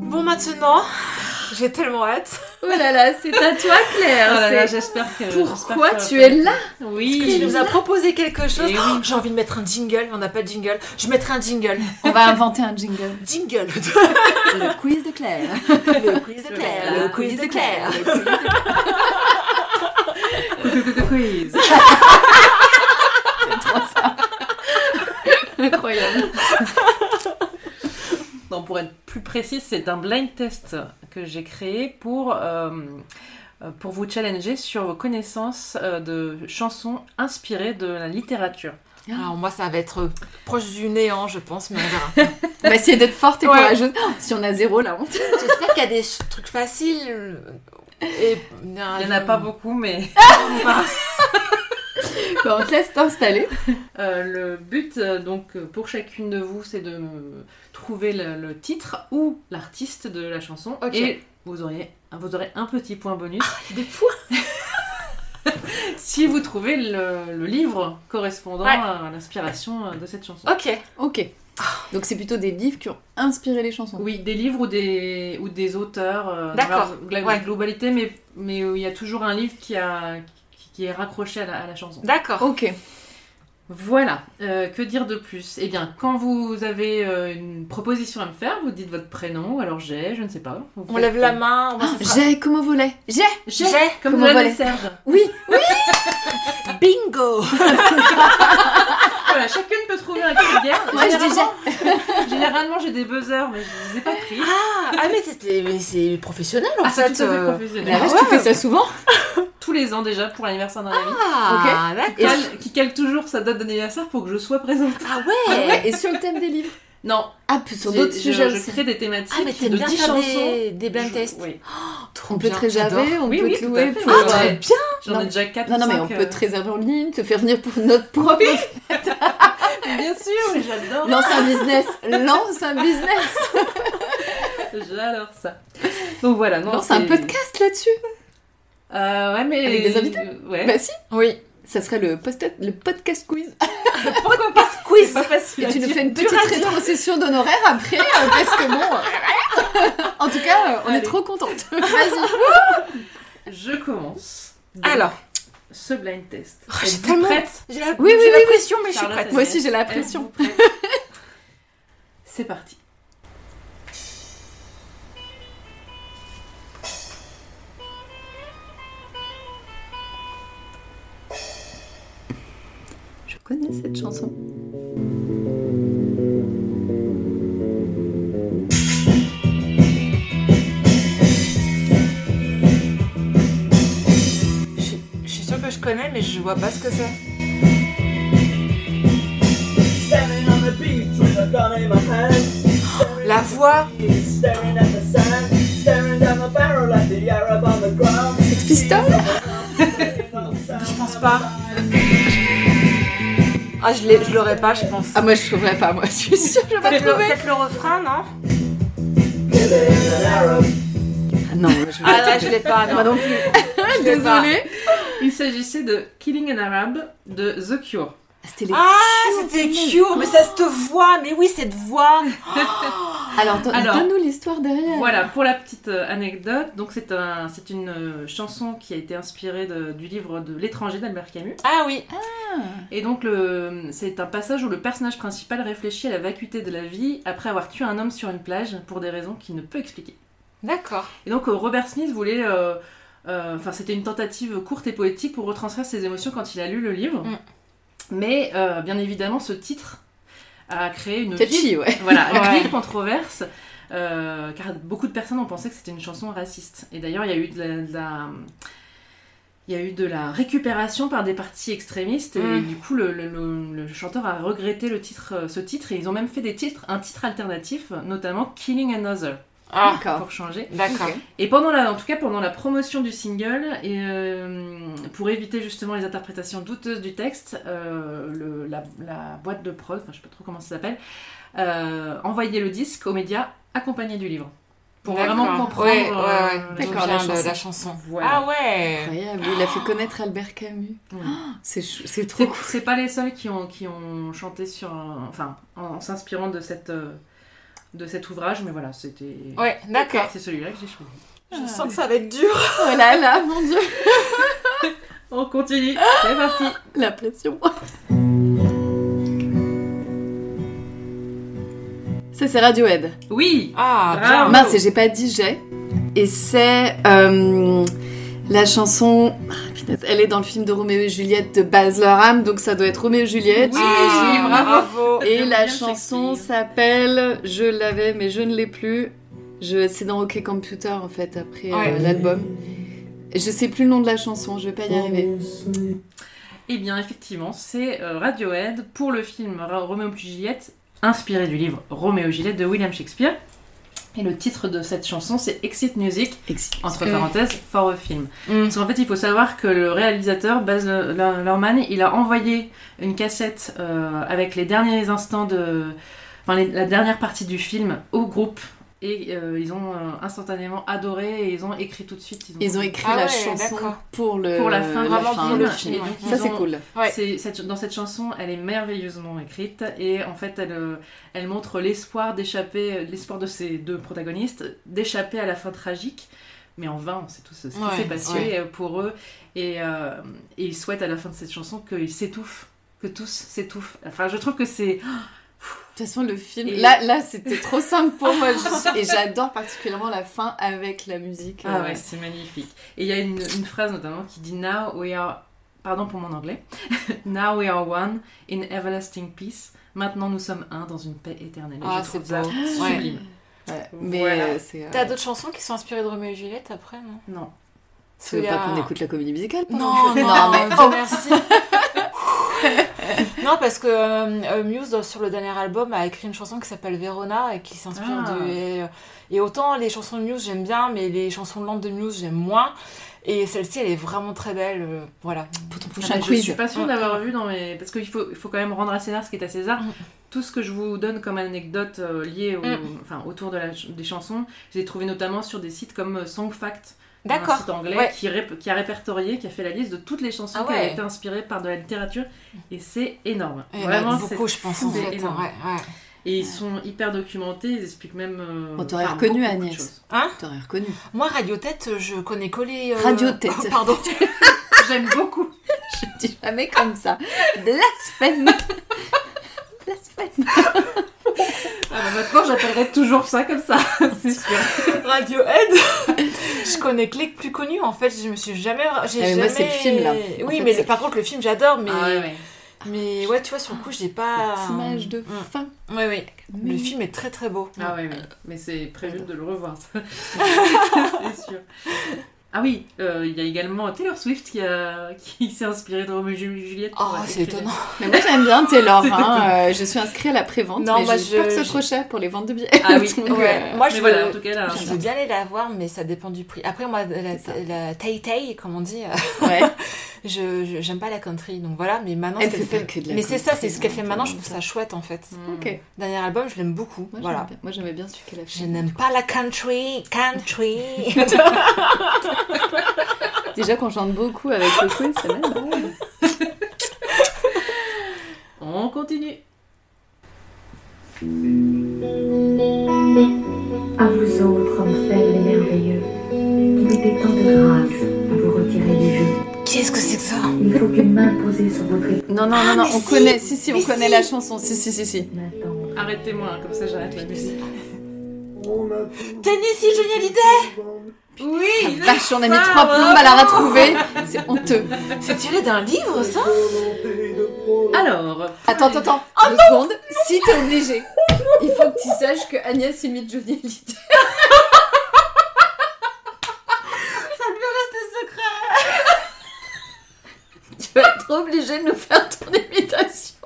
Speaker 2: Bon, maintenant, j'ai tellement hâte.
Speaker 1: Oh là là, c'est à toi Claire.
Speaker 3: Oh là là,
Speaker 1: Ah, c'est-
Speaker 3: j'espère que.
Speaker 1: Pourquoi
Speaker 3: j'espère que-
Speaker 1: tu es là
Speaker 2: Tu
Speaker 3: Oui.
Speaker 2: nous as proposé quelque chose.
Speaker 3: Eh oui.
Speaker 2: Oh, j'ai envie de mettre un jingle, on n'a pas de jingle. Je mettrai un jingle.
Speaker 1: On va inventer un jingle.
Speaker 2: Jingle de
Speaker 1: Le quiz de Claire.
Speaker 2: Le quiz de Claire, le quiz de Claire.
Speaker 3: Quiz.
Speaker 1: Incroyable.
Speaker 3: Non, pour être plus précis, c'est un blind test que j'ai créé pour, euh, euh, pour vous challenger sur vos connaissances euh, de chansons inspirées de la littérature.
Speaker 2: Alors Ah, moi, ça va être proche du néant, je pense, mais on verra.
Speaker 1: On va essayer d'être forte et
Speaker 2: Ouais.
Speaker 1: courageuse. Oh, Si on a zéro, la honte.
Speaker 2: J'espère qu'il y a des ch- trucs faciles. euh, Et...
Speaker 3: Il n'y en a pas beaucoup, mais
Speaker 1: Bon, on te laisse t'installer.
Speaker 3: euh, le but euh, donc euh, pour chacune de vous, c'est de me trouver le, le titre ou l'artiste de la chanson.
Speaker 2: Ok. Ah,
Speaker 3: Et vous, auriez, vous aurez un petit point bonus
Speaker 2: Des points.
Speaker 3: si vous trouvez le, le livre correspondant
Speaker 2: Ouais.
Speaker 3: à l'inspiration euh, de cette chanson.
Speaker 2: Ok.
Speaker 1: Ok. Donc c'est plutôt des livres qui ont inspiré les chansons.
Speaker 3: Oui, des livres ou des, ou des auteurs, euh, dans
Speaker 2: D'accord,
Speaker 3: leur gla-
Speaker 2: ouais.
Speaker 3: globalité, mais, mais où il y a toujours un livre qui, a, qui, qui est raccroché à la, à la chanson.
Speaker 2: D'accord.
Speaker 1: Ok.
Speaker 3: Voilà, euh, que dire de plus Eh bien, quand vous avez euh, une proposition à me faire, vous dites votre prénom, ou alors j'ai, je ne sais pas. Vous
Speaker 2: On
Speaker 3: faites-
Speaker 2: lève la main. on va se faire-
Speaker 1: J'ai, comment vous l'avez J'ai Ah
Speaker 3: J'ai,
Speaker 2: J'ai
Speaker 3: comme
Speaker 1: Comment
Speaker 3: Noël
Speaker 1: voilà.
Speaker 3: et Serge.
Speaker 1: Oui
Speaker 2: bingo.
Speaker 3: Voilà, chacune peut trouver un cri de guerre.
Speaker 1: Moi je dis
Speaker 3: Généralement-
Speaker 1: j'ai.
Speaker 3: Généralement, j'ai des buzzers, mais je ne les ai pas pris.
Speaker 2: Ah, ah, mais c'était- mais c'est professionnel en
Speaker 3: Ah, c'est
Speaker 2: fait.
Speaker 3: tout à fait
Speaker 2: euh.
Speaker 3: professionnel.
Speaker 1: La vache,
Speaker 2: ouais.
Speaker 1: tu fais ça souvent
Speaker 3: Tous les ans déjà, pour l'anniversaire d'un ami,
Speaker 2: Ah,
Speaker 3: qui
Speaker 2: d'accord.
Speaker 3: cale- qui cale toujours sa date d'anniversaire pour que je sois présente.
Speaker 2: Ah ouais.
Speaker 1: Et sur le thème des livres
Speaker 3: Non,
Speaker 1: Ah, puis sur
Speaker 3: J'ai-
Speaker 1: d'autres
Speaker 3: je-
Speaker 1: sujets
Speaker 3: Je
Speaker 1: aussi.
Speaker 3: crée des thématiques
Speaker 2: Ah, mais t'aimes
Speaker 3: de
Speaker 2: bien
Speaker 3: 10
Speaker 2: faire
Speaker 3: chansons.
Speaker 2: des, des blind
Speaker 3: Je-
Speaker 2: tests. Oh,
Speaker 3: oui.
Speaker 2: Trop
Speaker 1: On peut
Speaker 2: bien,
Speaker 1: te réserver,
Speaker 2: j'adore.
Speaker 1: on
Speaker 3: Oui,
Speaker 1: peut
Speaker 3: oui,
Speaker 1: te
Speaker 3: tout à
Speaker 1: louer
Speaker 3: fait.
Speaker 1: pour...
Speaker 3: Ah,
Speaker 1: euh,
Speaker 3: ouais. J'en ai déjà 4
Speaker 1: Non, non, mais on
Speaker 3: euh,
Speaker 1: peut te réserver en ligne, te faire venir pour notre propre.
Speaker 3: Bien sûr, mais j'adore.
Speaker 1: Lance un business, lance un business,
Speaker 3: J'adore ça. Donc voilà, non,
Speaker 1: lance
Speaker 3: c'est-
Speaker 1: un podcast là-dessus.
Speaker 3: Euh, ouais, mais...
Speaker 1: Avec des invités
Speaker 3: Euh, Ouais.
Speaker 1: Bah si,
Speaker 2: Oui.
Speaker 1: ça serait le, post le podcast quiz.
Speaker 3: pourquoi pas
Speaker 2: Quiz.
Speaker 3: C'est pas facile.
Speaker 1: Et
Speaker 3: à
Speaker 1: tu nous
Speaker 3: dire.
Speaker 1: fais une petite rétrocession d'honoraires après, euh, parce que bon. euh, en tout cas, euh, on est
Speaker 3: Allez.
Speaker 1: trop contente. Vas-y.
Speaker 3: Je commence. Donc,
Speaker 2: Alors,
Speaker 3: Ce blind test.
Speaker 2: Oh, j'ai
Speaker 3: Êtes-vous
Speaker 2: tellement-
Speaker 3: prête
Speaker 2: j'ai la,
Speaker 1: Oui,
Speaker 2: j'ai
Speaker 1: oui,
Speaker 2: la
Speaker 1: oui,
Speaker 2: pression, mais je suis
Speaker 3: Charlotte,
Speaker 2: prête.
Speaker 1: Moi aussi, j'ai la
Speaker 3: Êtes-vous
Speaker 1: pression.
Speaker 3: prête C'est parti.
Speaker 1: connais cette chanson.
Speaker 2: Je, je suis sûre que je connais, mais je vois pas ce que c'est.
Speaker 5: Standing on the beach with a gun in my hand. Staring
Speaker 2: La
Speaker 5: at the
Speaker 2: voix
Speaker 5: beach, Staring at the sand. Staring down the barrel at the Arab on the ground.
Speaker 1: Sex Pistols
Speaker 2: Je pense pas. Ah, je l'ai- je l'aurais pas, je pense.
Speaker 1: Ah, moi, je trouverais pas, moi, je suis sûre, je vais pas
Speaker 2: Peut-être le,
Speaker 1: trouver.
Speaker 2: peut-être le refrain, non
Speaker 1: Ah, non, je
Speaker 2: Ah là, je l'ai pas, non. non plus.
Speaker 1: vais désolée.
Speaker 3: Il s'agissait de Killing an Arab de The Cure.
Speaker 1: C'était les.
Speaker 2: Ah, c'était Cure, mais ça se te voit, mais oui, cette voix.
Speaker 1: Ah, Alors, don-
Speaker 3: Alors.
Speaker 1: donne-nous l'histoire derrière.
Speaker 3: Voilà, pour la petite euh, anecdote, donc c'est un, c'est une euh, chanson qui a été inspirée de- du livre de L'étranger d'Albert Camus.
Speaker 2: Ah oui,
Speaker 3: Et donc le, c'est un passage où le personnage principal réfléchit à la vacuité de la vie après avoir tué un homme sur une plage pour des raisons qu'il ne peut expliquer.
Speaker 2: d'accord.
Speaker 3: Et donc euh, Robert Smith voulait, euh, euh, enfin c'était une tentative courte et poétique pour retranscrire ses émotions quand il a lu le livre.
Speaker 2: Mm.
Speaker 3: Mais euh, bien évidemment, ce titre a créé une vive
Speaker 1: Touchy, ouais.
Speaker 3: voilà, une
Speaker 2: Ouais.
Speaker 3: vive controverse, euh, car beaucoup de personnes ont pensé que c'était une chanson raciste. Et d'ailleurs, il y a eu de la, de la- il y a eu de la récupération par des partis extrémistes, et
Speaker 2: Mm.
Speaker 3: du coup, le, le- le- le chanteur a regretté le titre, euh, ce titre, et ils ont même fait des titres, un titre alternatif, notamment Killing Another,
Speaker 2: Ah,
Speaker 1: D'accord.
Speaker 3: pour changer.
Speaker 2: d'accord.
Speaker 1: Ok.
Speaker 3: Et pendant la, en tout cas pendant la promotion du single, et euh, pour éviter justement les interprétations douteuses du texte, euh, le- la, la boîte de prod, enfin je sais pas trop comment ça s'appelle, euh, envoyait le disque aux médias accompagné du livre pour
Speaker 2: D'accord.
Speaker 3: vraiment comprendre.
Speaker 2: Ouais, ouais,
Speaker 3: euh,
Speaker 2: ouais.
Speaker 3: les
Speaker 1: D'accord,
Speaker 2: D'accord,
Speaker 1: la
Speaker 3: origines.
Speaker 2: la,
Speaker 1: chanson.
Speaker 2: chanson.
Speaker 3: Voilà.
Speaker 2: Ah ouais.
Speaker 1: Incroyable, il a fait connaître Albert Camus. Oh,
Speaker 3: Ouais.
Speaker 1: C'est chou- c'est trop
Speaker 3: C'est-
Speaker 1: cool.
Speaker 3: C'est pas les seuls qui ont, qui ont chanté sur, un- enfin en, en s'inspirant de cette euh, de cet ouvrage, mais voilà, c'était.
Speaker 2: Ouais, d'accord.
Speaker 3: C'est celui-là que j'ai choisi.
Speaker 2: Ah, Je sens que ça va être dur.
Speaker 1: Oh là là, mon dieu,
Speaker 3: On continue, c'est parti.
Speaker 1: la pression. Ça, c'est Radiohead.
Speaker 3: Oui.
Speaker 2: Ah,
Speaker 3: Bravo.
Speaker 2: bien.
Speaker 1: Mince, et j'ai pas dit j'ai. Et c'est euh, la chanson. Ah, punaise, elle est dans le film de Roméo et Juliette de Baz Luhrmann, donc ça doit être Roméo et Juliette.
Speaker 3: Oui,
Speaker 2: Ah,
Speaker 3: Julie,
Speaker 2: bravo.
Speaker 1: Et la
Speaker 3: William
Speaker 1: chanson
Speaker 3: Shakespeare.
Speaker 1: s'appelle Je l'avais mais je ne l'ai plus. Je, c'est dans OK Computer en fait après euh,
Speaker 2: Ouais.
Speaker 1: l'album. Et Je sais plus le nom de la chanson, je vais pas
Speaker 5: Oh.
Speaker 1: y arriver.
Speaker 3: Eh bien, effectivement, c'est euh, Radiohead pour le film Ra- Roméo et Juliette, inspiré du livre Roméo et Juliette de William Shakespeare. Et le titre de cette chanson, c'est Exit Music, entre
Speaker 2: Mm.
Speaker 3: parenthèses, for a film.
Speaker 2: Mm.
Speaker 3: Parce qu'en fait, il faut savoir que le réalisateur, Baz Luhrmann, il a envoyé une cassette euh, avec les derniers instants de... Enfin, les- la dernière partie du film au groupe. Et euh, ils ont euh, instantanément adoré et ils ont écrit tout de suite.
Speaker 1: Ils ont écrit
Speaker 2: Ah
Speaker 1: la
Speaker 2: ouais,
Speaker 1: chanson
Speaker 2: d'accord.
Speaker 1: pour le
Speaker 3: Pour la fin,
Speaker 2: vraiment pour le
Speaker 1: ouais.
Speaker 2: film.
Speaker 3: Et donc,
Speaker 1: Ça
Speaker 3: ils
Speaker 1: c'est
Speaker 3: ont-
Speaker 1: cool.
Speaker 2: Ouais.
Speaker 3: C'est- cette- dans cette chanson, elle est merveilleusement écrite et en fait, elle, euh, elle montre l'espoir d'échapper, euh, l'espoir de ces deux protagonistes d'échapper à la fin tragique. Mais en vain, on sait tous ce qui
Speaker 2: Ouais,
Speaker 3: s'est passé
Speaker 2: ouais.
Speaker 3: euh, pour eux. Et, euh, et ils souhaitent à la fin de cette chanson qu'ils s'étouffent, que tous s'étouffent. Enfin, je trouve que c'est.
Speaker 2: Ah
Speaker 1: De toute façon, le film.
Speaker 3: Et-
Speaker 1: Là, là c'était trop simple pour moi. je suis- Et j'adore particulièrement la fin avec la musique.
Speaker 3: Ah
Speaker 1: euh,
Speaker 3: ouais, c'est magnifique. Et il y a une, une phrase notamment qui dit Now we are. Pardon pour mon anglais. Now we are one in everlasting peace. Maintenant nous sommes un dans une paix éternelle. Et
Speaker 2: Ah,
Speaker 3: je trouve
Speaker 2: c'est
Speaker 3: ça
Speaker 2: beau. Ouais.
Speaker 3: sublime.
Speaker 1: ouais. Mais
Speaker 3: Voilà.
Speaker 1: euh, c'est. euh,
Speaker 2: T'as d'autres chansons qui sont inspirées de Roméo et Juliette après, non
Speaker 3: Non.
Speaker 1: Tu veux pas qu'on écoute la comédie musicale par
Speaker 2: Non,
Speaker 1: exemple
Speaker 2: non, Oh.
Speaker 1: mais-
Speaker 2: Dieu merci. non, parce que euh, euh, Muse, dans- sur le dernier album, a écrit une chanson qui s'appelle Verona et qui s'inspire
Speaker 3: Ah.
Speaker 2: de. Et, euh, et autant les chansons de Muse, j'aime bien, mais les chansons lentes de Muse, j'aime moins. Et celle-ci, elle est vraiment très belle. euh, voilà.
Speaker 1: Pour ton
Speaker 3: Ah,
Speaker 1: prochain
Speaker 3: Je
Speaker 1: quiz.
Speaker 3: suis pas sûre d'avoir vu dans mes. Parce qu'il faut, il faut quand même rendre à César ce qui est à César.
Speaker 2: Mm.
Speaker 3: Tout ce que je vous donne comme anecdote euh, liée au-
Speaker 2: Mm.
Speaker 3: enfin, autour de la ch- des chansons, je l'ai trouvé notamment sur des sites comme euh, Songfact, un
Speaker 2: D'accord.
Speaker 3: site anglais
Speaker 2: Ouais.
Speaker 3: qui, rép- qui a répertorié, qui a fait la liste de toutes les chansons
Speaker 2: Ah
Speaker 3: qui
Speaker 2: ouais.
Speaker 3: avaient été inspirées par de la littérature. Et c'est énorme.
Speaker 2: Il y en a
Speaker 3: Vraiment,
Speaker 2: beaucoup, je pense, en
Speaker 3: c'est
Speaker 2: fait. hein,
Speaker 3: énorme.
Speaker 2: ouais, ouais.
Speaker 3: Et ils sont hyper documentés, ils expliquent même. euh,
Speaker 1: On t'aurait
Speaker 3: enfin,
Speaker 1: reconnu,
Speaker 3: beaucoup, beaucoup de
Speaker 1: Agnès.
Speaker 3: choses.
Speaker 1: T'aurais reconnu.
Speaker 2: Hein Moi, Radio Tête, je connais que les. euh,
Speaker 1: Radio Tête.
Speaker 2: oh, pardon.
Speaker 3: J'aime beaucoup.
Speaker 1: Je dis jamais comme ça. Blasphème Blasphème
Speaker 3: Ah bah, maintenant, j'appellerai toujours ça comme ça, c'est sûr.
Speaker 2: Radiohead. je connais que les plus connus en fait. Je me suis jamais. j'ai
Speaker 1: Ah, mais moi,
Speaker 2: jamais-
Speaker 1: c'est le film, là. En
Speaker 2: Oui,
Speaker 1: fait,
Speaker 2: mais
Speaker 1: c'est-
Speaker 2: par contre le film j'adore, mais
Speaker 3: Ah ouais, ouais.
Speaker 2: Mais ouais, tu vois, sur le coup, j'ai pas.
Speaker 1: Cette image de
Speaker 2: Mm.
Speaker 1: fin.
Speaker 2: Ouais, ouais. Le
Speaker 1: Mais-
Speaker 2: film est très très beau.
Speaker 3: Ah oui, oui. mais c'est prévu de le revoir, ça. c'est sûr. Ah oui, euh, il y a également Taylor Swift qui, a... qui s'est inspirée de Roméo et Juliette. pour
Speaker 2: Oh, c'est
Speaker 3: écrire-
Speaker 2: étonnant.
Speaker 1: Mais moi j'aime bien Taylor,
Speaker 3: C'est
Speaker 1: hein, euh, je suis inscrite à la pré-vente,
Speaker 2: Non,
Speaker 1: mais
Speaker 2: bah,
Speaker 1: j'ai peur
Speaker 2: je-
Speaker 1: que ce soit
Speaker 2: je-
Speaker 1: trop cher pour les ventes de billets.
Speaker 3: Ah oui,
Speaker 1: Donc,
Speaker 2: Ouais.
Speaker 1: euh,
Speaker 2: Moi,
Speaker 3: Mais
Speaker 2: je
Speaker 3: voilà,
Speaker 2: veux-
Speaker 3: en tout cas, elle a un-
Speaker 2: Je veux bien aller la voir, mais ça dépend du prix. Après, moi, la,
Speaker 1: C'est ça.
Speaker 2: la Tay Tay, comme on dit, euh,
Speaker 1: ouais.
Speaker 2: je je- j'aime pas la country, donc voilà. Mais maintenant,
Speaker 1: Elle
Speaker 2: ce qu'elle
Speaker 1: fait pas
Speaker 2: fait-
Speaker 1: que de la
Speaker 2: mais c'est ça,
Speaker 1: country,
Speaker 2: c'est ce qu'elle
Speaker 1: hein,
Speaker 2: fait
Speaker 1: c'est
Speaker 2: maintenant. Je
Speaker 1: vraiment
Speaker 2: trouve ça chouette en fait.
Speaker 3: Hmm.
Speaker 1: Ok.
Speaker 2: Dernier album, je l'aime beaucoup.
Speaker 1: Moi,
Speaker 2: voilà.
Speaker 1: j'aimais bien- moi, j'aimais bien celui qu'elle a fait.
Speaker 2: Je n'aime pas la country, country.
Speaker 1: Déjà qu'on chante beaucoup avec le Queen, ça m'aide.
Speaker 3: On continue.
Speaker 6: À vous autres, hommes faibles et merveilleux, il était temps de grâce de vous retirer du jeu.
Speaker 2: Qu'est-ce que c'est que ça
Speaker 6: Il faut qu'une main posée sur votre épaule
Speaker 1: Non, non, non, non,
Speaker 2: mais
Speaker 1: on
Speaker 2: si,
Speaker 1: connaît, si, si, on
Speaker 2: mais
Speaker 1: connaît
Speaker 2: si.
Speaker 1: la chanson, si, si, si, si.
Speaker 6: m'attendre.
Speaker 3: Arrêtez-moi, comme ça j'arrête la musique.
Speaker 2: Tennessee, Johnny Hallyday
Speaker 1: La
Speaker 2: Oui
Speaker 1: Vache, on a mis trois plombes à la retrouver, c'est honteux.
Speaker 2: bah, C'est tiré d'un livre, ça
Speaker 3: Alors,
Speaker 1: Attends, attends, attends,
Speaker 2: Oh
Speaker 1: deux secondes, si t'es obligé, il faut que tu saches que Agnès imite Johnny Hallyday. Tu vas être obligé de nous faire ton imitation.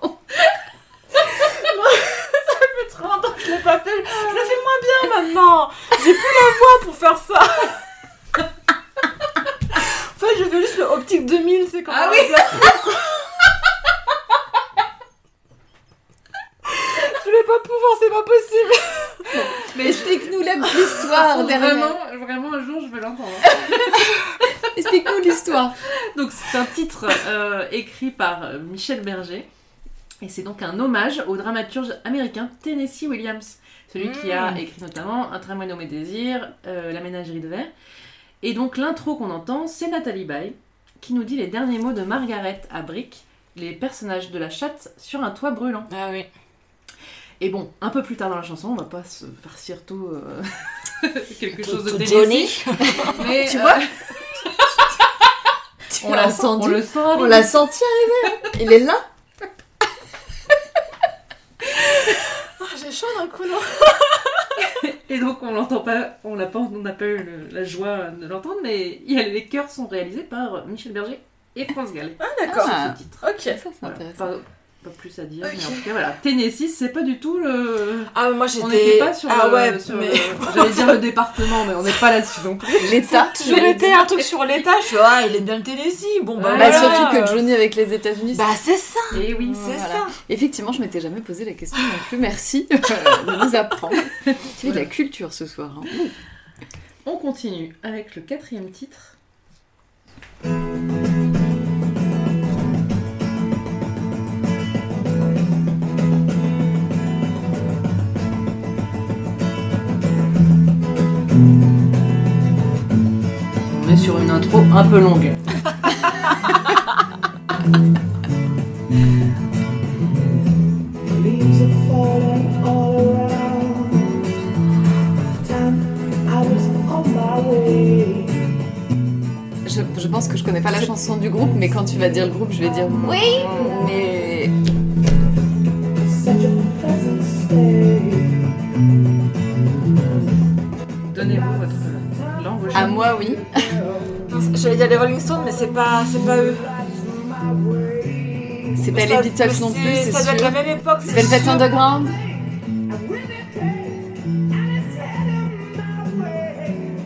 Speaker 2: Trop longtemps que je l'ai pas fait, je le fais moins bien maintenant J'ai plus la voix pour faire ça En fait, je fais juste le Optique 2000, c'est quand Ah oui Je vais pas pouvoir, c'est pas possible
Speaker 1: Mais explique-nous la petite histoire derrière.
Speaker 3: vraiment, vraiment un jour je veux l'entendre.
Speaker 1: Explique-nous l'histoire.
Speaker 3: Donc c'est un titre euh, écrit par euh, Michel Berger. Et c'est donc un hommage au dramaturge américain Tennessee Williams, celui qui a
Speaker 2: Mm.
Speaker 3: écrit notamment Un tramway nommé Désir, euh, La ménagerie de verre. Et donc l'intro qu'on entend, c'est Nathalie Baye qui nous dit les derniers mots de Margaret à Brick, les personnages de la chatte sur un toit brûlant.
Speaker 2: Ah oui
Speaker 3: Et bon, un peu plus tard dans la chanson, on va pas se farcir tout euh, quelque chose de
Speaker 2: Tout
Speaker 3: Tennessee.
Speaker 2: Johnny
Speaker 3: mais,
Speaker 1: Tu
Speaker 3: euh,
Speaker 1: vois
Speaker 3: on l'a
Speaker 1: entendu.
Speaker 3: On le sent.
Speaker 1: On l'a senti arriver. hein. Il est là.
Speaker 2: J'ai chaud d'un coup, non
Speaker 3: Et donc on l'entend pas, on l'a pas, on n'a pas eu le- la joie de l'entendre, mais il y a- les chœurs sont réalisés par Michel Berger et France Gall. Ah
Speaker 1: d'accord.
Speaker 3: ce titre.
Speaker 2: Ok
Speaker 1: Ça, c'est
Speaker 3: Voilà.
Speaker 1: intéressant.
Speaker 3: Pas, pas plus à dire, mais
Speaker 2: Ok.
Speaker 3: en tout cas voilà. Tennessee, c'est pas du tout le.
Speaker 2: Ah, mais moi j'étais.
Speaker 3: On n'était pas sur.
Speaker 2: Ah
Speaker 3: le-
Speaker 2: ouais,
Speaker 3: sur
Speaker 2: mais.
Speaker 3: le- J'allais dire le département, mais on n'est pas là-dessus donc.
Speaker 1: L'État.
Speaker 2: Je mettais un truc sur l'état, je suis ah, il est bien le Tennessee. Bon, bah,
Speaker 3: Ouais.
Speaker 1: Bah,
Speaker 2: voilà.
Speaker 1: surtout que Johnny avec les États-Unis.
Speaker 2: Bah, c'est ça,
Speaker 3: Et oui.
Speaker 2: c'est
Speaker 1: Voilà.
Speaker 2: ça.
Speaker 1: Effectivement, je m'étais jamais posé la question non plus. Merci euh, de nous apprendre. Tu fais de la culture ce soir. hein.
Speaker 3: On continue avec le quatrième titre. On est sur une intro un peu longue.
Speaker 5: Leaves are falling all around. Time I was on my way.
Speaker 1: Je, je pense que je connais pas la chanson du groupe, mais quand tu vas dire le groupe, je vais dire oui. Mais
Speaker 5: Such a pleasant stay.
Speaker 3: Donnez-vous votre langue au
Speaker 1: à
Speaker 3: chat.
Speaker 1: moi, oui.
Speaker 2: J'allais dire les Rolling Stones, mais c'est pas, c'est pas eux.
Speaker 1: C'est pas
Speaker 2: Ça-
Speaker 1: les Beatles non
Speaker 2: c'est-
Speaker 1: plus, c'est
Speaker 2: Ça doit être la
Speaker 1: sûr.
Speaker 2: même époque. c'est
Speaker 1: Velvet
Speaker 2: sûr.
Speaker 1: Underground.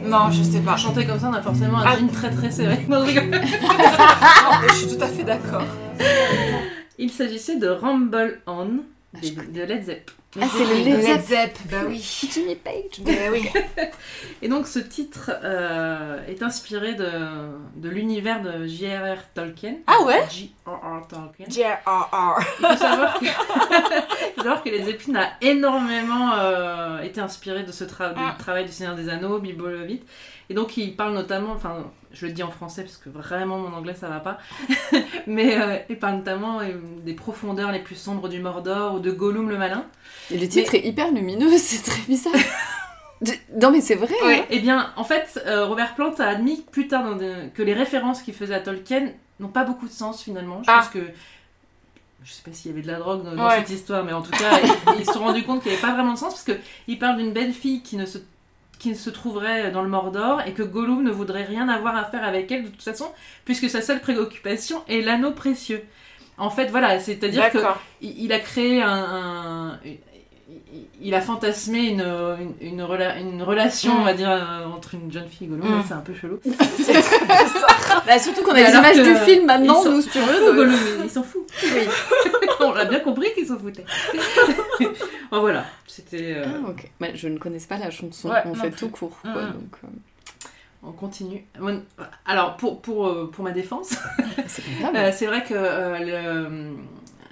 Speaker 2: Non, je sais pas.
Speaker 3: Chanter comme ça, on a forcément un
Speaker 2: Ah.
Speaker 3: jean très très serré. Non, je rigole.
Speaker 2: Non, mais je suis tout à fait d'accord.
Speaker 3: Il s'agissait de Rumble On des- de Led Zepp.
Speaker 1: Ah, c'est les Led Zepp.
Speaker 2: Zepp, bah oui.
Speaker 1: Jimmy Page.
Speaker 2: Bah oui.
Speaker 3: Et donc ce titre euh, est inspiré de, de l'univers de J.R.R. Tolkien.
Speaker 2: Ah ouais
Speaker 3: J.R.R. Tolkien.
Speaker 2: J.R.R.
Speaker 3: Il faut savoir que, il faut savoir que les épines a énormément euh, été inspiré de ce tra- du
Speaker 2: Ah.
Speaker 3: travail du Seigneur des Anneaux, Bilbo Levitt. Et donc il parle notamment, enfin je le dis en français parce que vraiment mon anglais ça va pas, mais euh, il parle notamment euh, des profondeurs les plus sombres du Mordor ou de Gollum le Malin.
Speaker 1: Et le titre est hyper lumineux, c'est très bizarre. De- Non mais c'est vrai. hein.
Speaker 3: Eh bien, en fait, euh, Robert Plant a admis plus tard dans des- que les références qu'il faisait à Tolkien n'ont pas beaucoup de sens finalement. Je
Speaker 2: Ah.
Speaker 3: pense que je sais pas s'il y avait de la drogue dans, dans
Speaker 2: Ouais.
Speaker 3: cette histoire, mais en tout cas, ils, ils se sont rendus compte qu'il n'y avait pas vraiment de sens parce que il parle d'une belle fille qui ne se qui ne se trouverait dans le Mordor et que Gollum ne voudrait rien avoir à faire avec elle de toute façon, puisque sa seule préoccupation est l'anneau précieux. En fait, voilà, c'est-à-dire que
Speaker 2: D'accord.
Speaker 3: il il a créé un, un- il a fantasmé une, une, une rela- une relation,
Speaker 1: Mm.
Speaker 3: on va dire, euh, entre une jeune fille et Gollum.
Speaker 2: Mm.
Speaker 3: Ouais, C'est un peu chelou.
Speaker 1: Bah, surtout qu'on a
Speaker 3: Mais
Speaker 1: les
Speaker 3: alors
Speaker 1: images
Speaker 3: que-
Speaker 1: du film maintenant,
Speaker 3: ils sont-
Speaker 1: nous, si tu veux,
Speaker 3: Oh,
Speaker 1: donc-
Speaker 3: Gollum, il- il s'en fout. on l'a bien compris qu'il s'en foutait. bon, voilà, c'était. euh,
Speaker 1: Ah, ok. Bah, je ne connaissais pas la chanson,
Speaker 2: Ouais,
Speaker 1: en
Speaker 2: non
Speaker 1: fait,
Speaker 2: plus.
Speaker 1: tout court. quoi,
Speaker 2: Mm.
Speaker 1: donc, euh,
Speaker 3: On continue. Mon- Alors, pour, pour, euh, pour ma défense,
Speaker 1: c'est pas grave.
Speaker 3: euh, c'est vrai que euh, le-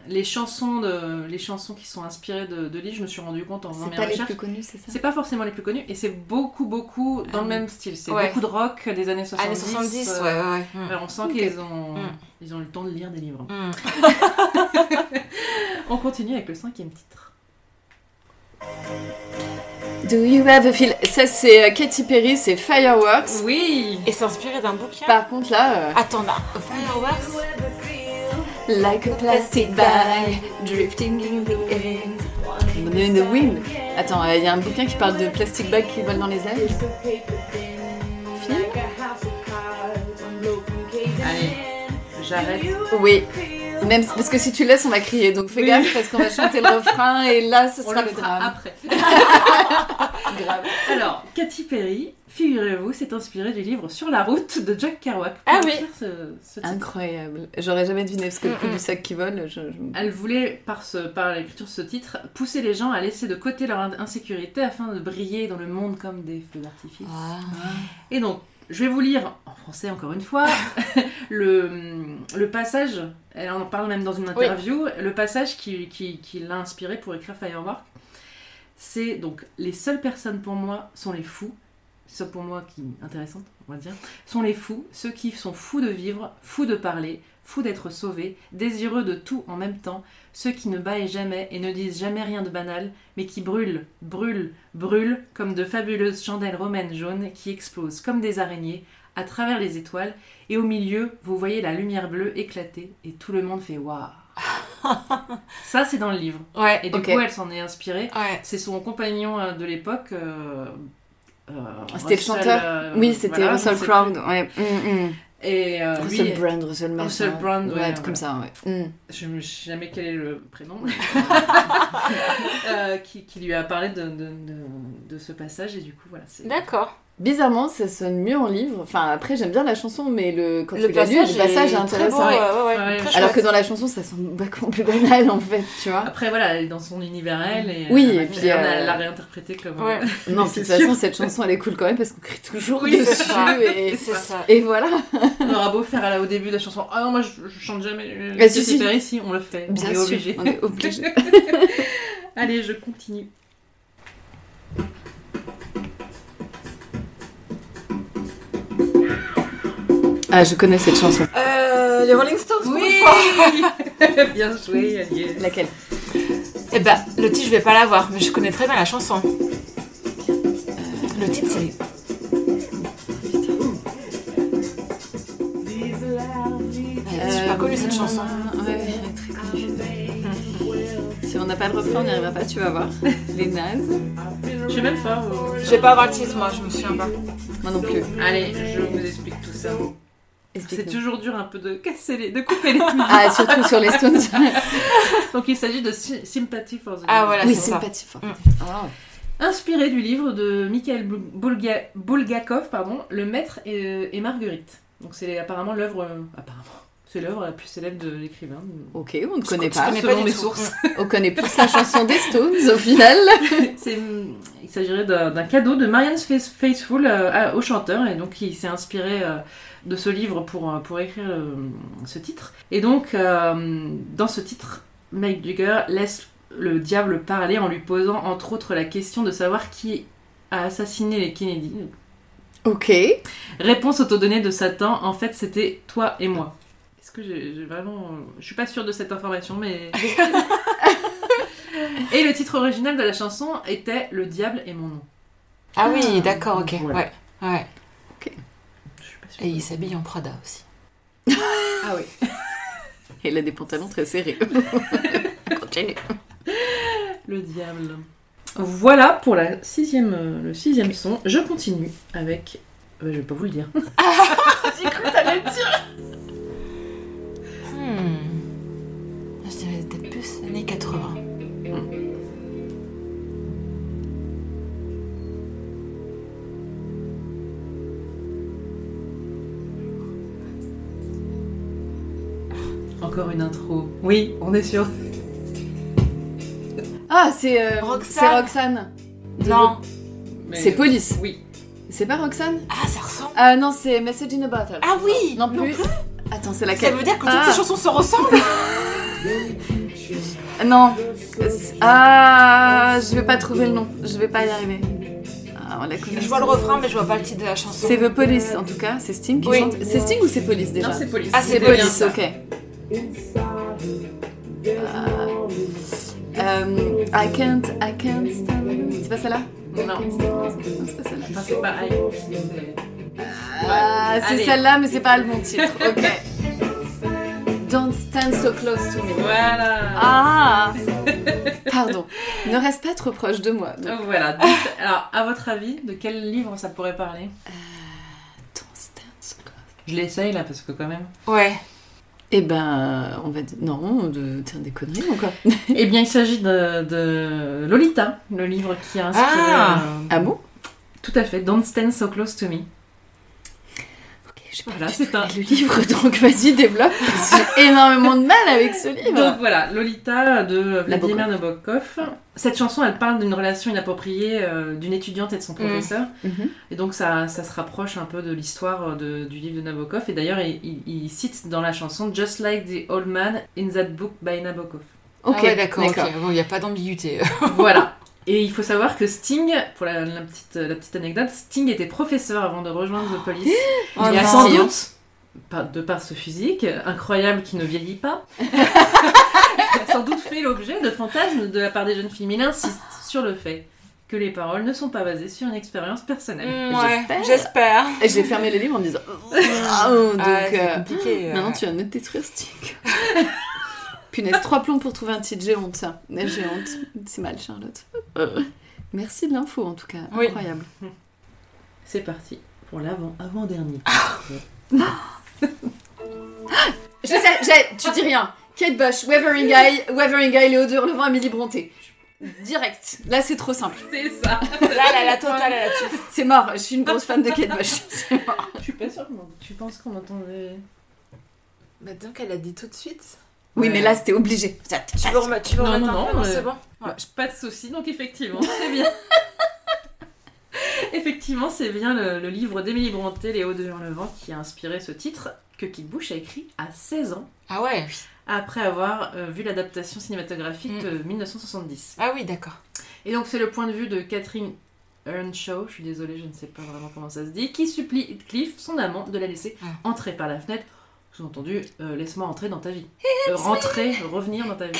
Speaker 3: les, chansons de, les chansons qui sont inspirées de, de Lee, je me suis rendu compte en faisant
Speaker 1: C'est
Speaker 3: mes
Speaker 1: pas les
Speaker 3: recherches.
Speaker 1: plus connus, c'est ça
Speaker 3: C'est pas forcément les plus connus et c'est beaucoup, beaucoup dans
Speaker 2: Ah,
Speaker 3: le même style. C'est
Speaker 2: ouais.
Speaker 3: beaucoup de rock des années 70.
Speaker 2: Années 70,
Speaker 3: euh,
Speaker 2: ouais, ouais, ouais. Mm.
Speaker 3: alors on sent
Speaker 1: Ok.
Speaker 3: qu'ils ont,
Speaker 2: Mm.
Speaker 3: ils ont eu le temps de lire des livres.
Speaker 2: Mm.
Speaker 3: On continue avec le cinquième titre.
Speaker 1: Do you have a feel Ça, c'est euh, Katy Perry, c'est Fireworks.
Speaker 3: Oui
Speaker 2: Et c'est inspiré d'un bouquin.
Speaker 1: Par contre, là, euh,
Speaker 2: Attends, là, Fireworks
Speaker 1: Like a plastic bag drifting in the wind. On est in the wind. Attends, il y a un bouquin qui parle de plastic bag qui vole dans les airs. Film
Speaker 3: Allez, j'arrête.
Speaker 1: Oui. Même parce que si tu laisses, on va crier. Donc fais
Speaker 3: Oui.
Speaker 1: gaffe parce qu'on va chanter le refrain et là, ce
Speaker 3: On
Speaker 1: sera
Speaker 3: le
Speaker 1: le
Speaker 3: mettra
Speaker 1: drame.
Speaker 3: après.
Speaker 1: Grave.
Speaker 3: Alors, Katy Perry, figurez-vous, s'est inspirée du livre Sur la route de Jack Kerouac. pour
Speaker 2: Ah oui.
Speaker 3: écrire ce- ce titre.
Speaker 1: Incroyable. J'aurais jamais deviné parce que le coup
Speaker 3: Mm,
Speaker 1: du sac qui vole, je. je-
Speaker 3: Elle voulait, par, ce- par l'écriture de ce titre, pousser les gens à laisser de côté leur in- insécurité afin de briller dans le monde comme des feux d'artifice.
Speaker 2: Ah.
Speaker 3: Et donc, je vais vous lire en français encore une fois le, le passage, elle en parle même dans une interview, le passage qui, qui- qui l'a inspiré pour écrire Firework. C'est donc les seules personnes pour moi sont les fous, sauf pour moi qui intéressante, on va dire, sont les fous, ceux qui sont fous de vivre, fous de parler, fous d'être sauvés, désireux de tout en même temps, ceux qui ne baillent jamais et ne disent jamais rien de banal, mais qui brûlent, brûlent, brûlent comme de fabuleuses chandelles romaines jaunes qui explosent comme des araignées à travers les étoiles, et au milieu, vous voyez la lumière bleue éclater, et tout le monde fait waouh. Ça, c'est dans le livre.
Speaker 2: Ouais,
Speaker 3: Et du
Speaker 1: Ok.
Speaker 3: coup, elle s'en est inspirée.
Speaker 2: ouais.
Speaker 3: C'est son compagnon euh, de l'époque. euh, euh,
Speaker 1: Ah, C'était le
Speaker 3: Russell,
Speaker 1: chanteur.
Speaker 3: euh,
Speaker 1: Oui, c'était
Speaker 3: voilà,
Speaker 1: Russell
Speaker 3: je sais
Speaker 1: Crowe.
Speaker 3: plus.
Speaker 1: Ouais. Mm, mm.
Speaker 3: Et euh, lui,
Speaker 1: Russell Brand, Russell Martin.
Speaker 3: Russell Brand, ouais,
Speaker 1: tout comme ça, ouais. Mm.
Speaker 3: je ne sais jamais quel est le prénom, mais- Euh, qui, qui lui a parlé de, de- de- de ce passage. Et du coup, voilà. c'est-
Speaker 2: D'accord.
Speaker 1: Bizarrement, ça sonne mieux en livre. Enfin, après, j'aime bien la chanson, mais le, quand
Speaker 2: Le
Speaker 1: tu l'as lu,
Speaker 2: passage,
Speaker 1: le passage est
Speaker 2: est très beau,
Speaker 1: intéressant.
Speaker 2: ouais,
Speaker 3: euh,
Speaker 2: ouais, ouais.
Speaker 3: Ouais.
Speaker 2: Très
Speaker 1: Alors que
Speaker 2: chouette.
Speaker 1: dans la chanson, ça semble vachement plus banal, en fait, tu vois.
Speaker 3: Après, voilà, elle est dans son univers, elle. Et,
Speaker 1: Oui,
Speaker 3: euh,
Speaker 1: et puis,
Speaker 3: on a-
Speaker 1: euh,
Speaker 3: l'a réinterprété comme. euh,
Speaker 2: Ouais.
Speaker 1: Non, de
Speaker 3: Ah, C'est
Speaker 1: toute façon, cette chanson, elle est cool quand même parce qu'on crie toujours
Speaker 3: Oui, c'est
Speaker 1: dessus.
Speaker 2: ça.
Speaker 1: Et...
Speaker 2: C'est ça.
Speaker 1: et voilà.
Speaker 3: On aura beau faire à la- au début de la chanson Ah non, moi je, je chante jamais. euh,
Speaker 1: Mais si, Bah,
Speaker 3: Katy
Speaker 1: si.
Speaker 3: Perry, si, on le fait. on
Speaker 1: Bien
Speaker 3: est
Speaker 1: sûr,
Speaker 3: obligé.
Speaker 1: on est obligé.
Speaker 3: Allez, je continue.
Speaker 1: Ah, je connais cette chanson.
Speaker 2: Euh, les Rolling Stones, pour une fois.
Speaker 3: Bien joué, Agnès.
Speaker 1: Laquelle
Speaker 2: Eh ben, le titre, je vais pas l'avoir, mais je connais très bien la chanson. Euh, Le titre, c'est.
Speaker 1: Euh,
Speaker 2: Elle est super connue cette chanson.
Speaker 1: Ouais, elle est très connue. Si on n'a pas le refrain, on n'y arrivera pas, tu vas voir. Les nazes.
Speaker 3: Je sais même pas. euh,
Speaker 2: Je vais pas avoir le titre, moi, je me souviens pas.
Speaker 1: Moi non plus.
Speaker 3: Allez, je vous explique tout ça. C'est
Speaker 1: Explique-nous.
Speaker 3: toujours dur un peu de casser les, de couper les musiques.
Speaker 1: Ah, surtout sur les Stones.
Speaker 3: Donc il s'agit de Sy- Sympathy for the
Speaker 2: Ah,
Speaker 3: Devil.
Speaker 2: voilà,
Speaker 1: oui,
Speaker 2: c'est ça.
Speaker 1: sympathique.
Speaker 2: Mm.
Speaker 1: Ah,
Speaker 3: Inspiré du livre de Mikhail Bul- Bulga- Bulgakov, pardon, Le Maître et, et Marguerite. Donc c'est apparemment l'œuvre, euh, apparemment, c'est l'œuvre la plus célèbre de l'écrivain.
Speaker 1: ok, on ne
Speaker 2: Je
Speaker 1: connaît
Speaker 2: je
Speaker 1: pas.
Speaker 2: connais
Speaker 3: selon
Speaker 2: du
Speaker 3: mes
Speaker 2: tout.
Speaker 3: sources.
Speaker 1: On connaît plus la chanson des Stones au final.
Speaker 3: C'est- il s'agirait d'un d'un cadeau de Marianne Faith- Faithfull euh, à- au chanteur et donc il s'est inspiré euh, de ce livre pour, euh, pour écrire euh, ce titre. Et donc euh, dans ce titre, Mike Dugger laisse le diable parler en lui posant entre autres la question de savoir qui a assassiné les Kennedy.
Speaker 1: Ok.
Speaker 3: Réponse autodonnée de Satan, en fait c'était toi et moi. Est-ce que j'ai j'ai vraiment... Je suis pas sûre de cette information, mais... et le titre original de la chanson était Le diable est mon nom.
Speaker 2: Ah oui, d'accord, ok.
Speaker 3: Voilà.
Speaker 2: Ouais. Ouais.
Speaker 3: Je suis pas sûre.
Speaker 2: Et il s'habille en Prada aussi.
Speaker 3: Ah oui.
Speaker 1: Elle a des pantalons très serrés. Continue.
Speaker 3: Le diable. Voilà pour la sixième, euh, le sixième son. Je continue avec. euh, je vais pas vous le dire.
Speaker 1: Euh.
Speaker 2: Hmm. Je dirais peut-être plus années 80.
Speaker 3: Encore une intro. Oui, on est sûr.
Speaker 1: Ah, c'est euh,
Speaker 2: Roxane.
Speaker 1: c'est Roxane. De-
Speaker 2: Non.
Speaker 1: C'est Police.
Speaker 3: Oui.
Speaker 1: C'est pas Roxane
Speaker 2: Ah, ça ressemble.
Speaker 1: Ah non, c'est Message in a Bottle.
Speaker 2: Ah oui
Speaker 1: non plus. Attends, c'est
Speaker 2: Ça
Speaker 1: laquelle
Speaker 2: veut dire que toutes
Speaker 1: Ah.
Speaker 2: ces chansons se ressemblent
Speaker 1: Non. C'est- Ah, je vais pas trouver le nom. Je vais pas y arriver. Ah, on la connaît.
Speaker 2: Je vois le refrain, mais je vois pas le titre de la chanson.
Speaker 1: C'est The Police en tout cas, c'est Sting qui
Speaker 2: Oui.
Speaker 1: chante. C'est Sting ou c'est Police déjà
Speaker 3: Non, c'est Police.
Speaker 2: Ah, c'est
Speaker 1: C'est
Speaker 2: Police,
Speaker 1: Police,
Speaker 2: ça.
Speaker 1: ok. Euh, euh, I can't, I can't. stand- C'est pas celle-là
Speaker 3: Non.
Speaker 1: Non, c'est pas celle-là.
Speaker 3: Enfin, c'est pas Aïe. C'est-
Speaker 1: Ah, c'est
Speaker 3: allez.
Speaker 1: celle-là, mais c'est pas le bon titre. Ok. Don't stand so close to me.
Speaker 3: Voilà.
Speaker 1: Ah Pardon. Ne reste pas trop proche de moi. Donc,
Speaker 3: Donc Voilà. Dites- Alors, à votre avis, de quel livre ça pourrait parler
Speaker 1: don't stand so close.
Speaker 3: Je l'essaye là parce que quand même.
Speaker 2: Ouais.
Speaker 1: Eh ben, on va dire. Non, de... tiens, des conneries ou
Speaker 2: Mm-hmm.
Speaker 1: quoi
Speaker 3: eh bien, il s'agit de, de Lolita, le livre qui a inspiré.
Speaker 2: Ah.
Speaker 3: euh,
Speaker 1: Ah bon
Speaker 3: Tout à fait. Don't stand so close to me.
Speaker 1: Ok, je
Speaker 3: Voilà, c'est un.
Speaker 1: le livre, donc vas-y, développe. parce que J'ai énormément de mal avec ce livre.
Speaker 3: Donc voilà, Lolita de Vladimir Nabokov. Cette chanson, elle parle d'une relation inappropriée euh, d'une étudiante et de son professeur.
Speaker 1: Mhm.
Speaker 3: Et donc ça, ça se rapproche un peu de l'histoire euh, de- du livre de Nabokov. Et d'ailleurs, il, il- il cite dans la chanson Just like the old man in that book by Nabokov.
Speaker 1: Ok,
Speaker 2: Ah ouais, d'accord. ok. Bon, il n'y a pas d'ambiguïté.
Speaker 3: voilà. Et il faut savoir que Sting, pour la, la petite, la petite anecdote, Sting était professeur avant de rejoindre The Police.
Speaker 2: Oh
Speaker 3: il
Speaker 2: non.
Speaker 3: a sans doute, par- de par ce physique incroyable qui ne vieillit pas, il a sans doute fait l'objet de fantasmes de la part des jeunes filles. Mais il insiste sur le fait que les paroles ne sont pas basées sur une expérience personnelle.
Speaker 2: Hmm, ouais,
Speaker 1: J'espère.
Speaker 2: j'espère.
Speaker 1: Et j'ai fermé le livre en me disant. Oh, donc,
Speaker 2: Ah, c'est
Speaker 1: euh,
Speaker 2: compliqué. euh.
Speaker 1: maintenant tu vas me détruire Sting. Punaise, trois plombs pour trouver un titre, j'ai honte ça. J'ai honte. C'est mal, Charlotte. Euh, Merci de l'info en tout cas,
Speaker 2: Oui.
Speaker 1: incroyable.
Speaker 3: C'est parti pour l'avant avant dernier.
Speaker 1: Je sais, j'ai- tu dis rien. Kate Bush, Weathering Eye, Weathering Eye, Léo de Hurlevent, Amélie Bronté. Direct. Là, c'est trop simple.
Speaker 3: C'est ça.
Speaker 2: Là, là, la totale, là, là-dessus.
Speaker 1: C'est mort. Je suis une grosse fan de Kate Bush. C'est mort.
Speaker 3: Je suis pas sûre. que m'en- Tu penses qu'on m'entendait
Speaker 2: Bah, donc, elle a dit tout de suite.
Speaker 1: Oui,
Speaker 3: Ouais.
Speaker 1: mais là, c'était obligé.
Speaker 2: Tu veux remettre tu veux
Speaker 3: Non,
Speaker 2: remettre
Speaker 3: non,
Speaker 2: un
Speaker 3: non,
Speaker 2: peu
Speaker 3: mais-
Speaker 2: c'est bon. Ouais.
Speaker 3: Pas de souci, donc effectivement, c'est bien. effectivement, c'est bien le, le livre d'Émilie Bronté, Léo de Hurlevent, qui a inspiré ce titre que Kate Bush a écrit à 16 ans
Speaker 2: Ah ouais
Speaker 3: après avoir euh, vu l'adaptation cinématographique de 1970.
Speaker 2: Ah oui, d'accord.
Speaker 3: Mm. Et donc c'est le point de vue de Catherine Earnshaw, je suis désolée, je ne sais pas vraiment comment ça se dit, qui supplie Heathcliff, son amant, de la laisser
Speaker 2: Ah.
Speaker 3: entrer par la fenêtre. Sous-entendu, euh, laisse-moi entrer dans ta vie. Euh, rentrer, revenir dans ta vie.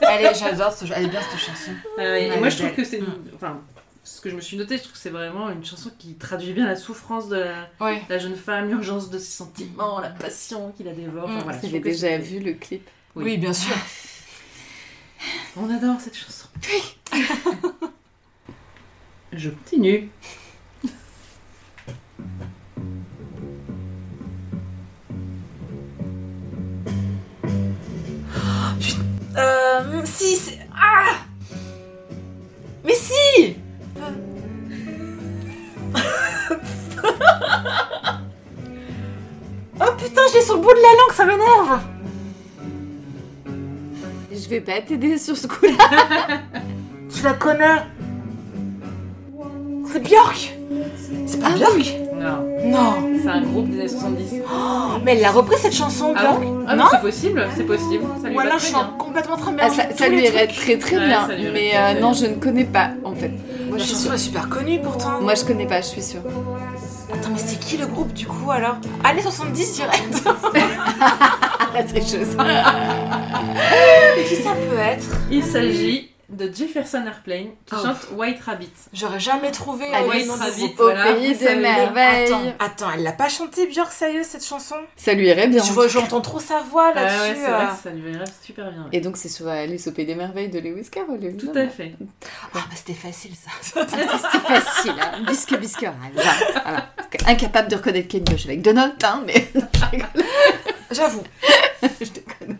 Speaker 2: Allez, j'adore ce... Elle est bien cette chanson.
Speaker 3: Euh, et
Speaker 2: Ouais,
Speaker 3: moi, je
Speaker 2: belle.
Speaker 3: trouve que c'est.
Speaker 2: Mm.
Speaker 3: Enfin, ce que je me suis noté, je trouve que c'est vraiment une chanson qui traduit bien la souffrance de la,
Speaker 2: Ouais.
Speaker 3: la jeune femme, l'urgence de ses sentiments, la passion qui la dévore. Enfin,
Speaker 2: Mm.
Speaker 3: voilà, je
Speaker 1: J'avais
Speaker 3: trouve que
Speaker 1: déjà
Speaker 3: c'était-
Speaker 1: vu le clip.
Speaker 3: Oui.
Speaker 2: Oui. bien sûr.
Speaker 3: On adore cette chanson. je continue.
Speaker 2: Euh, si, c'est... Ah Mais si Oh putain, je l'ai sur le bout de la langue, ça m'énerve
Speaker 1: Je vais pas t'aider sur ce coup-là.
Speaker 2: Tu la connais C'est Björk C'est
Speaker 1: Ah
Speaker 2: pas Björk
Speaker 3: Non,
Speaker 2: Non
Speaker 3: c'est un groupe des années 70.
Speaker 2: Mais elle a repris cette chanson,
Speaker 3: Ah
Speaker 2: Björk
Speaker 3: bon Ah, mais
Speaker 2: Non
Speaker 3: c'est possible, c'est possible. Ça lui
Speaker 2: Ou
Speaker 3: va
Speaker 2: alors je
Speaker 3: très
Speaker 2: suis
Speaker 3: bien.
Speaker 2: complètement en train de
Speaker 1: Ah,
Speaker 2: mélanger
Speaker 1: ça, ça
Speaker 2: tous
Speaker 1: lui
Speaker 2: les
Speaker 1: irait
Speaker 2: trucs.
Speaker 1: très très
Speaker 3: Ouais,
Speaker 1: bien.
Speaker 3: ça lui irait
Speaker 1: Mais
Speaker 3: très
Speaker 1: euh,
Speaker 3: bien.
Speaker 1: non, je ne connais pas en fait. Moi,
Speaker 2: La
Speaker 1: je suis sûre.
Speaker 2: chanson est super connue pourtant.
Speaker 1: Moi, je connais pas, je suis sûre.
Speaker 2: Attends, mais c'est qui le groupe du coup alors Année 70 direct
Speaker 1: Ah, la tricheuse.
Speaker 2: Qui ça peut être
Speaker 3: Il s'agit de Jefferson Airplane qui
Speaker 2: Oh.
Speaker 3: chante White Rabbit.
Speaker 2: J'aurais jamais trouvé
Speaker 3: Ah
Speaker 2: euh,
Speaker 3: oui,
Speaker 2: le nom
Speaker 3: ça
Speaker 2: du
Speaker 3: vit.
Speaker 2: groupe.
Speaker 1: Au
Speaker 3: voilà,
Speaker 1: pays
Speaker 3: vous savez.
Speaker 1: des merveilles.
Speaker 2: Attends, attends, elle l'a pas chanté Björk sérieux cette chanson
Speaker 1: Ça lui irait bien.
Speaker 2: Je vois, j'entends trop sa voix
Speaker 3: Ah ouais,
Speaker 2: là-dessus.
Speaker 3: c'est vrai
Speaker 2: euh.
Speaker 3: que ça lui irait super bien. ouais.
Speaker 1: Et donc c'est sur euh, Alice au pays des merveilles de Lewis Carroll.
Speaker 3: Tout
Speaker 1: évidemment. Ah,
Speaker 3: à fait.
Speaker 2: Ah bah c'était facile ça.
Speaker 1: C'est facile, hein. bisque bisque. hein. Voilà, voilà. Parce que Incapable de reconnaître Kate Bush avec deux notes, hein, mais
Speaker 2: J'avoue.
Speaker 1: je te connais.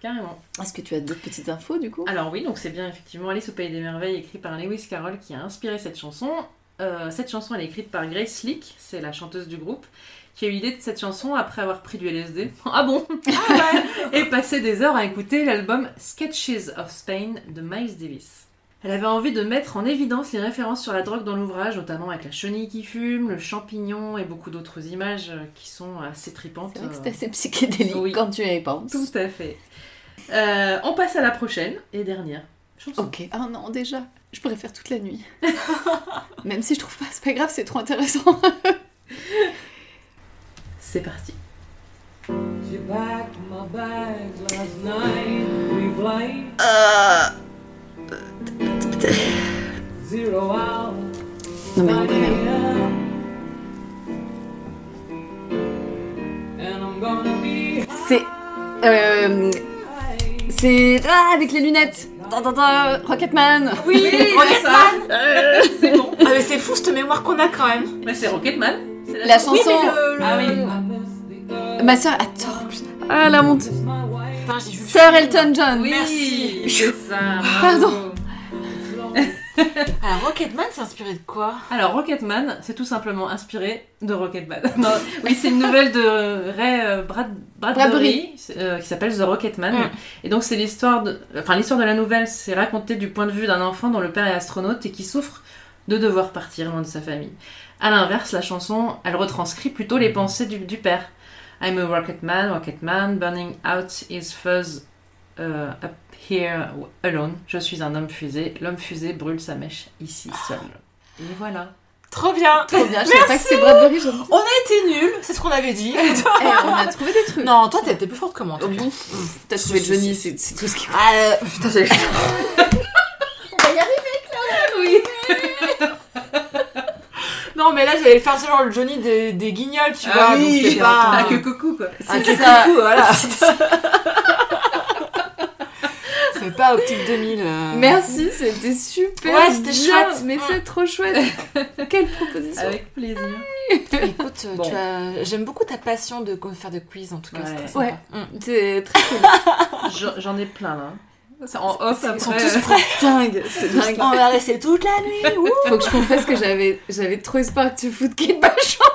Speaker 3: Carrément.
Speaker 1: Est-ce que tu as d'autres petites infos du coup
Speaker 3: Alors oui, donc c'est bien effectivement Alice au Pays des Merveilles, écrit par Lewis Carroll, qui a inspiré cette chanson. Euh, cette chanson, elle est écrite par Grace Leak, c'est la chanteuse du groupe, qui a eu l'idée de cette chanson après avoir pris du LSD. Ah bon Et passé des heures à écouter l'album Sketches of Spain de Miles Davis. Elle avait envie de mettre en évidence les références sur la drogue dans l'ouvrage, notamment avec la chenille qui fume, le champignon et beaucoup d'autres images euh, qui sont assez tripantes.
Speaker 1: C'est vrai que c'est
Speaker 3: euh,
Speaker 1: assez psychédélique
Speaker 3: oui.
Speaker 1: quand tu y penses.
Speaker 3: Tout à fait. Euh, on passe à la prochaine et dernière chanson.
Speaker 1: Ok. Ah non, déjà, je pourrais faire toute la nuit. Même si je trouve pas, c'est pas grave, c'est trop intéressant.
Speaker 3: C'est parti.
Speaker 5: She packed my bags last night. We've late. Zero hour.
Speaker 1: Non mais on
Speaker 5: 9
Speaker 1: connaît.
Speaker 5: a.m. And I'm gonna be
Speaker 1: C'est. Euh, c'est. Ah, avec les lunettes Tan, tan, tan, Rocketman
Speaker 2: Oui, c'est ça.
Speaker 3: euh, C'est bon.
Speaker 2: Ah mais c'est fou cette mémoire qu'on a quand même.
Speaker 3: Bah, c'est Rocketman. C'est
Speaker 1: La chanson
Speaker 2: Oui, mais le, le-
Speaker 3: Ah oui.
Speaker 5: I miss the earth.
Speaker 1: Ma soeur. Attends, ah la honte
Speaker 5: Miss my wife.
Speaker 2: Putain, j'ai vu le
Speaker 1: Sir
Speaker 2: film.
Speaker 1: Elton John
Speaker 3: Oui,
Speaker 2: Merci.
Speaker 3: c'est ça.
Speaker 1: Pardon.
Speaker 3: bravo.
Speaker 2: Alors Rocketman s'est inspiré de quoi
Speaker 3: Alors Rocketman, c'est tout simplement inspiré de Rocketman. Non, oui, c'est une nouvelle de Ray euh, Brad- Bradbury euh, qui s'appelle The Rocketman.
Speaker 2: Mm.
Speaker 3: Et donc c'est l'histoire de, enfin l'histoire de la nouvelle, c'est raconté du point de vue d'un enfant dont le père est astronaute et qui souffre de devoir partir loin de sa famille. À l'inverse, la chanson, elle retranscrit plutôt les pensées du, du père. I'm a Rocketman, Rocketman, burning out his fuzz euh, up here alone. Je suis un homme fusée, l'homme fusée brûle sa mèche ici seul. Et voilà.
Speaker 2: Trop bien.
Speaker 1: Trop bien, je savais pas que c'était Bradbury, je
Speaker 2: On a été nuls, c'est ce qu'on avait dit.
Speaker 1: Eh, on a trouvé des trucs
Speaker 2: non, toi t'es t'es plus forte que moi. en tout
Speaker 1: Au
Speaker 2: cas.
Speaker 1: bout, t'as trouvé Johnny, c'est c'est tout ce qui
Speaker 2: Ah, euh, putain, j'ai-
Speaker 1: On va y arriver
Speaker 2: Non, mais là, j'allais le faire selon le Johnny des, des guignols, tu vois. donc c'est pas.
Speaker 3: Ah, que coucou quoi.
Speaker 2: Ah,
Speaker 1: C'est
Speaker 2: c'est
Speaker 1: ça.
Speaker 2: coucou, voilà. c'est pas Optique 2000. euh.
Speaker 1: Merci, c'était super
Speaker 2: Ouais, c'était
Speaker 1: bien,
Speaker 2: chouette. Mm.
Speaker 1: Mais c'est trop chouette Quelle proposition
Speaker 3: Avec plaisir.
Speaker 2: Écoute, euh,
Speaker 3: Bon.
Speaker 2: tu as- j'aime beaucoup ta passion de co- faire de quiz, en tout cas. c'est très
Speaker 1: Ouais.
Speaker 2: sympa. Mm.
Speaker 1: C'est très
Speaker 3: Je- J'en ai plein là. C'est En off après.
Speaker 2: Ils sont tous prêts.
Speaker 1: dingue, c'est dingue.
Speaker 2: On va rester toute la nuit. ouh. ah,
Speaker 1: Faut que je confesse que j'avais j'avais trop espoir que tu foutes Kate Bush.
Speaker 3: Bah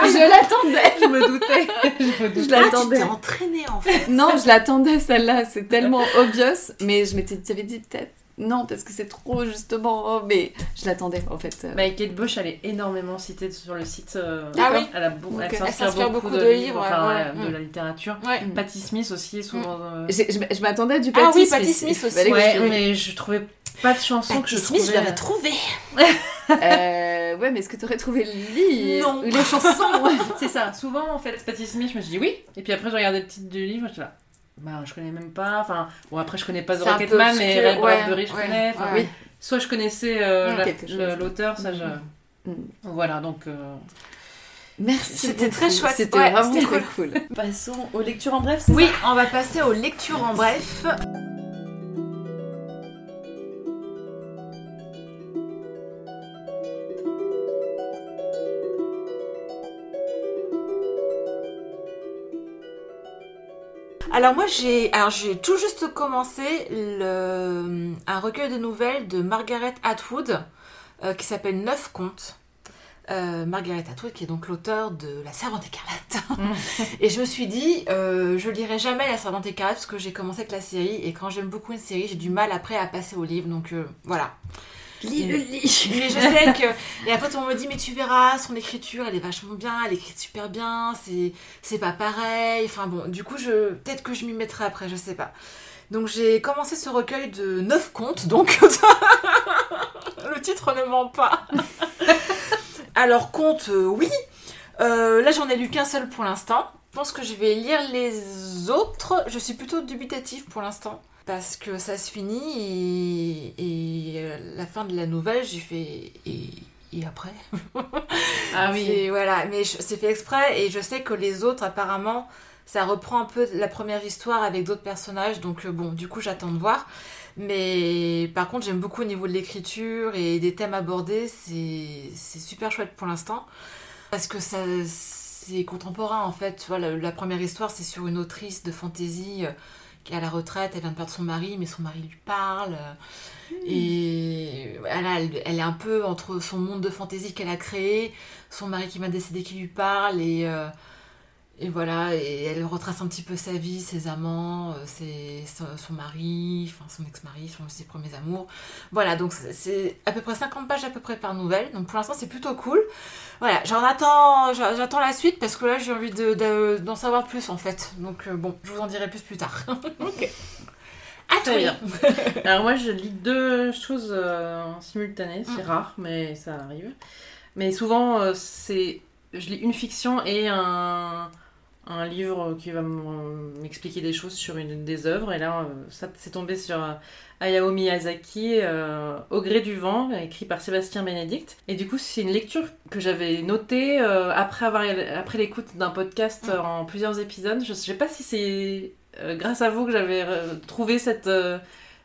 Speaker 3: oui,
Speaker 1: Je l'attendais.
Speaker 3: je me doutais. Je me doutais.
Speaker 1: Je
Speaker 2: Ah, tu
Speaker 1: l'attendais.
Speaker 2: t'es entraîné en fait.
Speaker 1: Non, je l'attendais celle-là, c'est tellement obvious, mais je m'étais j'avais dit peut-être non parce que c'est trop justement, oh, mais je l'attendais en fait. euh.
Speaker 3: Mais Bah, Kate Bush, elle est énormément citée sur le site. euh,
Speaker 2: Ah oui.
Speaker 3: Elle, a beau- elle
Speaker 1: Ok.
Speaker 2: Elle
Speaker 3: s'inspire
Speaker 2: s'inspire
Speaker 3: beaucoup,
Speaker 2: beaucoup
Speaker 3: de,
Speaker 2: de
Speaker 3: livres,
Speaker 2: livres,
Speaker 3: enfin,
Speaker 2: ouais,
Speaker 3: ouais, Mm.
Speaker 2: ouais.
Speaker 3: de la littérature.
Speaker 2: Ouais.
Speaker 3: Patty Smith aussi est souvent. euh,
Speaker 1: J'ai- Je, je m'attendais à du Patty
Speaker 2: Ah oui,
Speaker 1: Smith.
Speaker 2: Patti Smith
Speaker 1: Il
Speaker 2: aussi.
Speaker 1: fallait que
Speaker 3: Ouais,
Speaker 1: je-
Speaker 3: mais je trouvais pas de chanson que
Speaker 2: Patti
Speaker 3: je
Speaker 2: Smith, je
Speaker 3: trouvais.
Speaker 2: l'avais trouvé.
Speaker 1: Euh, ouais, mais est-ce que t'aurais trouvé le livre
Speaker 2: Non.
Speaker 1: ou les chansons
Speaker 3: C'est ça. Souvent, en fait, Patty Smith, je me dis oui. Et puis après, je regardais le titre du livre, je suis là. Bah, je connais même pas. Enfin, bon, après, je connais pas The
Speaker 2: C'est un peu
Speaker 3: Rocketman, mais
Speaker 2: obscur,
Speaker 3: Ray
Speaker 2: ouais,
Speaker 3: Bradbury, je
Speaker 2: ouais, Ah
Speaker 3: connais. Enfin,
Speaker 2: ouais.
Speaker 3: oui. Soit je connaissais euh,
Speaker 2: Mm,
Speaker 3: la-
Speaker 1: quelque chose.
Speaker 3: le- l'auteur, ça, je.
Speaker 1: Mm.
Speaker 3: Voilà, donc. euh,
Speaker 1: Merci.
Speaker 2: C'était
Speaker 1: beaucoup.
Speaker 2: très chouette.
Speaker 1: C'était
Speaker 2: Ouais,
Speaker 1: vraiment
Speaker 2: c'était
Speaker 1: très cool. Passons aux lectures en bref.
Speaker 2: Oui, on va passer aux lectures en bref. Alors moi j'ai alors j'ai tout juste commencé le- un recueil de nouvelles de Margaret Atwood euh, qui s'appelle Neuf contes. Euh, Margaret Atwood qui est donc l'auteur de La Servante écarlate. Et je me suis dit, euh, je lirai jamais La Servante écarlate parce que j'ai commencé avec la série et quand j'aime beaucoup une série, j'ai du mal après à passer au livre. Donc euh, voilà.
Speaker 1: Lis le livre.
Speaker 2: Mais je sais que. Et après, on me dit, mais tu verras, son écriture, elle est vachement bien, elle écrit super bien, c'est, c'est pas pareil. Enfin bon, du coup, je, peut-être que je m'y mettrai après, je sais pas. Donc j'ai commencé ce recueil de 9 contes, donc. Le titre ne ment pas. Alors, conte, euh, oui. Euh, là, j'en ai lu qu'un seul pour l'instant. Je pense que je vais lire les autres. Je suis plutôt dubitative pour l'instant. parce que ça se finit et, et, euh, la fin de la nouvelle, j'ai fait et, et après.
Speaker 3: Ah oui.
Speaker 2: C'est- voilà, mais je- c'est fait exprès et je sais que les autres apparemment ça reprend un peu la première histoire avec d'autres personnages donc euh, bon du coup j'attends de voir. Mais par contre j'aime beaucoup au niveau de l'écriture et des thèmes abordés c'est c'est super chouette pour l'instant parce que ça c'est contemporain en fait. Tu vois, la, la première histoire c'est sur une autrice de fantasy euh, qui est à la retraite, elle vient de perdre son mari mais son mari lui parle. euh, et voilà, elle, elle est un peu entre son monde de fantaisie qu'elle a créé, son mari qui m'a décédé qui lui parle, et, euh, et voilà, et elle retrace un petit peu sa vie, ses amants, euh, ses, son, son mari, enfin son ex-mari, son- ses premiers amours. Voilà, donc c'est- c'est à peu près 50 pages à peu près par nouvelle, donc pour l'instant c'est plutôt cool. Voilà, j'en attends, j'a- j'attends la suite parce que là j'ai envie de- de- d'en savoir plus en fait, donc euh, bon, je vous en dirai plus plus tard.
Speaker 3: Ok.
Speaker 2: À
Speaker 3: Très
Speaker 2: toi.
Speaker 3: bien. Alors moi, je lis deux choses euh, en simultané. C'est
Speaker 2: Mm.
Speaker 3: rare, mais ça arrive. Mais souvent, euh, c'est je lis une fiction et un, un livre qui va m- m'expliquer des choses sur une des œuvres. Et là, euh, ça c'est tombé sur euh, Hayao Miyazaki, euh, Au gré du vent, écrit par Sébastien Bénédicte. Et du coup, c'est une lecture que j'avais notée euh, après avoir après l'écoute d'un podcast euh, en plusieurs épisodes. Je sais pas si c'est euh, grâce à vous que j'avais euh, trouvé cette euh,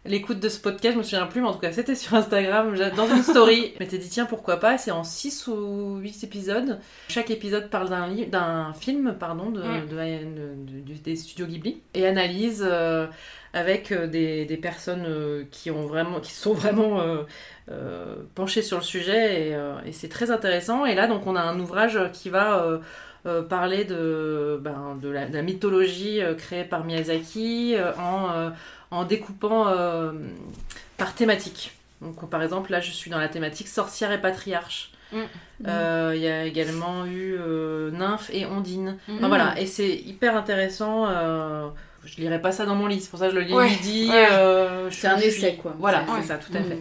Speaker 3: l'écoute de ce podcast, je me souviens plus, mais en tout cas, c'était sur Instagram, j'a- dans une story. je m'étais dit, tiens, pourquoi pas C'est en 6 ou 8 épisodes. Chaque épisode parle d'un livre, d'un film, pardon, de,
Speaker 2: Mm.
Speaker 3: de- de- du- des studios Ghibli et analyse euh, avec euh, des, des personnes euh, qui ont vraiment, qui sont vraiment euh, euh, penchées sur le sujet et, euh, et c'est très intéressant. Et là, donc, on a un ouvrage qui va euh, euh, parler de, ben, de, la, de la mythologie euh, créée par Miyazaki euh, en euh, en découpant euh, par thématique. Donc, par exemple, là, je suis dans la thématique sorcière et patriarche.
Speaker 2: Mm.
Speaker 3: Euh, Il y a également eu euh, nymphe et ondine. Enfin,
Speaker 2: Mm.
Speaker 3: voilà, et c'est hyper intéressant. euh, je lirai pas ça dans mon lit, c'est pour ça que je le lis
Speaker 2: Ouais,
Speaker 3: midi.
Speaker 2: ouais.
Speaker 3: euh, je-
Speaker 1: C'est un
Speaker 3: je
Speaker 1: essai,
Speaker 3: suis-
Speaker 1: quoi.
Speaker 3: Voilà,
Speaker 2: Ouais.
Speaker 3: c'est ça, tout à fait.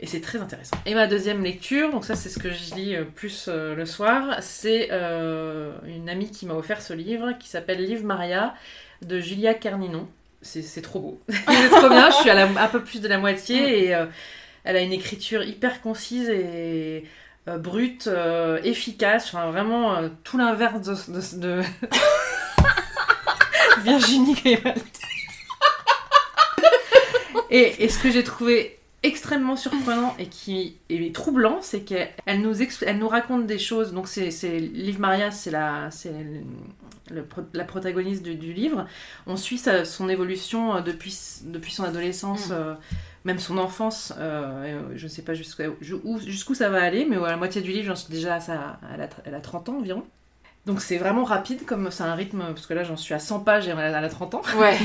Speaker 3: Et c'est très intéressant. Et ma deuxième lecture, donc ça c'est ce que je lis euh, plus euh, le soir, c'est euh, une amie qui m'a offert ce livre qui s'appelle Livre Maria de Julia Carninon. C'est c'est trop beau. c'est trop bien, je suis à la- un peu plus de la
Speaker 1: Mm.
Speaker 3: moitié et euh, elle a une écriture hyper concise et euh, brute, euh, efficace, enfin vraiment euh, tout l'inverse de... de- de- Virginie Grimaldi. Et, et ce que j'ai trouvé extrêmement surprenant et qui est troublant, c'est qu'elle elle nous, expl- elle nous raconte des choses. Donc, c'est c'est- Liv Maria, c'est la, c'est le- le pro- la protagoniste du, du livre. On suit sa- son évolution euh, depuis, depuis son adolescence,
Speaker 2: Mm.
Speaker 3: euh, même son enfance. euh, et, euh, je ne sais pas jusqu'à- ju- où- jusqu'où ça va aller, mais à la moitié du livre, j'en suis déjà à, sa- à la- elle a 30 ans environ. Donc, c'est vraiment rapide, comme c'est un rythme, parce que là, j'en suis à 100 pages et elle a elle a 30 ans.
Speaker 2: Ouais.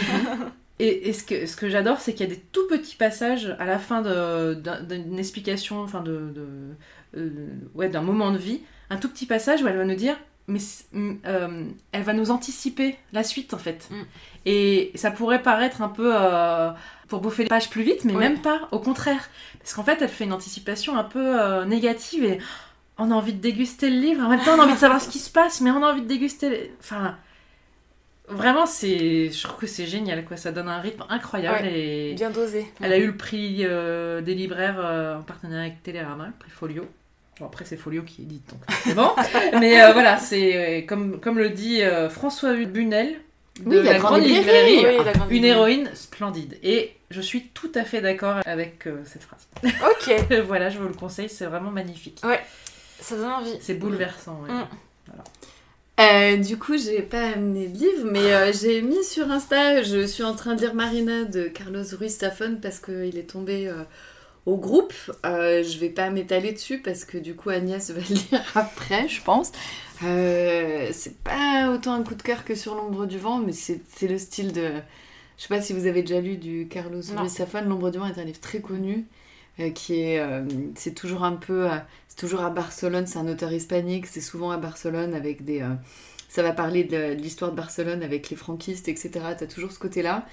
Speaker 3: Et, et ce que, ce que j'adore, c'est qu'il y a des tout petits passages à la fin de- d'un- d'une explication, enfin de, de- euh, ouais, d'un moment de vie, un tout petit passage où elle va nous dire, mais c- mm, euh, elle va nous anticiper la suite en fait.
Speaker 2: Mm.
Speaker 3: Et ça pourrait paraître un peu euh, pour bouffer les pages plus vite, mais
Speaker 2: Ouais.
Speaker 3: même pas, au contraire, parce qu'en fait, elle fait une anticipation un peu euh, négative et on a envie de déguster le livre. En même temps, on a envie de savoir ce qui se passe, mais on a envie de déguster. le- Enfin, vraiment, c'est, je trouve que c'est génial, quoi. Ça donne un rythme incroyable. Et
Speaker 2: Bien dosé.
Speaker 3: elle a eu le prix euh, des libraires euh, en partenariat avec Télérama, le prix Folio. Bon, après, c'est Folio qui édite, donc c'est bon. Mais euh, voilà, c'est euh, comme, comme le dit euh, François Bunel. de
Speaker 1: Oui, la grande librairie.
Speaker 2: Oui, la grande
Speaker 3: Une
Speaker 2: librairie.
Speaker 3: héroïne splendide. Et je suis tout à fait d'accord avec euh, cette phrase. Euh,
Speaker 2: Ok.
Speaker 3: voilà, je vous le conseille, c'est vraiment magnifique.
Speaker 2: Ça donne envie.
Speaker 3: C'est bouleversant. ouais.
Speaker 2: Mm.
Speaker 1: Euh, du coup, j'ai pas amené de livre, mais euh, j'ai mis sur Insta. Je suis en train de lire Marina de Carlos Ruiz Zafón parce qu'il est tombé euh, au groupe. Euh, je vais pas m'étaler dessus parce que du coup, Agnès va le lire après, je pense. Euh, c'est pas autant un coup de cœur que sur l'ombre du vent, mais c'est c'est le style de. Je sais pas si vous avez déjà lu du Carlos
Speaker 2: Non.
Speaker 1: Ruiz Zafón. L'ombre du vent est un livre très connu euh, qui est. euh, c'est toujours un peu. euh, c'est toujours à Barcelone, c'est un auteur hispanique, c'est souvent à Barcelone avec des. euh, ça va parler de, la- de l'histoire de Barcelone avec les franquistes, etc. T'as toujours ce côté-là.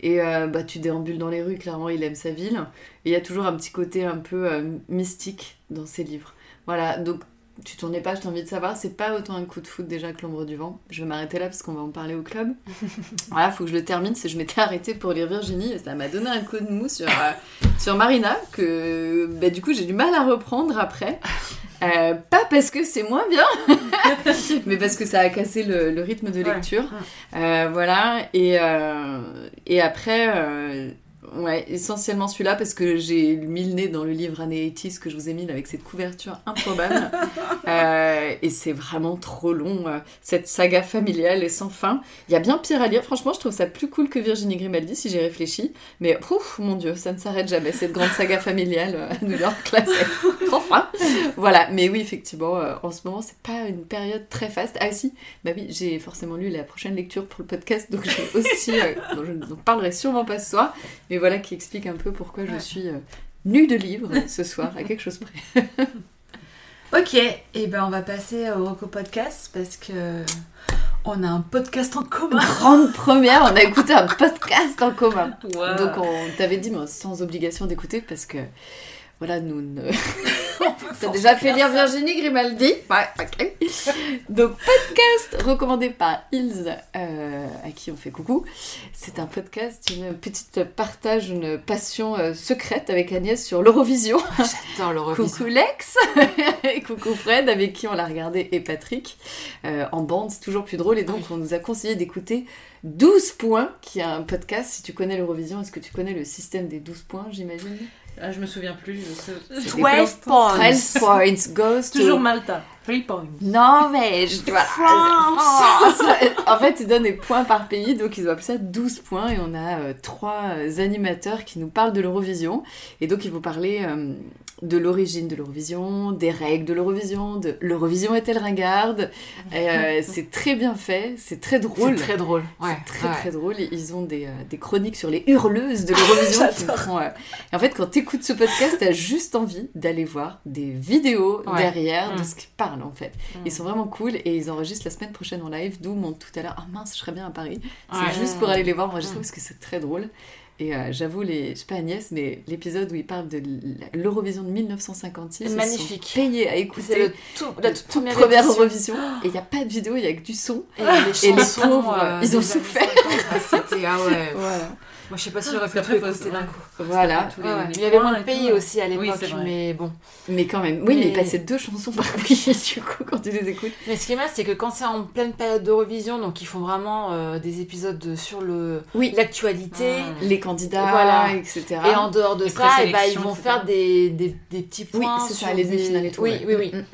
Speaker 1: Et euh, bah, tu déambules dans les rues, clairement, il aime sa ville. Et il y a toujours un petit côté un peu euh, mystique dans ses livres. Voilà, donc tu tournais pas, je t'invite de savoir, c'est pas autant un coup de foot déjà que l'ombre du vent. Je vais m'arrêter là parce qu'on va en parler au club. voilà, faut que je le termine, parce que je m'étais arrêtée pour lire Virginie et ça m'a donné un coup de mou sur, euh, sur Marina que bah, du coup j'ai du mal à reprendre après. Euh, pas parce que c'est moins bien, mais parce que ça a cassé le, le rythme de
Speaker 2: Ouais.
Speaker 1: lecture. Euh, voilà, et, euh, et après, euh, ouais, essentiellement celui-là, parce que j'ai mis le nez dans le livre Année 80 que je vous ai mis là, avec cette couverture improbable. Euh, et c'est vraiment trop long, euh, cette saga familiale et sans fin. Il y a bien pire à lire, franchement, je trouve ça plus cool que Virginie Grimaldi si j'y réfléchis. Mais pouf, mon dieu, ça ne s'arrête jamais, cette grande saga familiale euh, à New York, là, c'est sans fin. Voilà, mais oui, effectivement, euh, en ce moment, c'est pas une période très faste. Ah, si, bah oui, j'ai forcément lu la prochaine lecture pour le podcast, donc j'ai aussi, euh, dont je ne vous parlerai sûrement pas ce soir, mais voilà qui explique un peu pourquoi je
Speaker 2: Ouais.
Speaker 1: suis euh, nue de livres ce soir, à quelque chose près.
Speaker 2: Ok, et ben on va passer au Rocco Podcast parce que on a un podcast en commun.
Speaker 1: Grande première, on a écouté un podcast en commun.
Speaker 3: Wow.
Speaker 1: Donc on t'avait dit, mais sans obligation d'écouter, parce que, voilà, nous ne... T'as déjà fait lire Virginie Grimaldi Ouais, ok. Donc, podcast recommandé par Ilse, euh, à qui on fait coucou. C'est un podcast, une petite partage, une passion euh, secrète avec Agnès sur l'Eurovision.
Speaker 2: J'adore le
Speaker 1: Coucou Lex et coucou Fred, avec qui on l'a regardé, et Patrick. Euh, en bande, c'est toujours plus drôle. Et donc, on nous a conseillé d'écouter 12 points, qui est un podcast. Si tu connais l'Eurovision, est-ce que tu connais le système des 12 points, j'imagine
Speaker 3: Ah, je me souviens plus. je sais-
Speaker 1: C'est
Speaker 2: 12 points.
Speaker 1: 13 points goes to
Speaker 3: Toujours Malta. 3 points.
Speaker 1: Norvège, voilà.
Speaker 2: France.
Speaker 1: France. En fait, ils donnent des points par pays, donc ils ont appelé ça 12 points, et on a euh, trois euh, animateurs qui nous parlent de l'Eurovision, et donc ils vont parler euh, de l'origine de l'Eurovision, des règles de l'Eurovision, de l'Eurovision est-elle ringarde Et, euh, C'est très bien fait, c'est très drôle.
Speaker 2: C'est très drôle.
Speaker 1: C'est
Speaker 2: Ouais,
Speaker 1: très
Speaker 2: ouais.
Speaker 1: très drôle. Ils ont des, euh, des chroniques sur les hurleuses de l'Eurovision. qui me font, euh, et en fait, quand t'écoutes ce podcast, t'as juste envie d'aller voir des vidéos
Speaker 2: Ouais.
Speaker 1: derrière de
Speaker 2: Mm.
Speaker 1: ce qu'ils parlent en fait. Ils sont vraiment cool et ils enregistrent la semaine prochaine en live, d'où mon tout à l'heure. Ah mince, je serais bien à Paris. C'est
Speaker 2: Ouais. Mm.
Speaker 1: juste pour aller les voir enregistrer parce que c'est très drôle. Et euh, j'avoue, les, je sais pas Agnès, mais l'épisode où ils parlent de l'Eurovision de 1956, ils sont
Speaker 2: Magnifique.
Speaker 1: payés à
Speaker 2: C'est
Speaker 1: écouter
Speaker 2: le tout,
Speaker 1: la
Speaker 2: la toute
Speaker 1: première,
Speaker 2: première, édition.
Speaker 1: Eurovision. Et il n'y a pas de vidéo, il n'y a que du son.
Speaker 2: Et les, chansons,
Speaker 1: pauvres, ils
Speaker 2: des
Speaker 1: ont
Speaker 2: années
Speaker 1: souffert.
Speaker 2: 50, ah, C'était ah ouais. pff.
Speaker 1: Voilà.
Speaker 2: Moi je sais pas si j'aurais pu
Speaker 3: Parce qu'après,
Speaker 2: tout
Speaker 3: faut-
Speaker 2: écouter d'un coup.
Speaker 1: Voilà.
Speaker 3: Tous les-
Speaker 2: Ouais, ouais.
Speaker 3: les
Speaker 2: Il y avait
Speaker 3: points
Speaker 2: moins de
Speaker 3: et
Speaker 2: pays
Speaker 3: tout.
Speaker 2: aussi à
Speaker 3: Oui,
Speaker 2: l'époque,
Speaker 3: c'est vrai.
Speaker 2: mais bon.
Speaker 1: Mais quand même, oui, mais
Speaker 2: Mais-
Speaker 1: il passait deux chansons par pays, du coup, quand tu les écoutes.
Speaker 2: Mais ce qui est mal, c'est que quand c'est en pleine période d'Eurovision, donc ils font vraiment euh, des épisodes de- sur le
Speaker 1: Oui.
Speaker 2: l'actualité.
Speaker 1: Les candidats,
Speaker 2: Voilà.
Speaker 1: etc.
Speaker 2: Et en dehors de
Speaker 3: Les
Speaker 2: ça, eh ben, ils
Speaker 3: présélections,
Speaker 2: vont
Speaker 3: etc.
Speaker 2: faire des, des, des petits
Speaker 1: Oui,
Speaker 2: points.
Speaker 1: c'est ça,
Speaker 2: sur
Speaker 1: les
Speaker 2: des-
Speaker 1: demi-finales et tout.
Speaker 2: Oui,
Speaker 1: ouais.
Speaker 2: oui, oui.
Speaker 1: Mm, mm.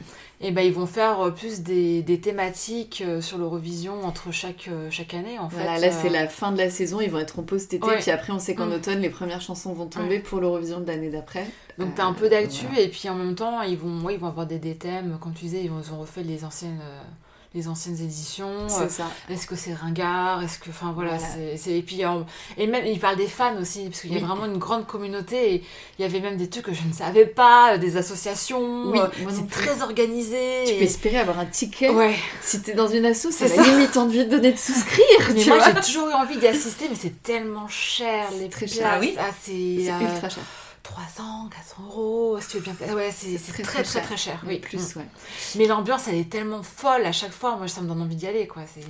Speaker 2: Et ben ils vont faire euh, plus des, des thématiques euh, sur l'Eurovision entre chaque, euh, chaque année, en fait.
Speaker 1: Voilà, là,
Speaker 2: euh,
Speaker 1: c'est la fin de la saison, ils vont être en pause cet été,
Speaker 2: Ouais.
Speaker 1: puis après, on sait qu'en
Speaker 2: Mm.
Speaker 1: automne, les premières chansons vont tomber pour l'Eurovision de l'année d'après.
Speaker 2: Donc t'as
Speaker 1: Euh,
Speaker 2: un peu d'actu
Speaker 1: voilà.
Speaker 2: et puis en même temps ils vont ouais, ils vont avoir des, des thèmes comme tu disais ils ont, ils ont refait les anciennes euh, les anciennes éditions
Speaker 1: C'est ça.
Speaker 2: Euh, est-ce que c'est ringard est-ce que enfin voilà,
Speaker 1: Voilà.
Speaker 2: c'est- c'est et puis euh, et même ils parlent des fans aussi parce qu'il y a
Speaker 1: Oui.
Speaker 2: vraiment une grande communauté et il y avait même des trucs que je ne savais pas euh, des associations
Speaker 1: Oui,
Speaker 2: euh,
Speaker 1: moi non
Speaker 2: c'est
Speaker 1: plus.
Speaker 2: très organisé
Speaker 1: Tu
Speaker 2: et-
Speaker 1: peux espérer avoir un ticket.
Speaker 2: ouais
Speaker 1: Si t'es dans une asso, ça
Speaker 2: C'est
Speaker 1: va
Speaker 2: ça.
Speaker 1: limite envie de donner de souscrire,
Speaker 2: mais
Speaker 1: tu
Speaker 2: moi
Speaker 1: vois.
Speaker 2: j'ai toujours eu envie d'y assister mais c'est tellement cher les
Speaker 1: très
Speaker 2: places.
Speaker 1: cher.
Speaker 3: Ah oui
Speaker 2: ah c'est
Speaker 1: C'est
Speaker 2: euh,
Speaker 1: ultra cher.
Speaker 2: 300 400 euros si tu veux bien pla- ouais c'est c'est très très très, cher oui Mm.
Speaker 1: Plus, ouais.
Speaker 2: Mais l'ambiance, elle est tellement folle à chaque fois. Moi, ça me donne envie d'y aller, quoi. C'est.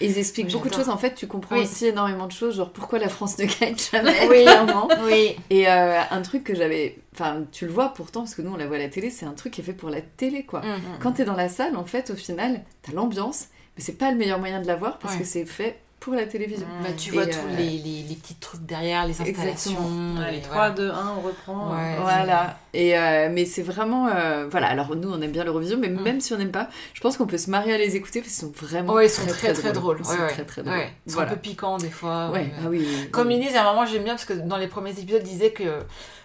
Speaker 1: Ils expliquent beaucoup de
Speaker 2: J'adore.
Speaker 1: choses. En fait, tu comprends
Speaker 2: Oui.
Speaker 1: aussi énormément de choses, genre pourquoi la France ne gagne jamais,
Speaker 2: Oui.
Speaker 1: clairement.
Speaker 2: Oui.
Speaker 1: Et euh, un truc que j'avais. Enfin, tu le vois pourtant, parce que nous on la voit à la télé, c'est un truc qui est fait pour la télé
Speaker 2: Mm.
Speaker 1: quoi. Quand t'es dans la salle, en fait, au final, t'as l'ambiance, mais c'est pas le meilleur moyen de la voir parce
Speaker 2: Ouais.
Speaker 1: que c'est fait pour la télévision.
Speaker 3: Mm.
Speaker 2: Bah, tu
Speaker 1: Et,
Speaker 2: vois
Speaker 1: euh,
Speaker 2: tous les, les, les petits trucs derrière, les installations.
Speaker 3: Allez,
Speaker 2: les-
Speaker 3: 3,
Speaker 2: voilà.
Speaker 3: 2, 1, on reprend. Euh,
Speaker 2: Ouais.
Speaker 1: Voilà. Et euh, mais c'est vraiment. euh, voilà, alors nous on aime bien l'Eurovision, mais
Speaker 2: Mm.
Speaker 1: même si on n'aime pas, je pense qu'on peut se marier à les écouter parce qu'ils sont vraiment.
Speaker 2: Ouais, ils sont très très, drôles.
Speaker 1: Ils
Speaker 2: Ouais,
Speaker 1: sont
Speaker 2: ouais.
Speaker 1: très très drôles.
Speaker 2: Ouais. Ils sont
Speaker 1: Voilà.
Speaker 2: un peu piquants des fois. euh,
Speaker 1: Ouais,
Speaker 2: mais-
Speaker 1: ah oui, oui, oui.
Speaker 2: Comme ils disent, à un moment j'aime bien parce que dans les premiers épisodes, ils disaient que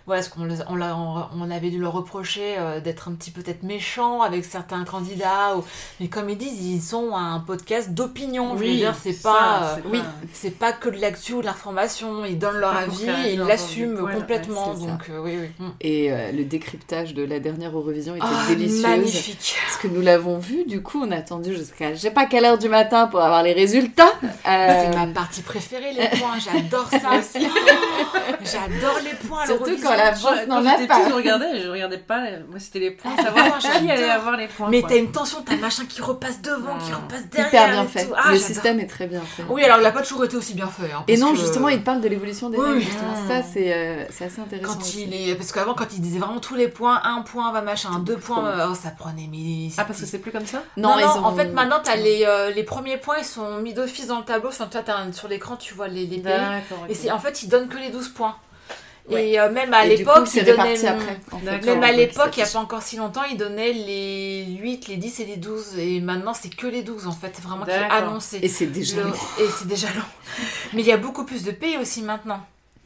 Speaker 2: voilà, ce qu'on les- on, l'a- on, on avait dû leur reprocher euh, d'être un petit peu peut-être méchant avec certains candidats. ou- Mais comme ils disent, ils sont un podcast d'opinion. je veux
Speaker 3: Oui,
Speaker 2: dire, c'est
Speaker 3: ça,
Speaker 2: pas pas. euh,
Speaker 3: c'est
Speaker 1: oui.
Speaker 3: pas-
Speaker 2: C'est pas que de l'actu ou de l'information, ils donnent leur
Speaker 1: Ah,
Speaker 3: Pas pour
Speaker 2: avis
Speaker 3: faire
Speaker 2: et ils
Speaker 3: leur
Speaker 2: l'assument
Speaker 3: avis. Ouais,
Speaker 2: complètement.
Speaker 1: ouais, c'est ça.
Speaker 2: donc, euh, oui, oui. Mm.
Speaker 1: Et euh, le décryptage de la dernière Eurovision était
Speaker 2: Ah,
Speaker 1: délicieuse.
Speaker 2: magnifique.
Speaker 1: Parce que nous l'avons vu, du coup, on a attendu jusqu'à je sais pas quelle heure du matin pour avoir les résultats. Euh,
Speaker 2: Bah, C'est ma partie préférée, les points. J'adore ça aussi. J'adore les points. à
Speaker 1: surtout
Speaker 2: l'Eurovision.
Speaker 1: quand la
Speaker 3: Je-
Speaker 1: France
Speaker 3: quand
Speaker 1: n'en a
Speaker 3: j'étais petite,
Speaker 1: pas.
Speaker 3: je regardais, et je regardais pas, les- moi c'était les points,
Speaker 2: Ah,
Speaker 3: savoir
Speaker 2: j'adore.
Speaker 3: qui allait avoir les points.
Speaker 2: Mais
Speaker 3: quoi.
Speaker 2: t'as une tension, t'as machin qui repasse devant, qui
Speaker 3: Ah.
Speaker 2: repasse derrière.
Speaker 1: Hyper bien
Speaker 2: et
Speaker 1: fait.
Speaker 2: tout. Ah,
Speaker 1: le
Speaker 2: j'adore.
Speaker 1: système est très bien fait.
Speaker 2: Oui, alors il a pas toujours été aussi bien fait. hein,
Speaker 1: Et
Speaker 2: parce
Speaker 1: non,
Speaker 2: que-
Speaker 1: justement, il te parle de l'évolution des
Speaker 2: Oui.
Speaker 1: règles. justement.
Speaker 2: Ah.
Speaker 1: Ça, c'est euh, c'est assez intéressant.
Speaker 2: Quand
Speaker 1: aussi.
Speaker 2: il est... Parce qu'avant, quand il disait vraiment tous les points, un point va machin, deux points, euh, oh, ça prenait mais...
Speaker 3: Ah, parce que c'est plus comme ça
Speaker 2: Non, non,
Speaker 1: ils ont-
Speaker 2: en fait, maintenant, t'as les, euh, les premiers points, ils sont mis d'office dans le tableau. Enfin, toi, t'as un- sur l'écran, tu vois les, les pays.
Speaker 3: D'accord.
Speaker 2: Et c'est, en fait, ils donnent que les 12 points.
Speaker 3: Ouais.
Speaker 2: Et euh, même à
Speaker 1: Et du coup,
Speaker 2: l'époque,
Speaker 1: c'est
Speaker 2: ils donnaient...
Speaker 1: réparti après. en fait.
Speaker 3: D'accord.
Speaker 2: Même à
Speaker 3: Donc,
Speaker 2: l'époque, il n'y a
Speaker 1: c'est-
Speaker 2: pas encore si longtemps, ils donnaient les 8, les 10 et les 12. Et maintenant, c'est que les 12, en fait, vraiment, qui est
Speaker 3: D'accord.
Speaker 2: annoncé.
Speaker 1: Et c'est déjà.
Speaker 2: Le- Et c'est déjà long. Mais il y a beaucoup plus de pays aussi maintenant.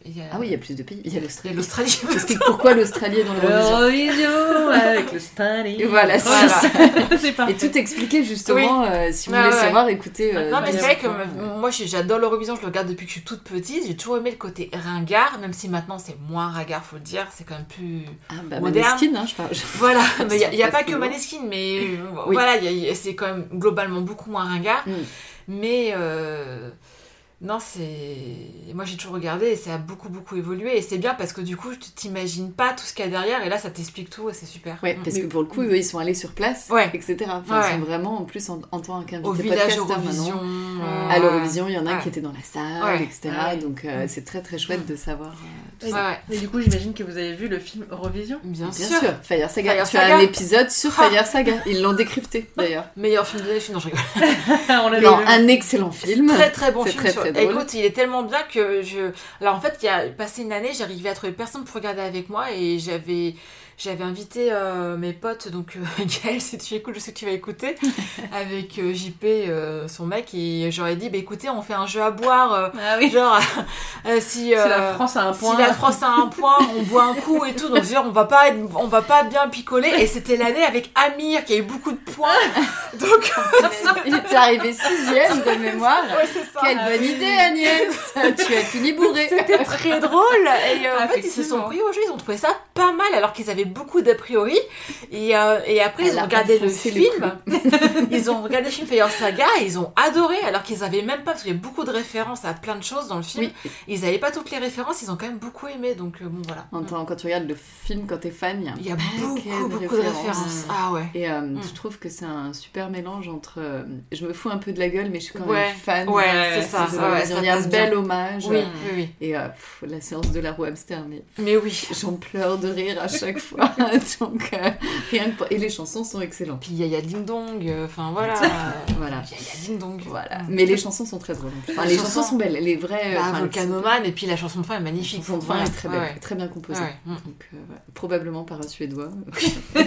Speaker 2: Il y a-
Speaker 1: Ah oui, il y a plus de pays. Il y a
Speaker 2: il y a
Speaker 1: l'Australie.
Speaker 2: l'Australie.
Speaker 1: Parce que pourquoi l'Australie est dans l'Eurovision
Speaker 3: Eurovision avec le Stanley.
Speaker 1: Et voilà, c'est
Speaker 2: Voilà.
Speaker 1: ça.
Speaker 3: c'est parfait.
Speaker 1: Et tout expliqué justement. euh, si vous
Speaker 2: Ouais,
Speaker 1: voulez
Speaker 2: ouais.
Speaker 1: savoir, écoutez. euh,
Speaker 2: non mais
Speaker 1: Julia
Speaker 2: c'est vrai que
Speaker 1: Bertrand,
Speaker 2: me- moi j'ai- j'adore l'Eurovision, je le regarde depuis que je suis toute petite, j'ai toujours aimé le côté ringard, même si maintenant c'est moins ringard faut le dire, c'est quand même plus...
Speaker 1: Ah bah
Speaker 2: moderne.
Speaker 1: Maneskin, hein, je parle. je-
Speaker 2: Voilà, mais il n'y a,
Speaker 1: Parce
Speaker 2: pas
Speaker 1: que non.
Speaker 2: que Maneskin, mais euh,
Speaker 1: Oui.
Speaker 2: voilà, y a- y a- c'est quand même globalement beaucoup moins ringard,
Speaker 1: Mm.
Speaker 2: mais euh, non c'est... Moi j'ai toujours regardé et ça a beaucoup beaucoup évolué et c'est bien parce que du coup tu t'imagines pas tout ce qu'il y a derrière et là ça t'explique tout et c'est super.
Speaker 1: Ouais,
Speaker 2: Mm.
Speaker 1: parce que pour le coup, eux, ils sont allés sur place,
Speaker 2: Ouais.
Speaker 1: etc. Enfin,
Speaker 2: Ouais.
Speaker 1: Ils sont vraiment, en plus, en, en tant
Speaker 2: Au
Speaker 1: qu'invité
Speaker 2: village
Speaker 1: podcasteur
Speaker 2: Eurovision.
Speaker 1: hein, maintenant.
Speaker 2: euh,
Speaker 1: À l'Eurovision, il y en a
Speaker 2: Ouais.
Speaker 1: qui étaient dans la salle,
Speaker 2: Ouais. Mm.
Speaker 1: etc.
Speaker 3: Ouais.
Speaker 1: Donc euh, c'est très très chouette de savoir. euh, tout
Speaker 2: Ouais,
Speaker 1: ça.
Speaker 2: ouais,
Speaker 3: Mais du coup, j'imagine que vous avez vu le film Eurovision.
Speaker 2: bien,
Speaker 1: Bien
Speaker 2: sûr.
Speaker 1: sûr, Fire Saga.
Speaker 2: Fire
Speaker 1: tu
Speaker 2: Saga.
Speaker 1: as un épisode sur
Speaker 2: Ah.
Speaker 1: Fire Saga. Ils l'ont décrypté d'ailleurs.
Speaker 2: Meilleur film de l'année, je suis- non, je rigole.
Speaker 3: On l'avait
Speaker 1: Non,
Speaker 3: vu.
Speaker 1: un excellent film.
Speaker 2: Très très bon
Speaker 1: C'est
Speaker 2: film.
Speaker 1: très,
Speaker 2: sur-
Speaker 1: très drôle.
Speaker 2: Écoute, il est tellement bien que je. Alors en fait, il y a passé une année, j'arrivais à trouver personne pour regarder avec moi et j'avais j'avais invité euh, mes potes, donc euh, Gaël, si tu écoutes, je sais que tu vas écouter, avec euh, JP, euh, son mec, et j'aurais dit, bah écoutez, on fait un jeu à boire, euh,
Speaker 3: Ah oui.
Speaker 2: genre euh, si.
Speaker 3: Si
Speaker 2: euh,
Speaker 3: la France a un point.
Speaker 2: si la France a un point, on boit un coup et tout. Donc, je veux dire, on va pas, être- on va pas bien picoler. Et c'était l'année avec Amir qui a eu beaucoup de points. Donc,
Speaker 1: Il était arrivé sixième de mémoire.
Speaker 2: ouais, c'est ça.
Speaker 1: Quelle bonne idée Agnès Tu as fini bourré.
Speaker 2: C'était très drôle. Et euh, en fait, ils se sont
Speaker 3: Effectivement.
Speaker 2: pris au jeu, ils ont trouvé ça pas mal, alors qu'ils avaient beaucoup d'a priori. Et, euh, et après,
Speaker 1: Elle
Speaker 2: ils ont
Speaker 1: a
Speaker 2: regardé le
Speaker 1: enfoncé le
Speaker 2: film. ils ont regardé le film Fire Saga et ils ont adoré, alors qu'ils avaient même pas, parce qu'il y a beaucoup de références à plein de choses dans le film.
Speaker 1: Oui.
Speaker 2: Ils avaient pas toutes les références, ils ont quand même beaucoup aimé. Donc, euh, bon, voilà.
Speaker 1: En tant- quand tu regardes le film, quand t'es fan, il y a un
Speaker 2: Il y a
Speaker 1: paquet
Speaker 2: beaucoup, beaucoup de références. Ah ouais.
Speaker 1: Et euh,
Speaker 2: Mm.
Speaker 1: je trouve que c'est un super mélange entre. euh, je me fous un peu de la gueule, mais je suis quand même
Speaker 2: Ouais.
Speaker 1: fan.
Speaker 2: Ouais,
Speaker 3: ouais,
Speaker 2: c'est ça.
Speaker 1: C'est
Speaker 2: ouais,
Speaker 1: Eurovision.
Speaker 2: ça
Speaker 1: il y a
Speaker 2: passe
Speaker 1: un
Speaker 2: bien.
Speaker 1: bel hommage.
Speaker 2: Oui,
Speaker 1: euh,
Speaker 2: oui, oui.
Speaker 1: Et euh, pff, la séance de la roue hamster, mais
Speaker 2: Mais oui.
Speaker 1: j'en pleure de rire à chaque fois. Donc, euh, rien que pour- Et les chansons sont excellentes.
Speaker 2: Puis il y a- il y a Ding Dong, euh, enfin voilà.
Speaker 1: Voilà.
Speaker 2: Il y, a- il y a Ding Dong.
Speaker 1: voilà. Mais les chansons sont très drôles. en plus. Enfin,
Speaker 2: Les
Speaker 1: les,
Speaker 2: chansons-
Speaker 1: chansons sont belles. Les vraies. euh,
Speaker 2: Bah,
Speaker 1: enfin,
Speaker 2: Volcanoman, et puis la chanson de fin est
Speaker 1: les
Speaker 2: magnifique.
Speaker 1: chansons de fin
Speaker 2: Voilà.
Speaker 1: est très belle,
Speaker 2: Ouais, Mm. ouais.
Speaker 1: très bien composée.
Speaker 2: Ouais, ouais.
Speaker 1: Donc, euh, voilà. Probablement par un Suédois.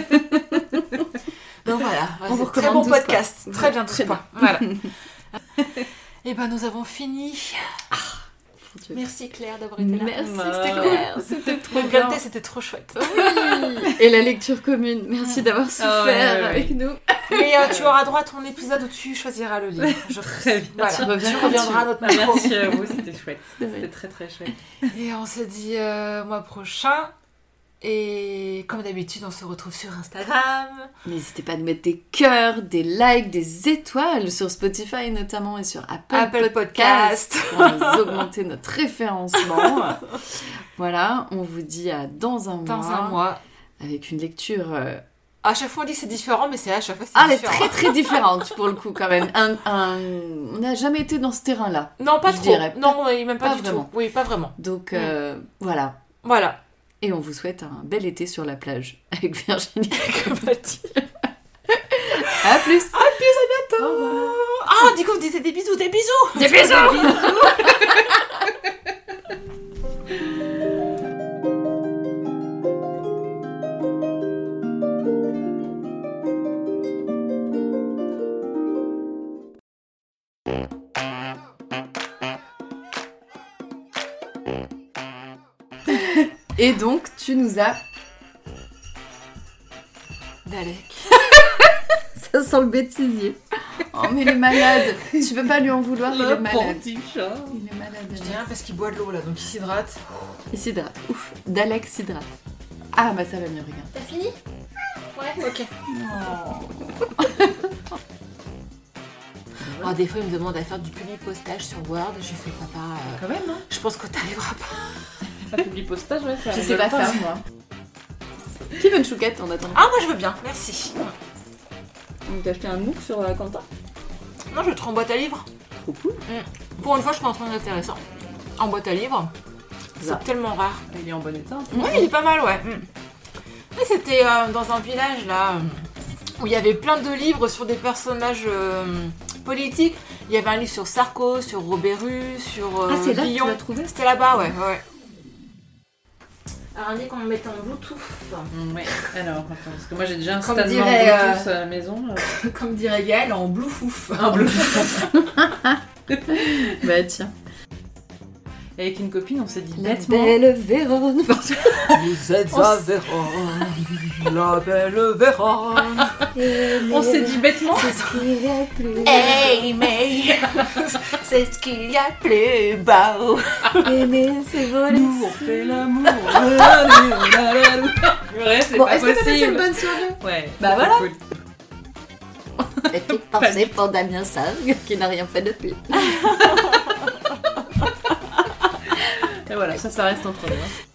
Speaker 2: Donc voilà,
Speaker 1: On vous
Speaker 2: c'est très
Speaker 1: recommande
Speaker 2: bon
Speaker 1: 12
Speaker 2: podcast.
Speaker 1: points.
Speaker 2: Très bien,
Speaker 1: Très
Speaker 2: 12 points. Voilà. Et ben nous avons fini. Merci Claire d'avoir été là.
Speaker 1: Merci,
Speaker 3: Voilà.
Speaker 1: c'était cool. C'était
Speaker 2: Le
Speaker 1: trop
Speaker 2: blind
Speaker 1: bien.
Speaker 2: test c'était trop chouette.
Speaker 1: Et la lecture commune. Merci
Speaker 2: Oh,
Speaker 1: d'avoir souffert
Speaker 3: ouais, ouais.
Speaker 1: avec nous.
Speaker 2: Mais euh, tu auras droit à ton épisode où tu choisiras le livre. Je
Speaker 3: Très bien.
Speaker 2: Voilà.
Speaker 1: Tu reviens
Speaker 2: Tu
Speaker 1: quand tu
Speaker 2: reviendras à
Speaker 1: veux.
Speaker 2: notre
Speaker 3: Bah,
Speaker 2: micro.
Speaker 3: Merci à vous, c'était chouette.
Speaker 1: De rien.
Speaker 3: C'était très très chouette.
Speaker 2: Et on se dit euh, mois prochain. Et comme d'habitude, on se retrouve sur Instagram.
Speaker 1: N'hésitez pas à nous mettre des cœurs, des likes, des étoiles sur Spotify notamment et sur Apple,
Speaker 2: Apple
Speaker 1: Podcast
Speaker 2: Podcast.
Speaker 1: pour nous augmenter notre référencement. voilà, on vous dit à dans un,
Speaker 2: Dans
Speaker 1: mois,
Speaker 2: un mois.
Speaker 1: avec une lecture euh,
Speaker 2: À chaque fois, on dit que c'est différent, mais c'est à chaque fois c'est
Speaker 1: ah, elle est
Speaker 2: différent.
Speaker 1: très très différente pour le coup quand même. Un- un- On n'a jamais été dans ce terrain-là.
Speaker 2: Non, pas
Speaker 1: Je
Speaker 2: trop.
Speaker 1: dirais pas-
Speaker 2: non, même pas,
Speaker 1: pas
Speaker 2: du
Speaker 1: vraiment.
Speaker 2: tout. Oui, pas vraiment.
Speaker 1: Donc euh, voilà.
Speaker 2: Voilà.
Speaker 1: Et on vous souhaite un bel été sur la plage avec Virginie. à plus
Speaker 2: Ah, du coup, vous disiez des bisous, des bisous
Speaker 1: Des bisous Et donc, tu nous as...
Speaker 2: Dalek.
Speaker 1: Ça sent le bêtisier. Oh, mais il est malade. Tu peux pas lui en vouloir, Ah, il est malade.
Speaker 3: chat.
Speaker 1: Il est malade.
Speaker 2: Je dis rien parce qu'il boit de l'eau là, donc il s'hydrate.
Speaker 1: Il s'hydrate. Ouf. D'Alex s'hydrate. Ah, bah ça va mieux, regarde.
Speaker 2: T'as fini Ouais, ok. Oh, des fois, il me demande à faire du public postage sur Word. Je fais papa, euh,
Speaker 3: Quand même, hein.
Speaker 2: je pense que t'arriveras pas.
Speaker 3: Ça publie postage, ouais, ça hein.
Speaker 1: Je sais pas
Speaker 3: rigole
Speaker 1: faire, moi. Qui veut une chouquette en attendant
Speaker 2: Ah, moi je veux bien, merci.
Speaker 1: Donc t'as acheté un MOOC sur la Quentin
Speaker 2: Non, je te en boîte à livres. Mm.
Speaker 1: Trop cool.
Speaker 2: Pour une fois, je peux en trouver intéressant. En boîte à livres,
Speaker 1: Ça.
Speaker 2: c'est tellement rare.
Speaker 3: Il est en bon état.
Speaker 2: Ouais, il est pas mal, ouais. Mm. Ouais, C'était euh, dans un village là euh, où il y avait plein de livres sur des personnages euh, politiques. Il y avait un livre sur Sarko, sur Robert Rue, sur euh,
Speaker 1: Ah, c'est là que tu
Speaker 2: Villon.
Speaker 1: l'as trouvé
Speaker 2: C'était là-bas, ouais. ouais. Alors, on dit qu'on mette en Bluetooth.
Speaker 3: Mm, Ouais, alors, attends, parce que moi j'ai déjà un
Speaker 2: Comme
Speaker 3: stand
Speaker 2: dirait,
Speaker 3: Bluetooth
Speaker 1: euh,
Speaker 3: à la maison. euh, là.
Speaker 2: Comme dirait Yael, en Bluetooth.
Speaker 3: Un bleu.
Speaker 1: Bah tiens.
Speaker 3: Et avec une copine, on s'est dit
Speaker 1: La
Speaker 3: nettement.
Speaker 1: belle Vérone.
Speaker 2: Vous êtes à Vérone, la belle Vérone.
Speaker 3: On s'est dit bêtement.
Speaker 1: C'est ce qu'il y a de plus.
Speaker 2: Hey, mais c'est ce qu'il y a de plus beau.
Speaker 1: Aimer, c'est voler.
Speaker 3: Nous, on fait l'amour. Ouais, c'est
Speaker 1: Bon,
Speaker 3: pas
Speaker 1: est-ce que t'as passé une
Speaker 3: possible.
Speaker 1: bonne soirée
Speaker 3: Ouais.
Speaker 1: Bah
Speaker 3: c'est
Speaker 1: voilà.
Speaker 3: cool.
Speaker 1: Petite pensée pour Damien Savre, qui n'a rien fait depuis.
Speaker 3: Et voilà, ça, ça reste entre nous. hein.